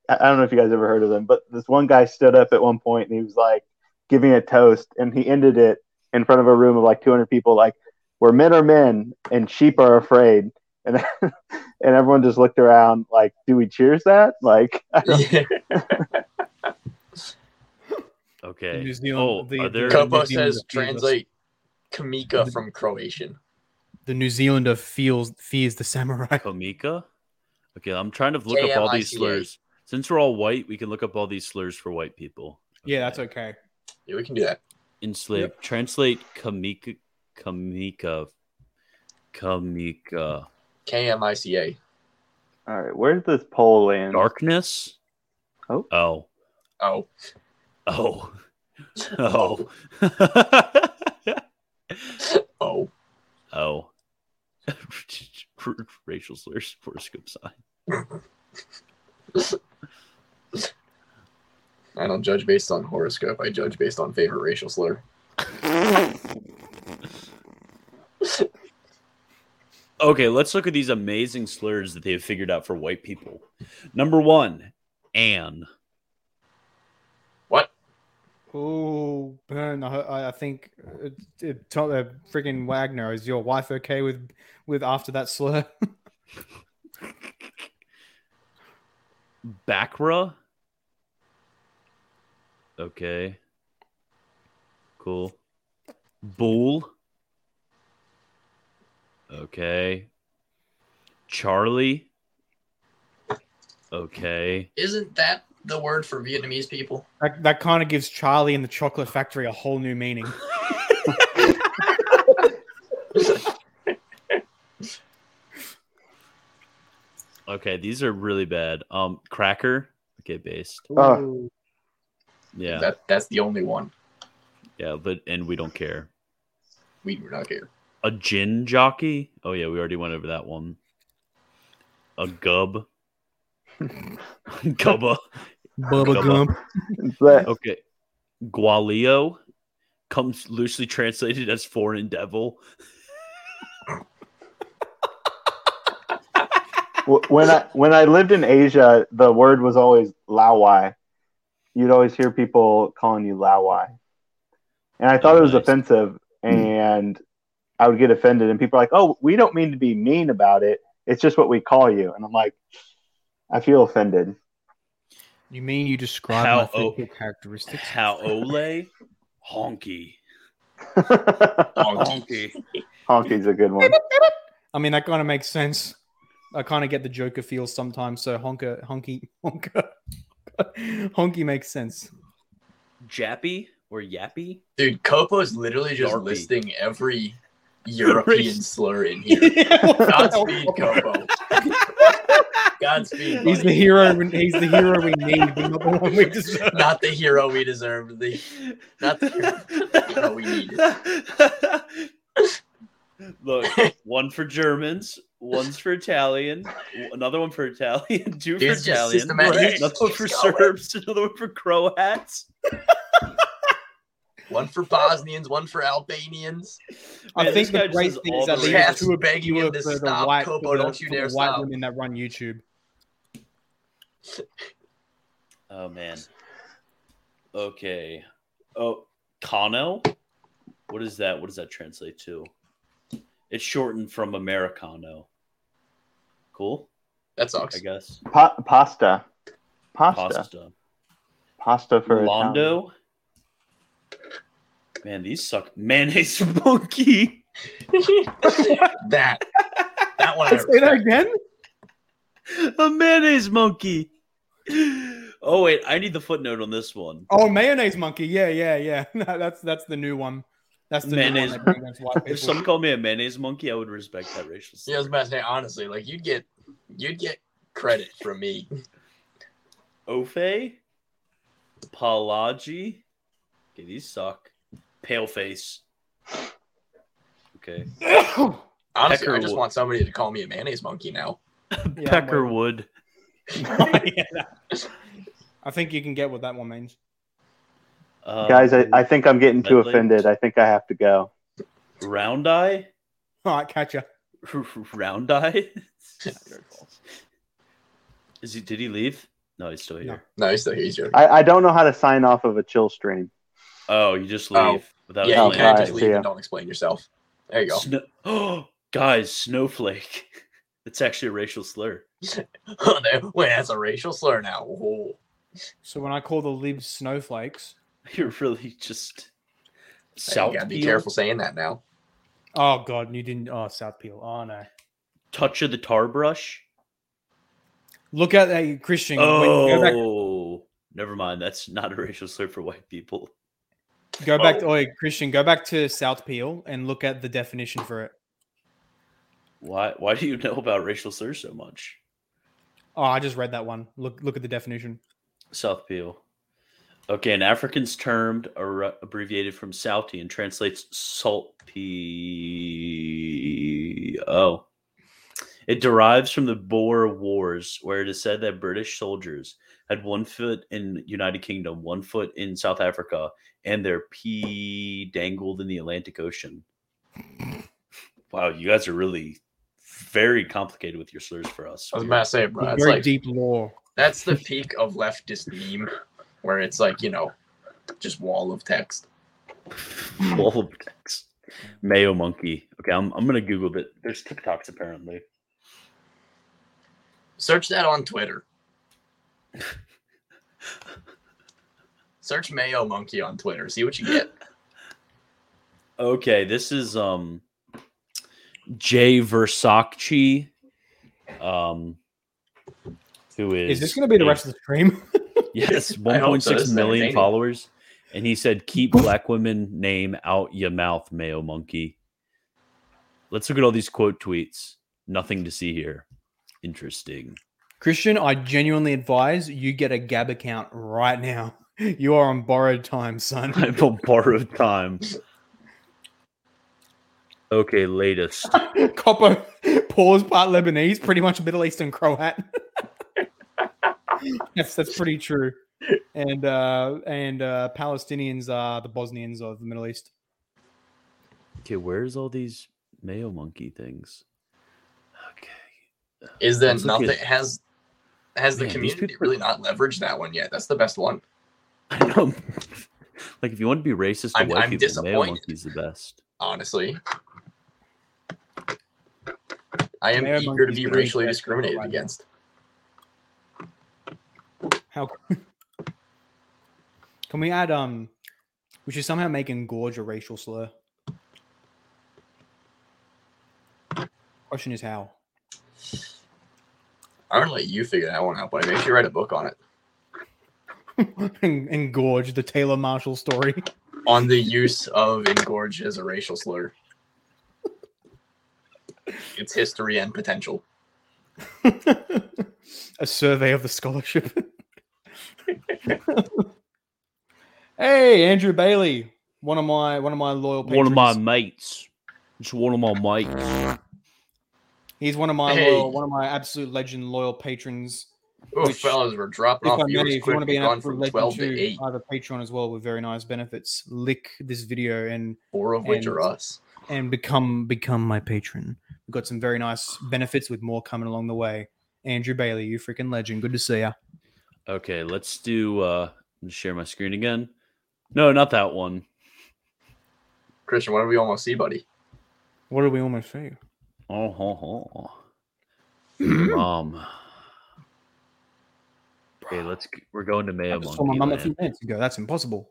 I, I don't know if you guys ever heard of them, but this one guy stood up at one point and he was like giving a toast, and he ended it in front of a room of like 200 people, like "Where men are men and sheep are afraid," and and everyone just looked around, like, "Do we cheers that?" Like, I don't- Okay. New Zealand- oh, the- are there Kopo New Zealand appears says us. translate Kamika from Croatian. The New Zealander feels fears the samurai. Komika? Okay, I'm trying to look up all these J-M-I-C-A. slurs. Since we're all white, we can look up all these slurs for white people. Yeah, that's okay. Yeah, we can do that. Enslave. Translate Kamika. Kamika. Kamika. K M I C A. all right, where's this poll land? Darkness. Oh. Oh. Oh, Oh. Oh. oh. Oh. Racial slurs, horoscope sign. I don't judge based on horoscope. I judge based on favorite racial slur. Okay, let's look at these amazing slurs that they have figured out for white people. Number one, Anne. What? Oh, burn! I, I- I think uh, uh, Tom, uh, freaking Wagner is your wife okay with with after that slur? Bakra. Okay. Cool. Bull. Okay. Charlie. Okay. Isn't that the word for Vietnamese people? That, that kind of gives Charlie and the Chocolate Factory a whole new meaning. Okay, these are really bad. Um, Cracker, okay, based. Oh. yeah, That that's the only one. yeah, but and we don't care. We do not care. A gin jockey. Oh yeah, we already went over that one. A gub. Gubba. Bubba Gump. Okay. Gualio comes loosely translated as foreign devil. Wh- when I when I lived in Asia, the word was always Lawai. You'd always hear people calling you Lawai, and I thought it was offensive, and I would get offended. And people are like, "Oh, we don't mean to be mean about it. It's just what we call you." And I'm like, I feel offended. You mean you describe How my Oh. physical characteristics? How Ole? Honky. Honky. Honky's a good one. I mean, that kind of makes sense. I kind of get the Joker feel sometimes. So honker, honky, honker, honky makes sense. Jappy or Yappy? Dude, Copo is literally just Yarpy. listing every European slur in here. Godspeed, Copo. Godspeed. He's the buddy. hero. we- He's the hero we need, but not the one we deserve. Not the hero we deserve. The not the hero, the hero we need. Look, one for Germans, one's for Italian, another one for Italian, two for He's just Italian, systematic. He another one for keeps going. Serbs, another one for Croats. One for Bosnians, one for Albanians. I Man, think this the guy just great does thing all is that the they races. have two begging of him to for the stop, white, Kobo, for the, don't you for the dare white stop. women that run YouTube. Oh man. Okay. Oh, Kano. What is that? What does that translate to? It's shortened from Americano. Cool. That sucks. I guess. Pa- pasta. Pasta. Pasta, Pasta. for Italian. Londo. Man, these suck. Mayonnaise monkey. that. That one. I Say that again. A mayonnaise monkey. Oh wait, I need the footnote on this one. Oh, mayonnaise monkey. Yeah, yeah, yeah. No, that's that's the new one. That's the Mayonnaise. New one that brings white people. If someone called me a mayonnaise monkey, I would respect that racial. Yeah, I was about to say honestly, like you'd get you'd get credit from me. Ofe, Palaji. Okay, these suck. Paleface. Okay. Honestly, I just Peckerwood. want somebody to call me a mayonnaise monkey now. Peckerwood. I think you can get what that one means. Oh, Guys, I, I think I'm getting too Um, Medley. offended. I think I have to go. Round eye. All right, Oh, catch ya. Round eye. Is he? Did he leave? No, he's still here. No, he's still here. He's joking. I, I don't know how to sign off of a chill stream. Oh, you just leave without yeah, you explaining. can't Alright, just see leave ya. and don't explain yourself. There you go. Sno- Guys, snowflake. It's actually a racial slur. Oh, there- Wait, that's a racial slur now. Whoa. So when I call the libs snowflakes, You're really just you gotta South be Peel? careful saying that now. oh god, you didn't. Oh, South Peel. Oh no. touch of the tar brush. Look at that, Christian. when you go back Oh, never mind. That's not a racial slur for white people. Oh. Go back to oi, Christian. Go back to South Peel and look at the definition for it. Why? Why do you know about racial slurs so much? Oh, I just read that one. Look, look at the definition. South Peel. Okay, an African's termed or abbreviated from Southie and translates salt pea. Oh. It derives from the Boer Wars, where it is said that British soldiers had one foot in United Kingdom, one foot in South Africa, and their pea dangled in the Atlantic Ocean. Wow, you guys are really very complicated with your slurs for us. I was about to say, bro, it's Very like deep lore. that's the peak of leftist meme, where it's like you know, just wall of text. Wall of text. Mayo monkey. Okay, I'm, I'm gonna Google it. There's TikToks apparently. Search that on Twitter. Search Mayo Monkey on Twitter. See what you get. Okay, this is um Jay Versace. Um who is Is this going to be the a- rest of the stream? Yes, I hope so. 1.6 This is million entertaining. followers. And he said, Keep black women name out your mouth, Mayo Monkey. Let's look at all these quote tweets. Nothing to see here. Interesting. Christian, I genuinely advise you get a Gab account right now. You are on borrowed time, son. I'm on borrowed time. Okay, latest. Copper pause part Lebanese, pretty much Middle Eastern Croat. yes, that's pretty true. And uh, and uh, Palestinians are the Bosnians of the Middle East. Okay, where's all these Mayo Monkey things? Okay. Is there Let's look at- nothing has has the Man, these community people are- really not leveraged that one yet? That's the best one. Like, if you want to be racist to I'm- white I'm people, Mayo disappointed. Monkey's the best. honestly. I am Mayor eager to Monkey's be literally racially dead discriminated right now. against. How can we add um? We should somehow make engorge a racial slur. Question is how. I'm gonna let you figure that one out, but I make you write a book on it. En- engorge the Taylor Marshall story. On the use of engorge as a racial slur. Its history and potential. a survey of the scholarship. hey, Andrew Bailey, one of my one of my loyal patrons. One of my mates. It's one of my mates. He's one of my Hey. loyal, one of my absolute legend loyal patrons. Oh, fellas, we're dropping if off I may, viewers if you quick. want to be We've an gone absolute from legend 12 to too, 8, I have a Patreon as well with very nice benefits. Lick this video and four of which and- are us. and become become my patron. We've got some very nice benefits with more coming along the way. Andrew Bailey, you freaking legend. Good to see ya. Okay, let's do uh share my screen again. No, not that one. Christian, what did we almost see, buddy? What did we almost see? Oh, ho, ho. Mom. Um. Okay, let's g- we're going to Mayo I just saw my Monkey. mum a Land. few minutes ago. That's impossible.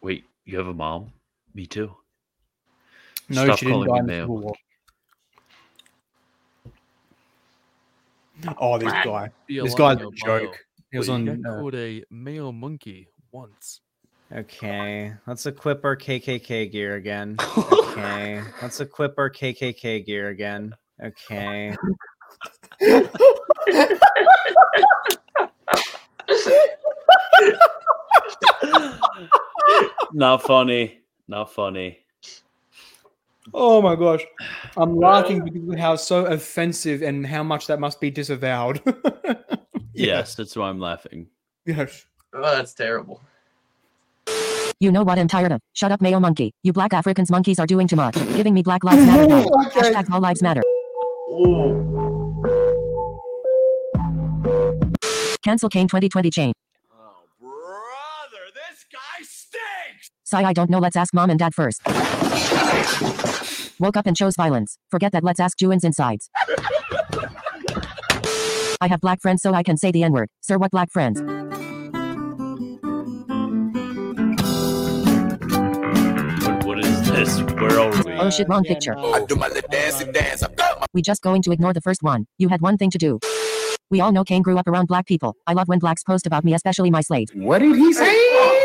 Wait, you have a mom? Me too. No, Stop she didn't calling die me in the Mayo Civil War. Oh, this guy. Be This alive, guy's a Mayo Bio. joke. He was But on. you got uh, called a male monkey once. Okay, let's equip our KKK gear again. Okay, let's equip our KKK gear again. Okay. Not funny. Not funny. Oh my gosh. Uh, I'm laughing because of how so offensive and how much that must be disavowed. Yes, that's why I'm laughing. yes. Oh, that's terrible. You know what I'm tired of? Shut up, Mayo Monkey. You black Africans monkeys are doing too much. Giving me Black Lives Matter vibe. Hashtag all lives matter. Cancel Kane 2020 chain. Oh, Sigh, I don't know. Let's ask mom and dad first. Woke up and chose violence. Forget that. Let's ask Jewins insides. I have black friends, so I can say the N word. Sir, what black friends? What, what is this? Where are we? Oh shit, wrong picture. I do my little dancey dance. I've got my We just going to ignore the first one. You had one thing to do. We all know Kane grew up around black people. I love when blacks post about me, especially my slave. What did he say?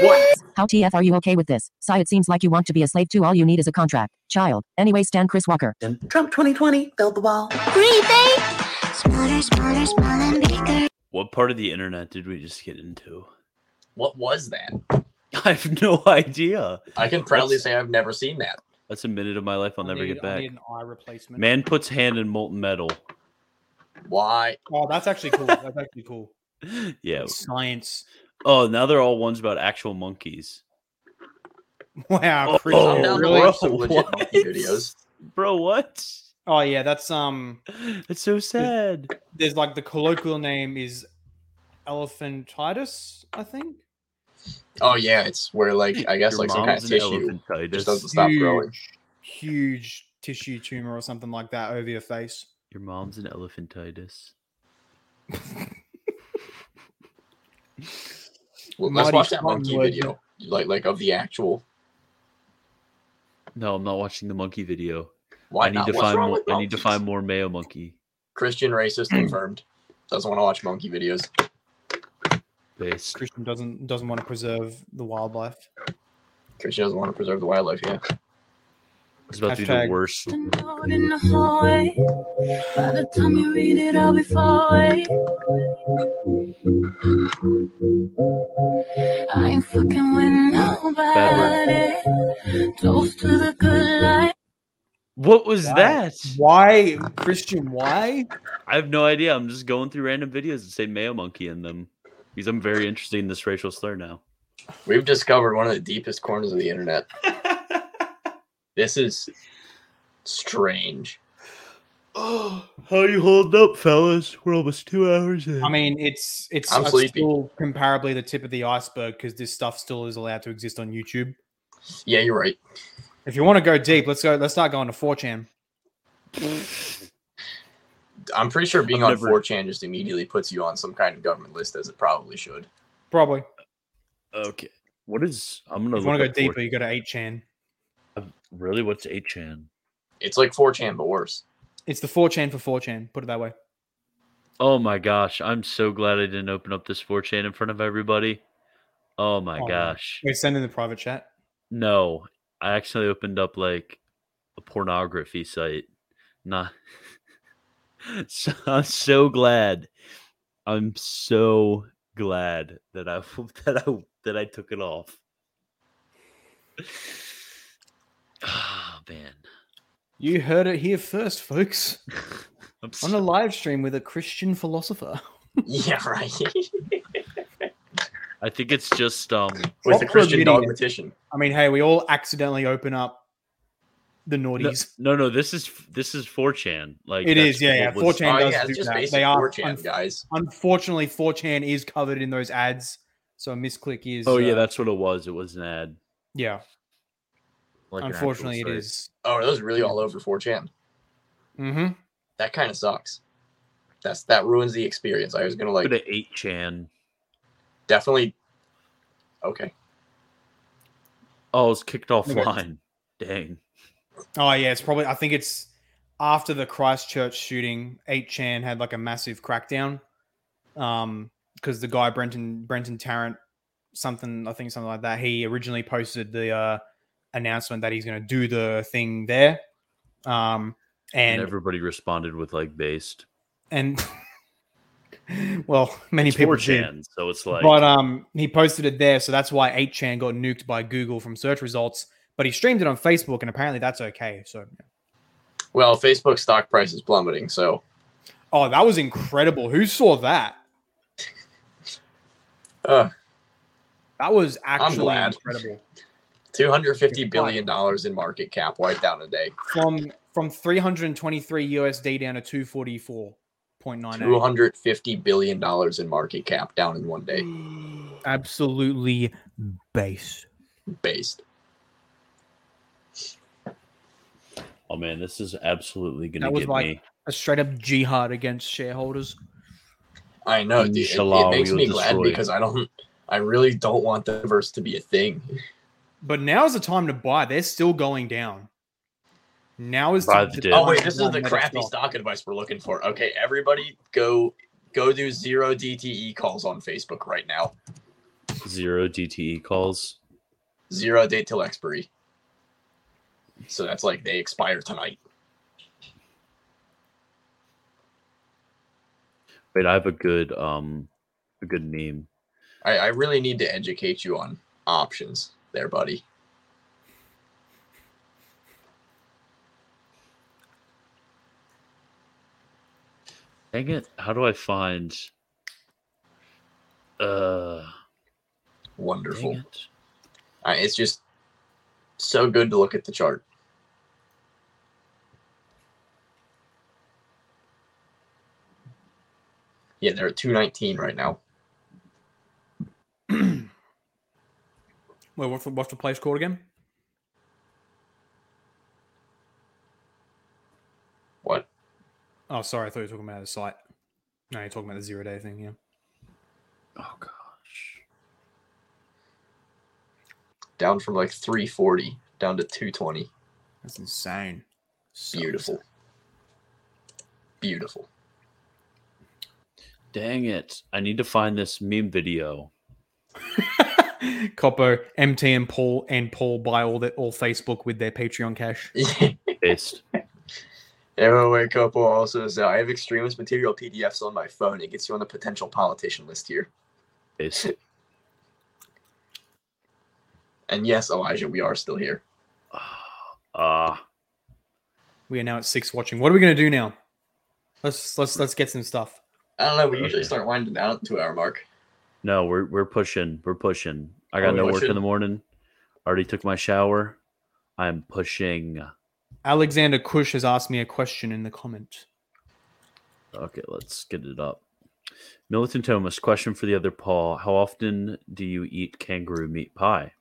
What? How TF are you okay with this? Sigh, it seems like you want to be a slave too. All you need is a contract. Child. Anyway, stand Chris Walker. Trump 2020, build the wall. Rethink. Smarter, smarter, smarter, and bigger. What part of the internet did we just get into? What was that? I have no idea. I can proudly That's- say I've never seen that. That's a minute of my life I'll never need- get I back. need an eye replacement. Man puts hand in molten metal. Why? Oh, that's actually cool. That's actually cool. Yeah. Science. Oh, now they're all ones about actual monkeys. Wow. Oh, Christian, I'm down to watch some Bro, legit monkey what? videos. Bro, what? Oh yeah, that's um That's so sad. There's like the colloquial name is elephantitis, I think. Oh yeah, it's where like I guess Your like some kind of mom's an tissue elephantitis. just doesn't stop growing. Huge tissue tumor or something like that over your face. Your mom's an elephantitis. Well, let's watch that Marty Cotton monkey was- video, like like of the actual. No, I'm not watching the monkey video. Why I need not? to What's find wrong more with I need to find more Mayo Monkey. Christian racist confirmed. Doesn't want to watch monkey videos. based. Christian doesn't doesn't want to preserve the wildlife. Christian doesn't want to preserve the wildlife. Yeah. It's about to be the Hashtag- worst. Out in the hallway. By the time you read it, I'll be far away. I ain't fucking with nobody. Toast to the good life. What was that? Why, Christian? Why? I have no idea. I'm just going through random videos that say Mayo Monkey in them because I'm very interested in this racial slur now. We've discovered one of the deepest corners of the internet. this is strange. Oh, how you holding up, fellas? We're almost two hours in. I mean, it's it's, I'm it's sleepy. still comparably the tip of the iceberg because this stuff still is allowed to exist on YouTube. Yeah, you're right. If you want to go deep, let's go. Let's start going to 4chan. I'm pretty sure being I've on never- 4chan just immediately puts you on some kind of government list, as it probably should. Probably. okay. What is? I'm gonna. If you want to look go up 4chan. deeper, you go to 8chan. Really, what's 8chan? It's like 4chan, but worse. It's the 4chan for 4chan. Put it that way. Oh my gosh! I'm so glad I didn't open up this 4chan in front of everybody. Oh my Oh, gosh! We're sending the private chat. No, I accidentally opened up like a pornography site. Nah. so, I'm so glad. I'm so glad that I that I that I took it off. Oh man. You heard it here first, folks. I'm on a live stream with a Christian philosopher. Yeah, right. I think it's just um With a What for Christian idiot? dogmatician. I mean, hey, we all accidentally open up the naughties. no no this is this is 4chan like it that's is, yeah, Oh, yeah. what was- 4chan does do that. They are unf- guys. Unfortunately, 4chan is covered in those ads, so a misclick is. Oh yeah, uh, that's what it was. It was an ad. yeah. Like an actual Unfortunately, it site. is. Oh, that was really all over 4chan. Mm-hmm. That kind of sucks. That's that ruins the experience. I was gonna like Go to 8chan. definitely. Okay. Oh, it's kicked Okay. offline. Dang. Oh yeah, it's probably. I think it's after the Christchurch shooting. 8chan had like a massive crackdown, um, because the guy Brenton Brenton Tarrant, something I think something like that. He originally posted the uh, announcement that he's going to do the thing there, um, and And, everybody responded with like based. and well, many It's people 4chan, did. so it's like- but um, he posted it there, so that's why 8chan got nuked by Google from search results. But he streamed it on Facebook, and apparently that's okay. So, Well, Facebook stock price is plummeting, so oh, that was incredible. Who saw that? uh, That was I'm actually glad. incredible. Two hundred fifty billion dollars in market cap wiped out in a day. From from 323 USD down to 244.98. Two hundred fifty billion dollars in market cap down in one day. Absolutely based. Based. Oh man, this is absolutely gonna That was get like me. a straight up jihad against shareholders. I know, dude. It, Inshallah, it makes we will me glad destroy. because I don't. I really don't want the verse to be a thing. But now is the time to buy. They're still going down. Now is Buy the, the the dip. time Oh wait, to this buy is the Meta crappy stock. stock advice we're looking for. Okay, everybody, go go do zero DTE calls on Facebook right now. Zero DTE calls. Zero date till expiry. So that's like they expire tonight. Wait, I have a good um a good meme. I, I really need to educate you on options, there, buddy. Dang it. How do I find uh Wonderful. I, it's just so good to look at the chart. Yeah, they're at 219 right now. Wait, what's the, what's the place called again? What? Oh, sorry. I thought you were talking about the site. No, you're talking about the zero day thing. Yeah. Down from like 340 down to 220. That's insane. Beautiful. Beautiful. Dang it. I need to find this meme video. Coppo, MT, and Paul and Paul buy all that all Facebook with their Patreon cash. Based. Everywhere Copo also is out. uh, I have extremist material PDFs on my phone. It gets you on the potential politician list here. Based. And yes, Elijah, we are still here. Ah. We are now at six watching. What are we gonna do now? Let's let's let's get some stuff. I don't know. We usually start winding down at the two hour mark. No, we're we're pushing. We're pushing. I got Are Oh, we no work pushing? in the morning. Already took my shower. I'm pushing. Alexander Kush has asked me a question in the comment. Okay, let's get it up. Militant Thomas, question for the other Paul. How often do you eat kangaroo meat pie?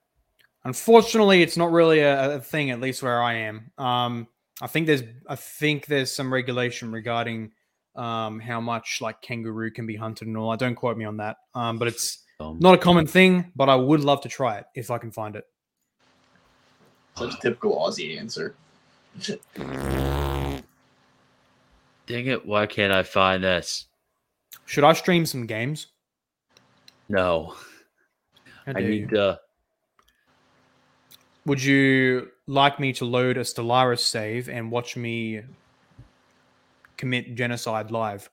Unfortunately, it's not really a, a thing, at least where I am. Um, I think there's I think there's some regulation regarding um, how much like kangaroo can be hunted and all. I don't quote me on that, um, but it's not a common thing. But I would love to try it if I can find it. Such a typical Aussie answer. Dang it, why can't I find this? Should I stream some games? No. How I dare need to Would you like me to load a Stellaris save and watch me commit genocide live?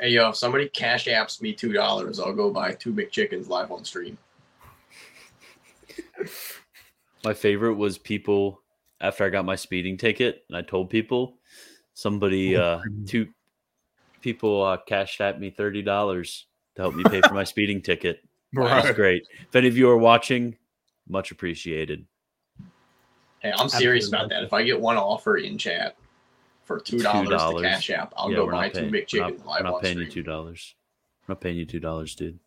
Hey yo, if somebody cash apps me two dollars, I'll go buy two McChickens live on stream. My favorite was people after I got my speeding ticket and I told people Oh, somebody uh two people uh cashed at me thirty dollars to help me pay for my speeding ticket. That was Bro. great. If any of you are watching, much appreciated. Hey, I'm serious Absolutely. about that. If I get one offer in chat for two dollars to cash app, I'll Yeah, go we're not buy two paying- we're not- McChickens We're live not on paying stream. you two dollars. We're not paying you two dollars, dude.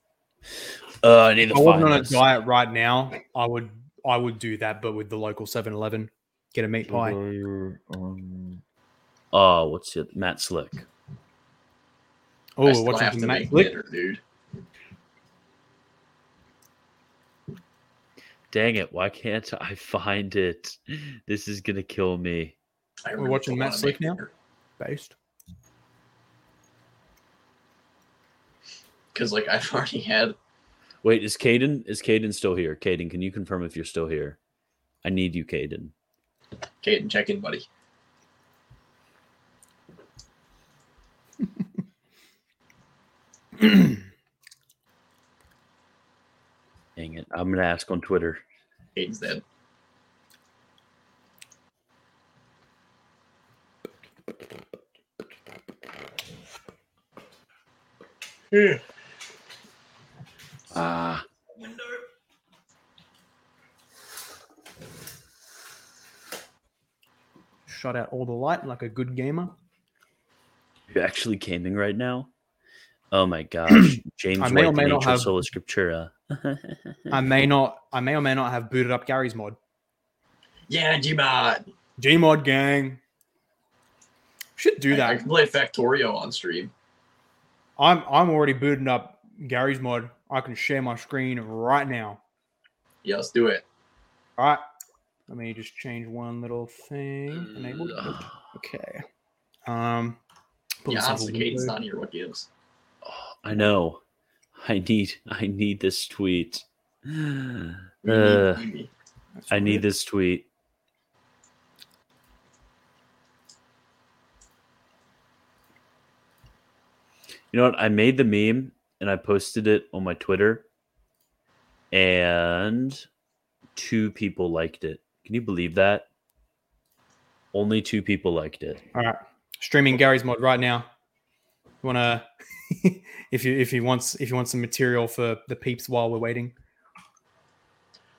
Uh, I need If to I wasn't find on a this. diet right now, I would I would do that, but with the local 7-Eleven, get a meat Mm-hmm. pie. Oh, what's it? Matt Slick. Oh, I still what's have happening, to Matt make Glick? dinner. Dude, Dang it! Why can't I find it? This is gonna kill me. I We're watching Matt Slick now. Based. because like I've already had Wait, is Caden is Caden still here? Caden, can you confirm if you're still here? I need you, Caden. Caden check in, buddy. Dang it! I'm gonna ask on Twitter. Caden's dead. Ah. Shut out all the light like a good gamer. You're actually gaming right now? Oh my gosh. James I White, may or may the not Nature have- Sola Scriptura. I may not I may or may not have booted up Gary's mod. Yeah, Gmod. Gmod gang. Should do I that. can play Factorio on stream. I'm I'm already booting up Gary's mod. I can share my screen right now. Yeah, let's do it. All right. Let me just change one little thing. Enabled. Okay. Um. put yeah, myself a honestly, Caden's window. not here. What gives? I know. I need I need this tweet. Uh, That's I need weird. this tweet. You know what? I made the meme and I posted it on my Twitter, and two people liked it. Can you believe that? Only two people liked it. All right. Streaming Gary's mod right now. You wanna if you if you wants if you want some material for the peeps while we're waiting.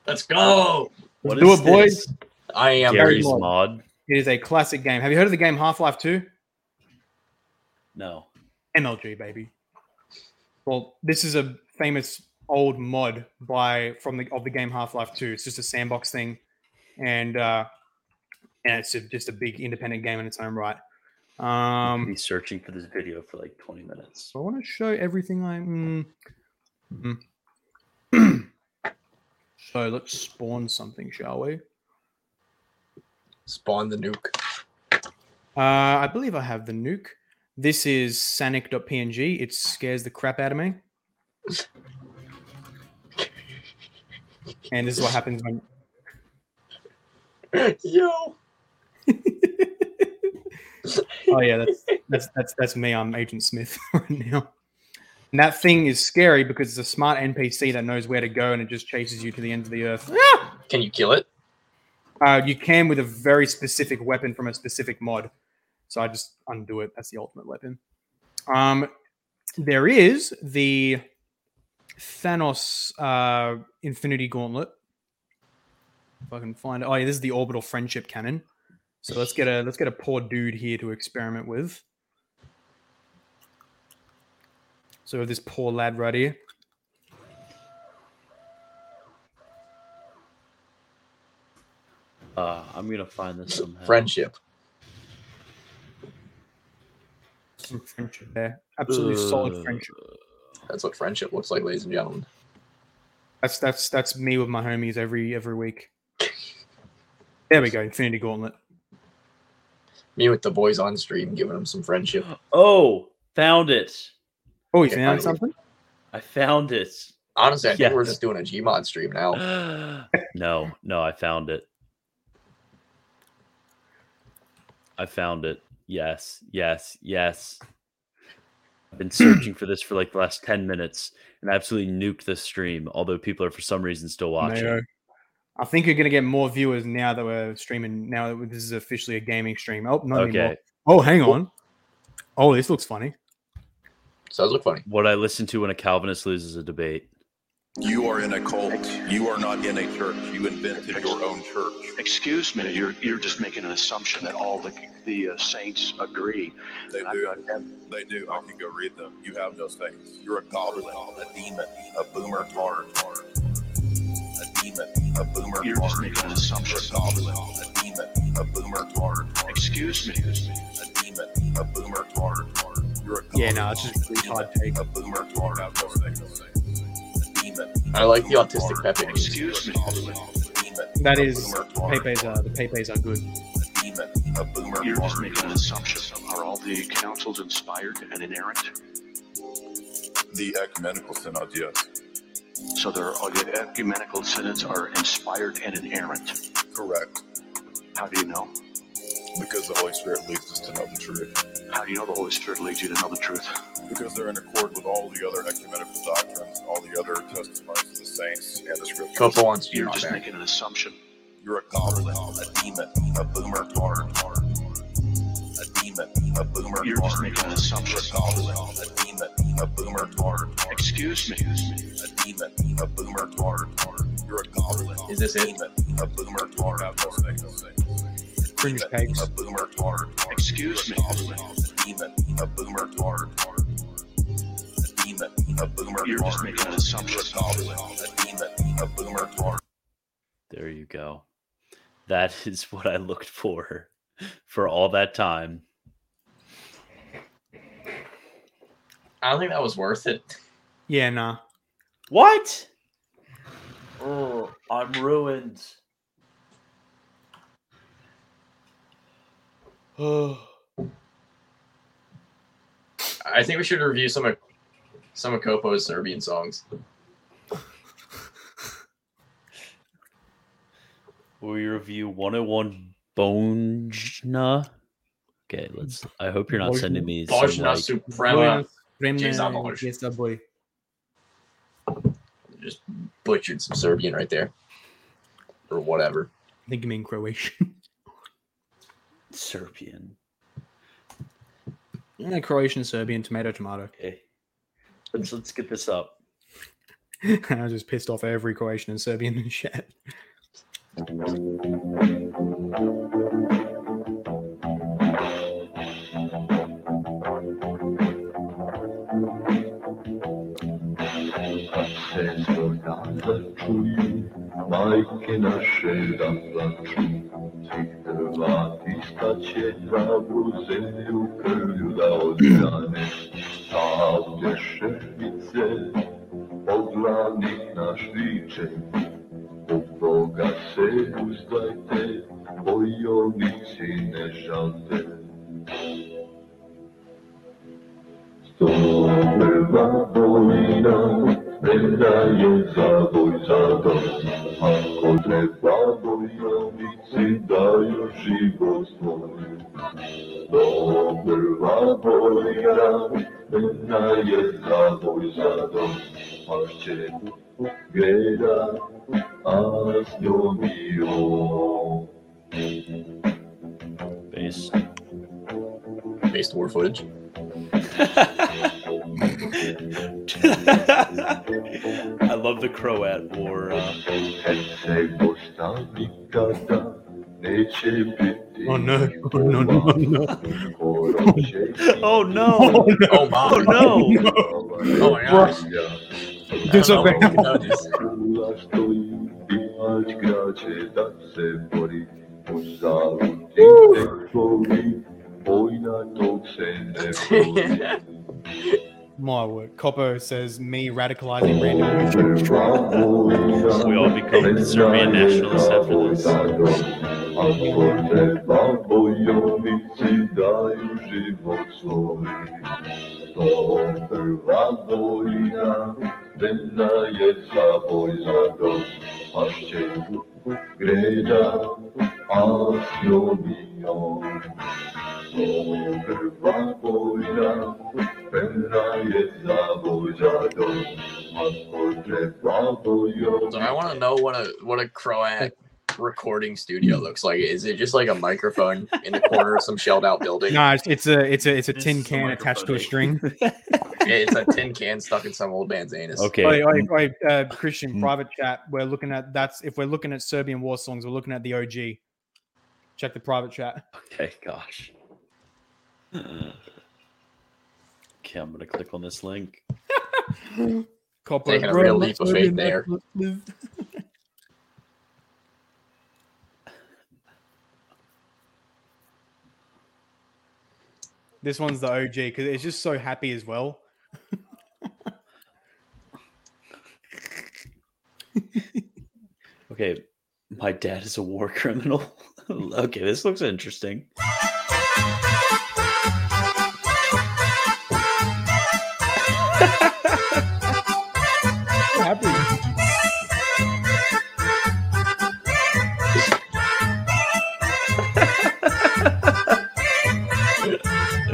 Let's go. What do is it, boys. this? I am Gary's mod. It is a classic game. Have you heard of the game Half Life 2? No. MLG, baby. Well, this is a famous old mod by from the of the game Half Life Two. It's just a sandbox thing, and uh, and it's a, just a big independent game in its own right. Um, be searching for this video for like 20 minutes. So I want to show everything I. Mm, mm. so let's spawn something, shall we? Spawn the nuke. Uh, I believe I have the nuke. This is Sanic.png. It scares the crap out of me. And this is what happens when Yo. Oh yeah, that's that's that's that's me. I'm Agent Smith right now. And that thing is scary because it's a smart NPC that knows where to go and it just chases you to the ends of the earth. Can you kill it? Uh, you can with a very specific weapon from a specific mod. So I just undo it. That's the ultimate weapon. Um, there is the Thanos uh, Infinity Gauntlet. If I can find it. Oh yeah, this is the orbital friendship cannon. So let's get a let's get a poor dude here to experiment with. So this poor lad right here. Uh, I'm gonna find this somehow. Friendship. Some friendship there. Absolutely uh, solid friendship. That's what friendship looks like, ladies and gentlemen. That's that's that's me with my homies every every week. There we go, Infinity Gauntlet. Me with the boys on stream, giving them some friendship. Oh, found it. Oh, you found something? I found it. Honestly, I think we're Yes. just doing a Gmod stream now. No, no, I found it. I found it. Yes, yes, yes. I've been searching for this for like the last 10 minutes and absolutely nuked this stream, although people are for some reason still watching. Mayo. I think you're gonna get more viewers now that we're streaming. Now that this is officially a gaming stream. Oh, not anymore. Okay. Oh, hang on. Oh, this looks funny. Sounds look funny. What I listen to when a Calvinist loses a debate. You are in a cult. You are not in a church. You invented your own church. Excuse me. You're you're just making an assumption that all the the uh, saints agree. They do. They do. I can go read them. You have no saints. You're a goblin, a demon, a boomer tard. A demon, a boomer. You're just making an assumption. You're a goblin, a demon, a boomer tard. Excuse me. A demon, a boomer tard. You're a Yeah, no, it's just really hard take. a boomer tard. Have no saints. A demon. I like the autistic Pepe. Excuse me. That is Pepe's. Uh, the Pepe's are good. You're just making an assumption. Are all the councils inspired and inerrant? The ecumenical synods, yes. So there are, the ecumenical synods are inspired and inerrant. Correct. How do you know? Because the Holy Spirit leads us to know the truth. How do you know the Holy Spirit leads you to know the truth? Because they're in accord with all the other ecumenical doctrines, all the other testimonies of the saints, and the scriptures. Couple wants to You're not just back. making an assumption. You're a goblin, a demon, a boomer, guard. A demon, a boomer. You're just making an assumption. You're a goblin, a demon, a boomer, guard. Excuse me. A demon, a boomer, guard. You're a goblin. Is this a it? demon, a boomer, guard. Cringe pegs. A boomer, guard. Excuse me. A demon, a boomer, guard. A demon, a boomer, You're just making an assumption. You're a goblin, a demon, a boomer, guard. There you go. That is what I looked for for all that time. I don't think that was worth it. Yeah, nah. What? Oh, I'm ruined. I think we should review some of some of Kopo's Serbian songs. We review 101 Bonjna. Okay, let's. I hope you're not sending me. some, Bosnia like- Suprema. Suprema, Jeez, Uh, I'm Polish. yes, that boy. Just butchered some Serbian right there, or whatever. I think you mean Croatian. Serbian. yeah, Croatian, Serbian, tomato, tomato. Okay. Let's, let's get this up. I was just pissed off every Croatian and Serbian in the chat. Oh, tego zaczu, bajki nasze zazaczu. Tych drwati stacie trawu zemlju krvlju da odjane. Stavlje šefice, poglavnik naš viče. U Boga se uzdajte, bojovnici ne žalte. Oh, Base. Based war footage. I love the Croat War. um, Oh no! Oh no! No! no. oh no! Oh no! Oh, my. Oh, no. Oh my gosh. Do something. My word. Coppo says me radicalizing random. we all become Serbian nationalists after this. So I want to know what a what a Croat recording studio looks like. Is it just like a microphone in the corner of some shelled out building? No, it's, it's a it's a it's a tin can attached to a string. Yeah, it's a tin can stuck in some old man's anus. Oi, oi, oi, uh, Christian, private chat. We're looking at that's if we're looking at Serbian war songs, we're looking at the OG. Check the private chat. Okay, gosh. Okay, I'm gonna click on this link. Coppo, Taking a bro, real my leap of Serbian faith there. nationalist. This one's the OG because it's just so happy as well. Okay, my dad is a war criminal. okay, this looks interesting. So happy.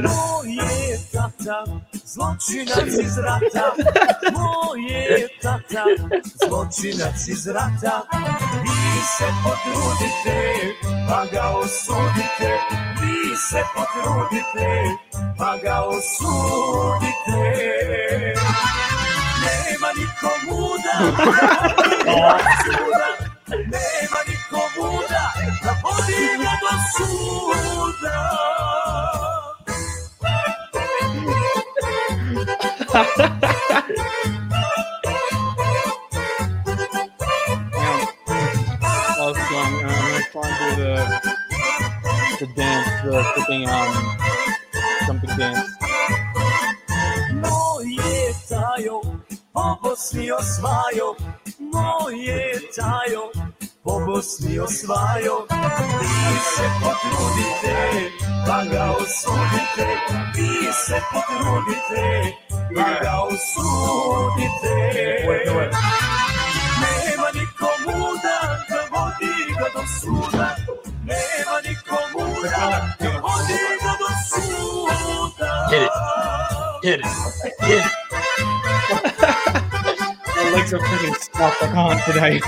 Moje tata, zločinac iz rata. Moje tata, zločinac iz rata. Vi se potrudite, pa ga osudite. Vi se potrudite, pa ga osudite. Nema niko muda, nema suda. Nema niko muda, da vodi ga do suda. Last song. uh, I'm gonna try and do the the uh, dance, the, the thing um jumping dance. Moje tajo, po Bosni osvajo, moje tajo, po Bosni osvajo. Vi se potrudite, pa ga osudite, vi se potrudite, pa ga osudite. Nema nikomu da da vodi ga do suda, nema nikomu da da vodi ga do suda. Hit it. Hit it. Hit it. My legs are freaking stuffed. I can't today.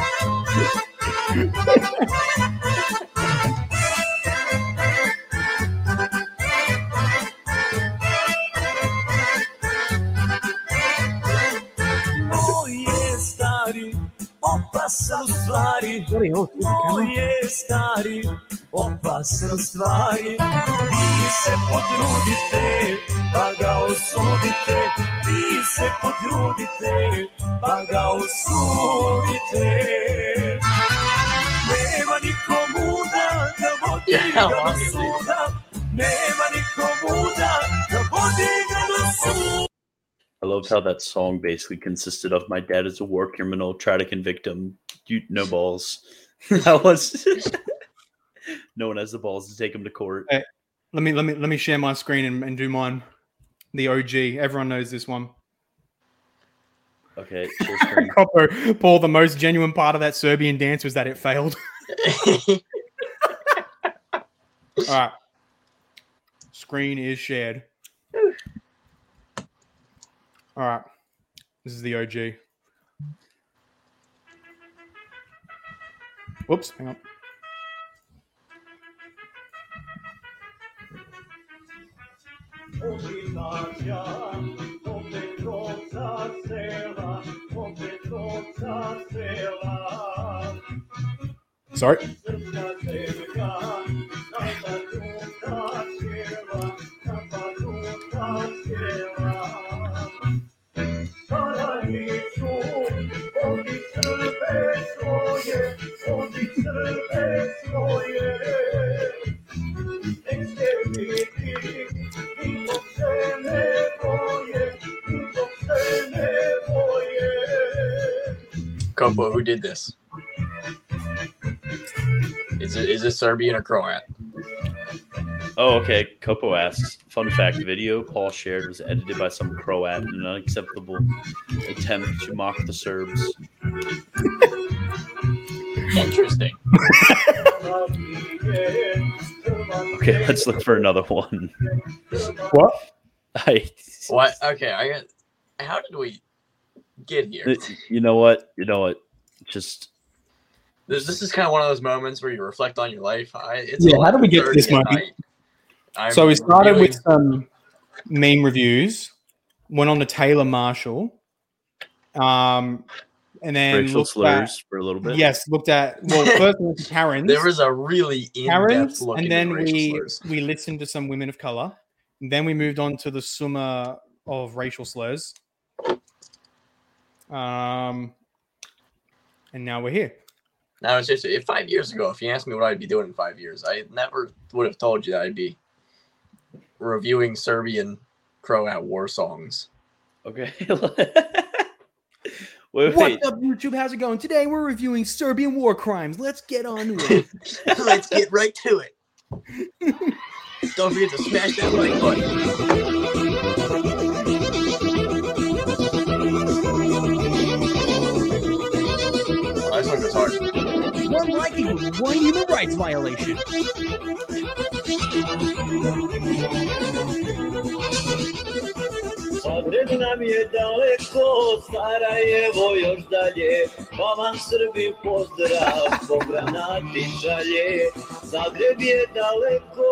Moje stari, opasan stvari. Oh, Moje stari, opasan stvari. Vi se potrudite, pa ga osudite. Vi se potrudite, pa ga osudite. Nema nikomu da da vodi ga do suda. Nema nikomu da da vodi ga do suda. I love how that song basically consisted of "My dad is a war criminal, try to convict him, you no balls." that was no one has the balls to take him to court. Let me let me let me share my screen and, and do mine. the OG. Everyone knows this one. Okay. cheers for me. Coppo, Paul, the most genuine part of that Serbian dance was that it failed. All right. Screen is shared. All right. This is the OG. Whoops. Hang on. Sorry. Kopo, who did this? Is it is it Serbian or Croat? Oh, okay. Kopo asks, fun fact video Paul shared was edited by some Croat in an unacceptable attempt to mock the Serbs. Interesting. Okay, let's look for another one. What? I, What? Okay, I got. How did we get here? you know what? You know what? Just This, this is kind of one of those moments where you reflect on your life. I, it's Yeah, how did we get to 11:30 this at moment? night. I'm so we started reviewing- with some meme reviews, went on to Taylor Marshall, um, and then racial looked at- slurs for a little bit. Yes, looked at well first we went to Karen's. There was a really in-depth Karen's, look and into then racial we slurs. we listened to some women of color. And then we moved on to the summa of racial slurs. Um, and now we're here. Now it's just if five years ago, if you asked me what I'd be doing in five years, I never would have told you that I'd be reviewing Serbian Croat war songs. Okay. What's up, YouTube? How's it going? Today we're reviewing Serbian war crimes. Let's get on to it. Let's get right to it. Don't forget to smash that like button. I just want to talk. One liking was one human rights violation. Od nam je daleko, Sarajevo još dalje, pa vam Srbi pozdrav, po granati šalje. Zagreb je daleko,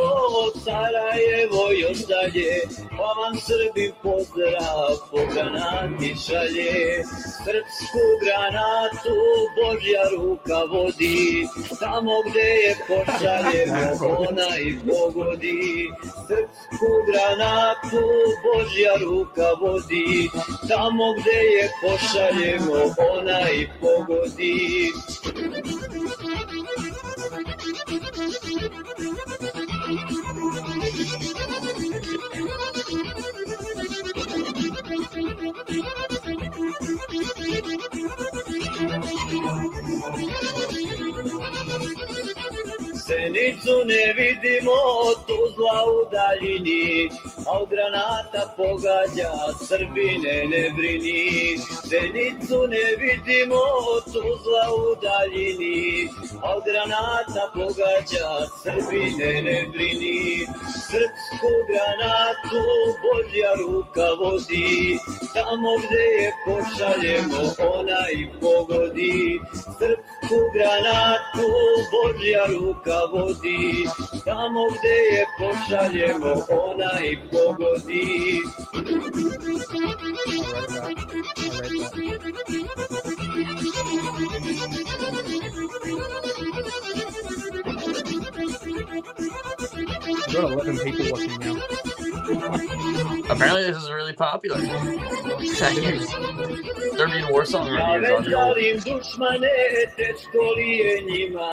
Sarajevo još dalje, pa vam Srbi pozdrav, po granati šalje. Srpsku granatu Božja ruka vodi, tamo gde je pošaljemo, ona i pogodi. Srpsku granatu Božja ruka vodi, tamo gde je pošaljemo, ona i pogodi. Senicu ne vidimo, Tuzla u daljini, a od granata pogađa, Srbine ne brini. Senicu ne vidimo, Tuzla u daljini, a od granata pogađa, Srbine ne brini. Srpsku granatu Božja ruka vodi, tamo gde je pošaljemo, ona i pogodi. Srpsku granatu Božja ruka vodi, tamo gde je pošaljemo, ona i pogodi. We've got 11 people watching now. Apparently, this is really popular. Serbian war song Ja reviews on your vezarim dušmane, teško li je njima,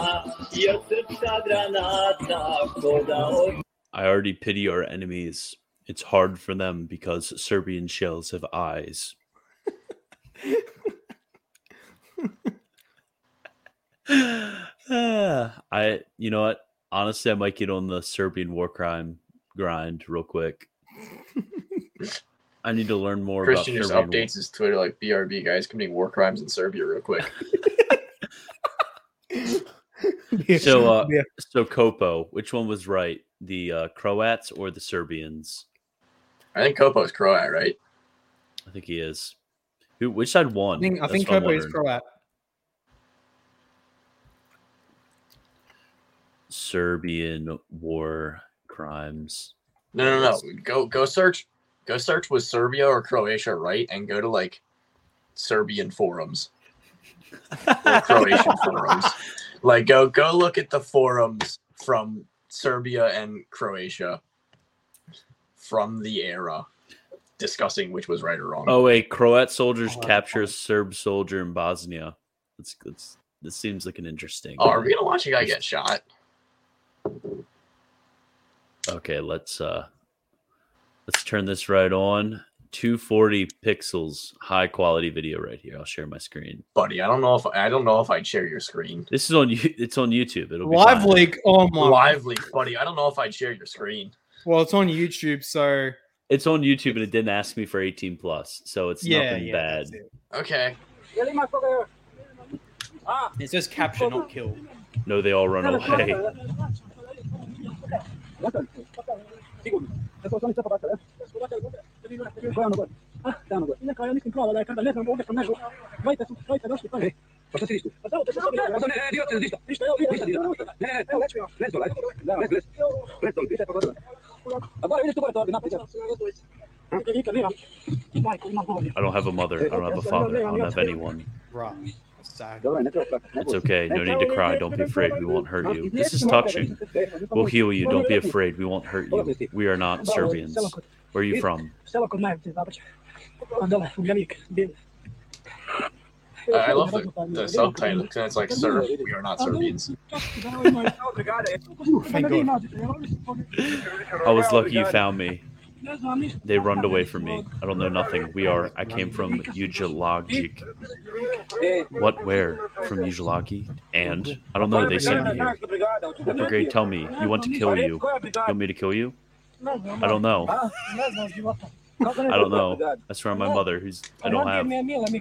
jer srpska granata ko da od I already pity our enemies. It's hard for them because Serbian shells have eyes. Ah, I, you know what? Honestly, I might get on the Serbian war crime grind real quick. I need to learn more Christian about just Serbian updates his Twitter like BRB guys committing war crimes in Serbia real quick. war. So, uh, so Kopo, which one was right? The uh, Croats or the Serbians? I think Kopo's Croat, right? I think he is. Who? Which side won? I think, I That's think what I'm Kobo is wondering. Croat. Serbian war crimes. No, no, no. Go go search go search with Serbia or Croatia right and go to like Serbian forums. or Croatian forums. Like go go look at the forums from Serbia and Croatia from the era discussing which was right or wrong. Oh wait, Croat soldiers oh. capture Serb soldier in Bosnia. That's that's this seems like an interesting. Oh, are we gonna watch a guy get shot? Okay, let's uh let's turn this right on. 240 pixels, high quality video right here. I'll share my screen. Buddy, I don't know if I don't know if I'd share your screen. This is on you it's on YouTube. It'll be Live fine. leak. Oh my. Live leak, buddy. I don't know if I'd share your screen. Well, it's on YouTube, so It's on YouTube and it didn't ask me for 18 plus, so it's Yeah, nothing yeah, bad. Okay. it says capture, not kill. No, they all run away. I don't have a mother. I don't have a father. I don't have anyone. Right. Sad. It's okay. No need to cry. Don't be afraid. We won't hurt you. This is talk shoot. We'll heal you. Don't be afraid. We won't hurt you. We are not Serbians. Where are you from? I, I love the, the subtitle because it's like Serb, we are not Serbians. I was lucky you found me. They runned away from me. I don't know nothing. We are. I came from Ujalagic. What? Where? From Ujalagic? And? I don't know. They sent me here. Upper grade, tell me. You want to kill you. You want me to kill you? I don't know. Ah, I don't know. That's from my mother, who's I don't have.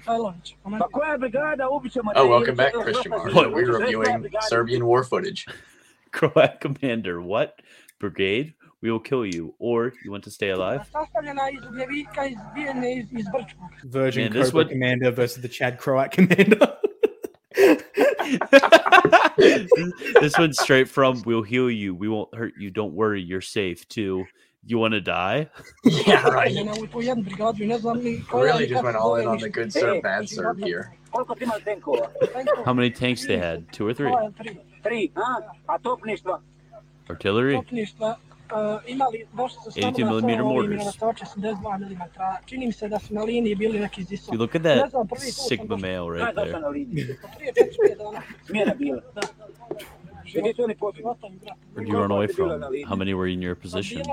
Oh, Oh, welcome back, Christian Mars. What? We're reviewing Serbian war footage. Croat commander, what? Brigade? We will kill you. Or you want to stay alive? Virgin Man, Man, this would- Commander versus the Chad Croat Commander. this one's straight from We'll heal you. We won't hurt you. Don't worry. You're safe too. You want to die? Yeah, right. Really just went all in on the good E, Serb, bad Serb here. How many tanks they had? Two or three? Artillery? e, 82 millimeter mortars. Dude, look at that Sigma male right there. Where'd you run away from? How many were in your position?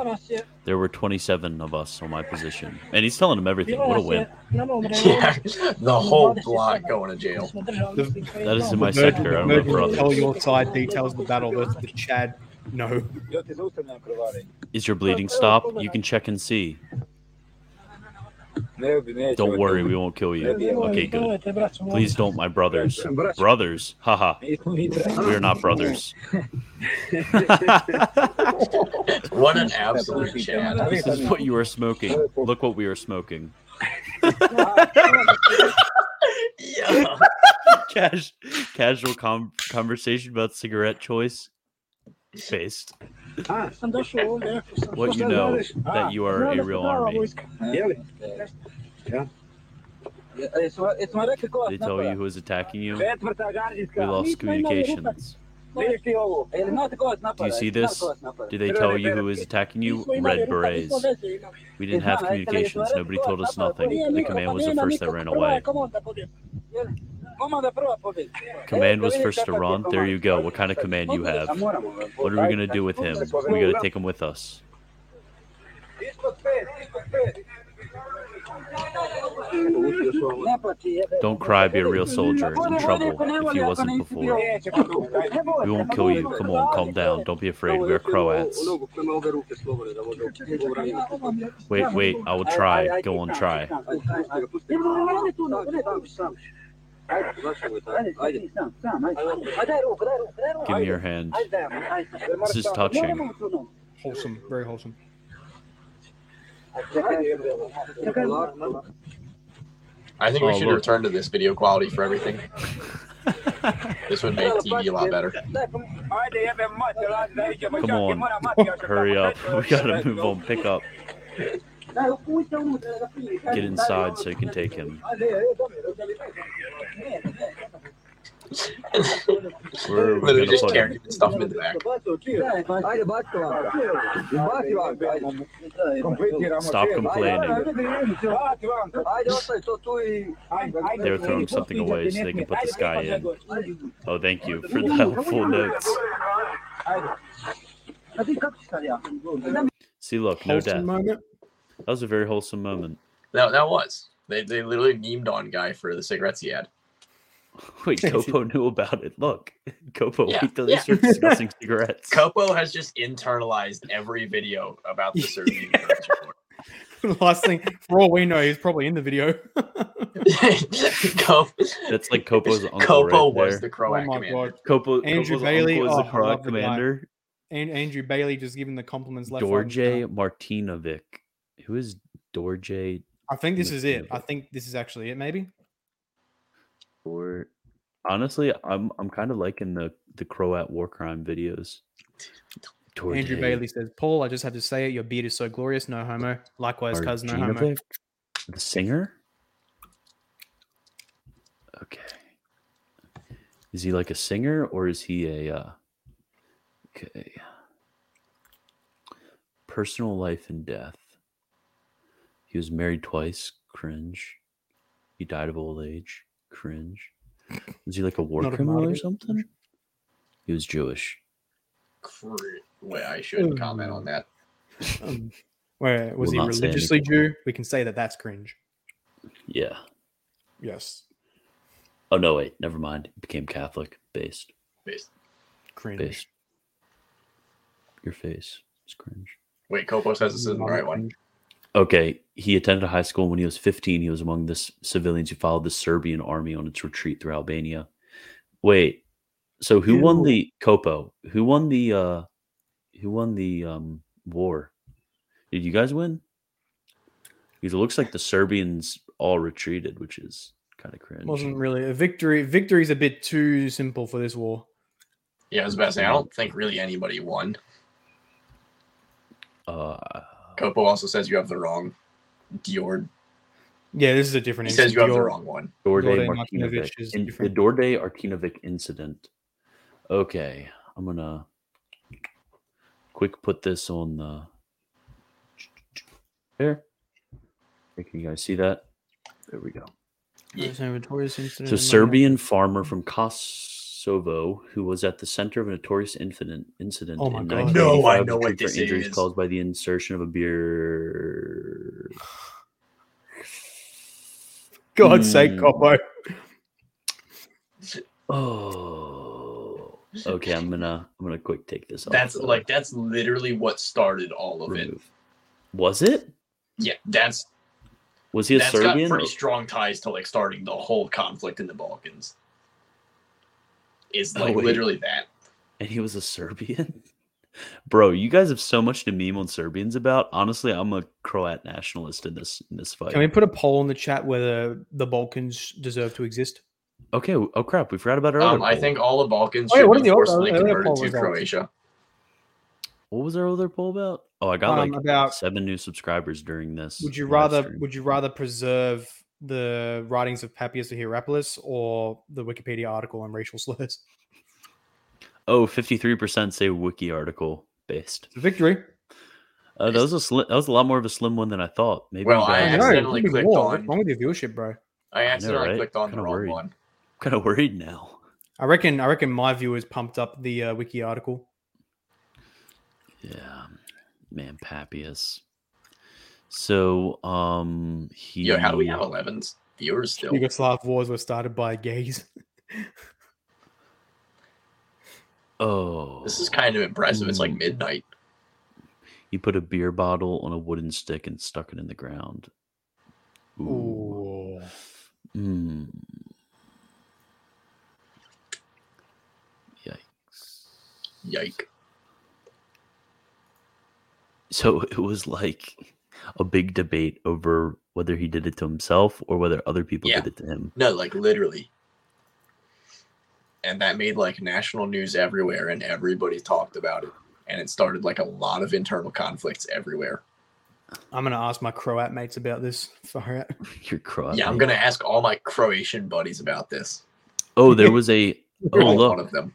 There were 27 of us on my position. And he's telling them everything. What a win. Yeah, the whole block going to jail. That is in my Virgin- sector. I don't Virgin know for will Tell others. your side details of the battle versus the Chad. No. Is your bleeding stop? You can check and see. Don't worry, we won't kill you. Okay, good. Please don't, my brothers. Brothers? Haha. We are not brothers. What an absolute Chad. This is what you are smoking. Look what we are smoking. Cash, casual com- conversation about cigarette choice. Faced. What you know that you are a real army. They tell you who is attacking you. We lost communications. Do you see this? Did they tell you who is attacking you? Red Berets. We didn't have communications. Nobody told us nothing. The command was the first that ran away. Command was first to run. There you go. What kind of command you have? What are we gonna do with him? We gotta take him with us. Don't cry, be a real soldier. In trouble if you wasn't before. We won't kill you. Come on, calm down. Don't be afraid. We are Croats. Wait, wait. I will try. Go on, try. Give me your hand. This is touching. Wholesome, very wholesome. I think we Oh, should look. return to this video quality for everything. this would make TV a lot better. Come on. Hurry up. We gotta move on. Pick up. Get inside so you can take him. We're, we're Literally gonna just put him. carrying the stuff in the back. Stop complaining. They're throwing something away so they can put this guy in. Oh, thank you for the helpful notes. See, look, no Wholesome death. moment. That was a very wholesome moment. That, that was. They, they literally memed on Guy for the cigarettes he had. Wait, Kopo knew about it. Look, Kopo, Yeah, we thought yeah. these were discussing cigarettes. Copo has just internalized every video about the Serbian. Last thing, for all we know, he's probably in the video. That's like Kopo's uncle. Kopo right was there. the Croat commander. Kopo, Oh Andrew Kopo's Bailey uncle oh, is I the love Croat the guy. commander. An- Andrew Bailey just giving the compliments left. right, and Dorje Martinovic. Who is Dorje? I think this is it. I think this is actually it. Maybe Or honestly, I'm I'm kind of liking the the Croat war crime videos. Andrew Dorje Bailey says, "Paul, I just had to say it. Your beard is so glorious. No homo. Likewise, cuz no homo." Martinovic, the singer. Okay, is he like a singer or is he a? Uh, okay, personal life and death. He was married twice. Cringe. He died of old age. Cringe. Was he like a war Not a criminal or martyr. something? He was Jewish. Wait, I shouldn't comment on that. Um, where Hmm. was Will he not say religiously Jew? We can say that that's cringe. Yeah. Yes, Oh no, wait. Never mind. He became Catholic based. Based. cringe. Based. Your face is cringe. Wait, Copo says this isn't the right one. Okay, he attended high school when he was 15. He was among the s- civilians who followed the Serbian army on its retreat through Albania. Wait, so who won the Kopo? Who won the uh who won the um war? Did you guys win? Because it looks like the Serbians all retreated, which is kind of cringe. Wasn't really a victory. Victory's a bit too simple for this war. Yeah, I was about to say, I don't think really anybody won. Uh, Copo also says you have the wrong Dior. Yeah, this is a different. He says you have the Dior- wrong one. Dorde Dorde Martinovic. Martinovic is in- the different. Dorde Martinovic incident. Okay, I'm gonna quick put this on the there. Hey, Can you guys see that? There we go. So, Serbian farmer from Kosovo who was at the center of a notorious incident incident Oh my in God. No, I 1985 know what for this injuries is. caused by the insertion of a beer. God's sake, Hmm. Copo. Oh. Okay, I'm gonna I'm gonna quick take this off. That's though. like that's literally what started all of it. was it? Yeah, that's Was he a that's Serbian? got or- pretty strong ties to like starting the whole conflict in the Balkans. It's Oh, like wait. literally that. and he was a Serbian? Bro, you guys have so much to meme on Serbians about. Honestly, I'm a Croat nationalist in this in this fight. Can we put a poll in the chat whether the Balkans deserve to exist? okay, oh crap, we forgot about our Um, other I poll. think all the Balkans Oh, yeah, should what are be the other- forcibly other converted poll to results? Croatia. what was our other poll about? Oh, I got Um, like about- seven new subscribers during this. Would you live rather stream. would you rather preserve the writings of Papias of Hierapolis or the Wikipedia article on racial slurs? Oh, 53% say wiki article based. victory. Uh, that was a sli- that was a lot more of a slim one than I thought. Maybe Well, I know, accidentally it's a clicked war. on- What's wrong with your viewership, bro? I accidentally right? clicked on the Kinda wrong worried. one. kind of worried now. I reckon. I reckon my viewers pumped up the uh, wiki article. Yeah, man, Papias. So um he Yo, how do we have 11 viewers still? Yugoslav wars were started by gays. Oh. Hmm. This is kind of impressive. It's like midnight. You put a beer bottle on a wooden stick and stuck it in the ground. Ooh. Mm. Yike. So it was like a big debate over whether he did it to himself or whether other people Yeah. did it to him. No, like literally. And that made like national news everywhere and everybody talked about it. And it started like a lot of internal conflicts everywhere. I'm gonna ask my Croat mates about this. Sorry. Your Croat. yeah, I'm mate. gonna ask all my Croatian buddies about this. Oh, there was a oh All look. one of them.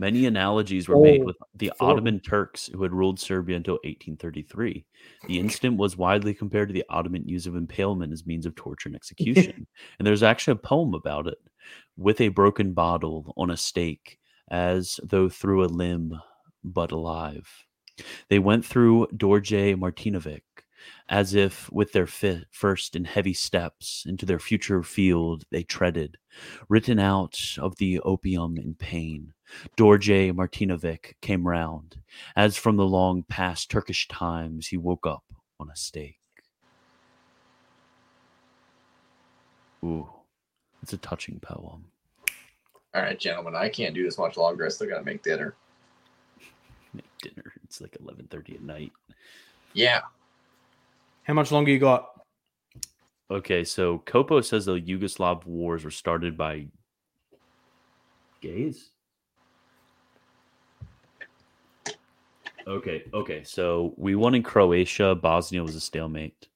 Many analogies were made Oh, with the horrible. Ottoman Turks who had ruled Serbia until 1833. The incident was widely compared to the Ottoman use of impalement as means of torture and execution. and there's actually a poem about it with a broken bottle on a stake, as though through a limb, but alive. They went through Dorje Martinovic as if with their fi- first and heavy steps into their future field they treaded, written out of the opium and pain. Dorje Martinovic came round, as from the long past Turkish times he woke up on a stake. Ooh, it's a touching poem. All right, gentlemen, I can't do this much longer. I still gotta make dinner. Make dinner. It's like 11:30 at night. Yeah. How much longer you got? Okay, so Kopo says the Yugoslav wars were started by gays. Okay, okay. So we won in Croatia. Bosnia was a stalemate.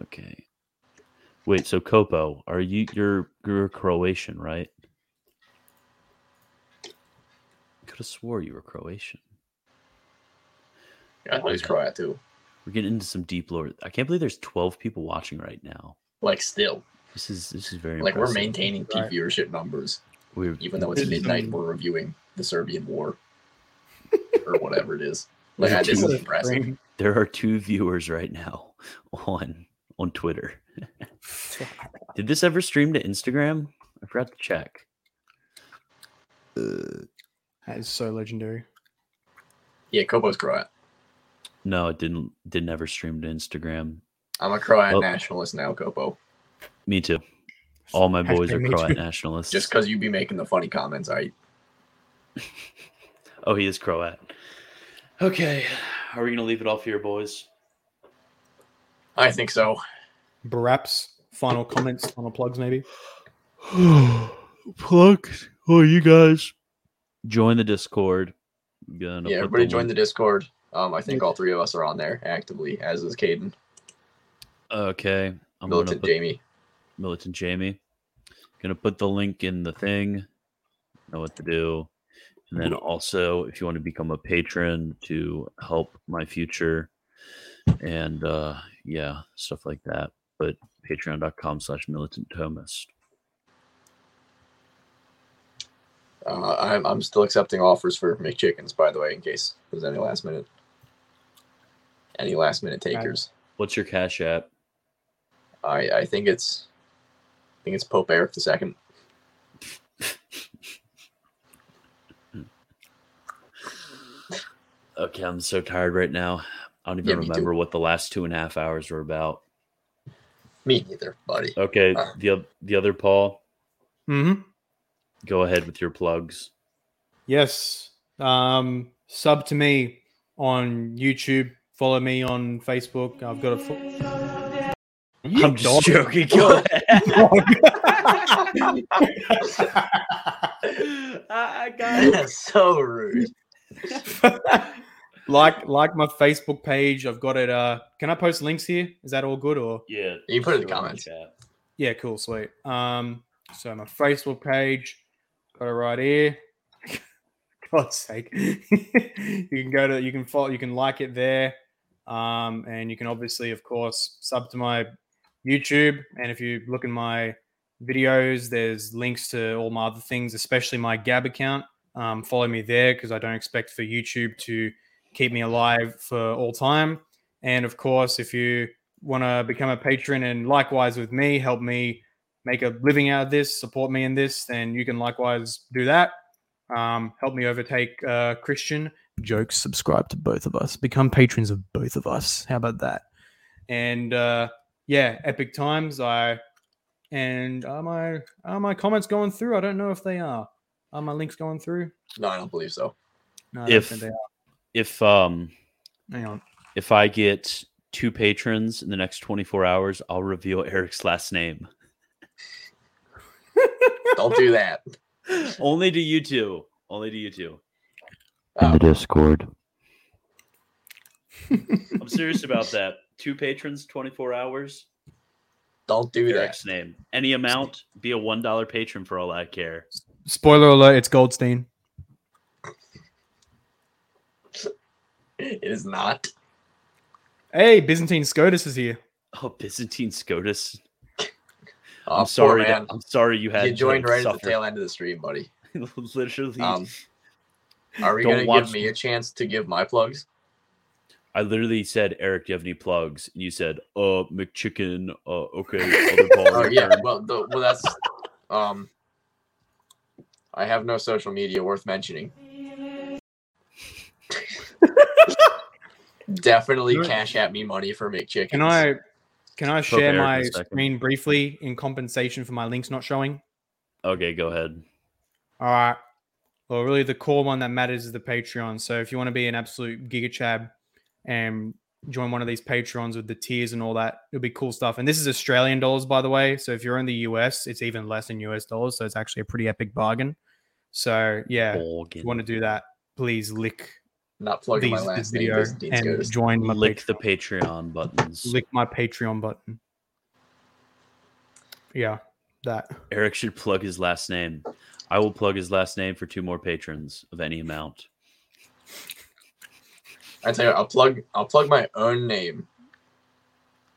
Okay. Wait, so Kopo, are you you're you're Croatian, right? Could have swore you were Croatian. I thought he was Croat too. We're getting into some deep lore. I can't believe there's 12 people watching right now. Like still. This is this is very Like we're impressive. maintaining peak viewership numbers. We're- even though it's This is midnight, amazing. we're reviewing the Serbian War. or whatever it is. Like I, this Two- is impressive. There are two viewers right now on on Twitter. Did this ever stream to Instagram? I forgot to check. Uh. That is so legendary. Yeah, Kobo's Croat. No, it didn't didn't ever stream to Instagram. I'm a Croat Oh. nationalist now, Kobo. Me too. All my boys Hashtag are me Croat too. nationalists. Just because you be making the funny comments, I Oh, he is Croat. Okay. Are we gonna leave it off here, boys? I think so. Perhaps final comments, final plugs, maybe. Plugs. Oh, you guys. Join the Discord. Gonna yeah, put everybody join the link- Discord. Um, I think Yeah. all three of us are on there actively, as is Caden. Okay. I'm Militant Jamie. Militant Jamie. Gonna put the link in the thing. Know what to do. And then also, if you want to become a patron to help my future and uh yeah, stuff like that. But patreon.com slash militant Thomist. Uh, I'm I'm still accepting offers for McChickens, by the way, in case there's any last minute, any last minute takers. What's your cash app? I I think it's, I think it's Pope Eric the second. Okay, I'm so tired right now. I don't even Yeah, me too. remember what the last two and a half hours were about. Me neither, buddy. Okay, Uh. the oth- the other Paul, Mm-hmm. go ahead with your plugs. Yes. Um, sub to me on YouTube. Follow me on Facebook. I've got a. Fo- I'm just joking. Go I got it. That's so rude. like like my Facebook page. I've got it. Uh, can I post links here? Is that all good or? Yeah, You put it in the comments. Yeah, cool, sweet. Um, so my Facebook page, got it right here. God's sake, you can go to, you can follow, you can like it there, um, and you can obviously, of course, sub to my YouTube. And if you look in my videos, there's links to all my other things, especially my Gab account. Um, follow me there because I don't expect for YouTube to keep me alive for all time. And of course, if you want to become a patron and likewise with me, help me make a living out of this, support me in this, then you can likewise do that. Um, help me overtake uh, Christian. Jokes, subscribe to both of us. Become patrons of both of us. How about that? And uh, yeah, epic times. I and are my are my comments going through? I don't know if they are. Are my links going through? No, I don't believe so. No, I don't if think they are. if um Hang on. if I get two patrons in the next 24 hours, I'll reveal Eric's last name. Don't do that. Only to you two. Only to you two. in the Discord. I'm serious about that. Two patrons, 24 hours. Don't do that. Eric's name. Any amount, be a $1 patron for all I care. Spoiler alert: It's Goldstein. It is not. Hey, Byzantine Scotus is here. Oh, Byzantine Scotus. Oh, I'm poor sorry. that- man. I'm sorry you had You joined to right at suffer. the tail end of the stream, buddy. Literally. Um, are you Don't going to watch give me a chance to give my plugs? I literally said, Eric, do you have any plugs? And you said, uh, McChicken. Uh, okay. Other ball Oh yeah. return." Well, the, well, that's. Um, I have no social media worth mentioning. Definitely cash at me money for McChicken. Can I can I Hope share Eric my is second. screen briefly in compensation for my links not showing? Okay, go ahead. All right. Well, really, the core one that matters is the Patreon. So if you want to be an absolute giga chab and join one of these Patreons with the tiers and all that, it'll be cool stuff. And this is Australian dollars, by the way. So if you're in the US, it's even less in US dollars. So it's actually a pretty epic bargain. So yeah, if you Bargain. want to do that, please lick not plugging my these- last this name, video Byzantine and Scotus. join my Lick the Patreon buttons. lick my Patreon button. Yeah, that. Eric should plug his last name. I will plug his last name for two more patrons of any amount. I tell you, I'll plug. I'll plug my own name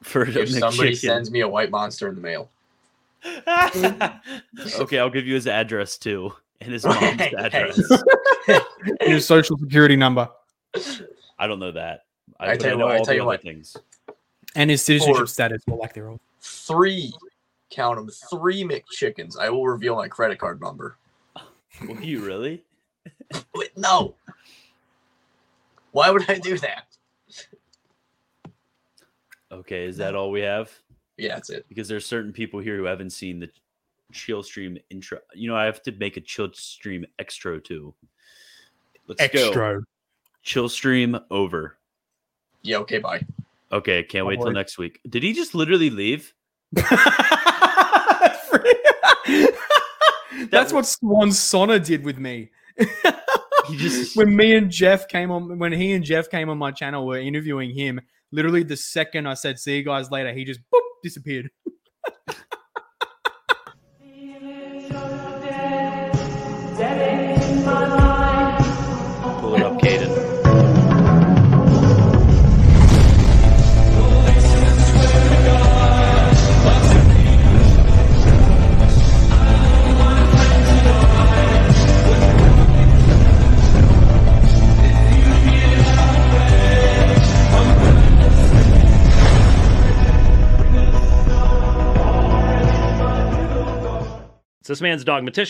For if somebody McChicken. sends me a white monster in the mail. Okay, I'll give you his address too and his mom's address. Your social security number I don't know that. I but tell you know what, I all tell the you other what. things. and his citizenship Or- status. Well, like they're all. Three, count them. Three McChickens. I will reveal my credit card number. Will you really? Wait, no. Why would I do that? Okay, is that all we have? Yeah, that's it. Because there's certain people here who haven't seen the chill stream intro. You know, I have to make a chill stream extra too. Let's Extra. go. Chill stream over. Yeah. Okay. Bye. Okay, can't wait till Onward. next week. Did he just literally leave? That's what Swan Sonna did with me. when me and Jeff came on, when he and Jeff came on my channel, we're interviewing him. Literally, the second I said "see you guys later," he just boop disappeared. Pull it up, Caden. It's this man's dogmatician.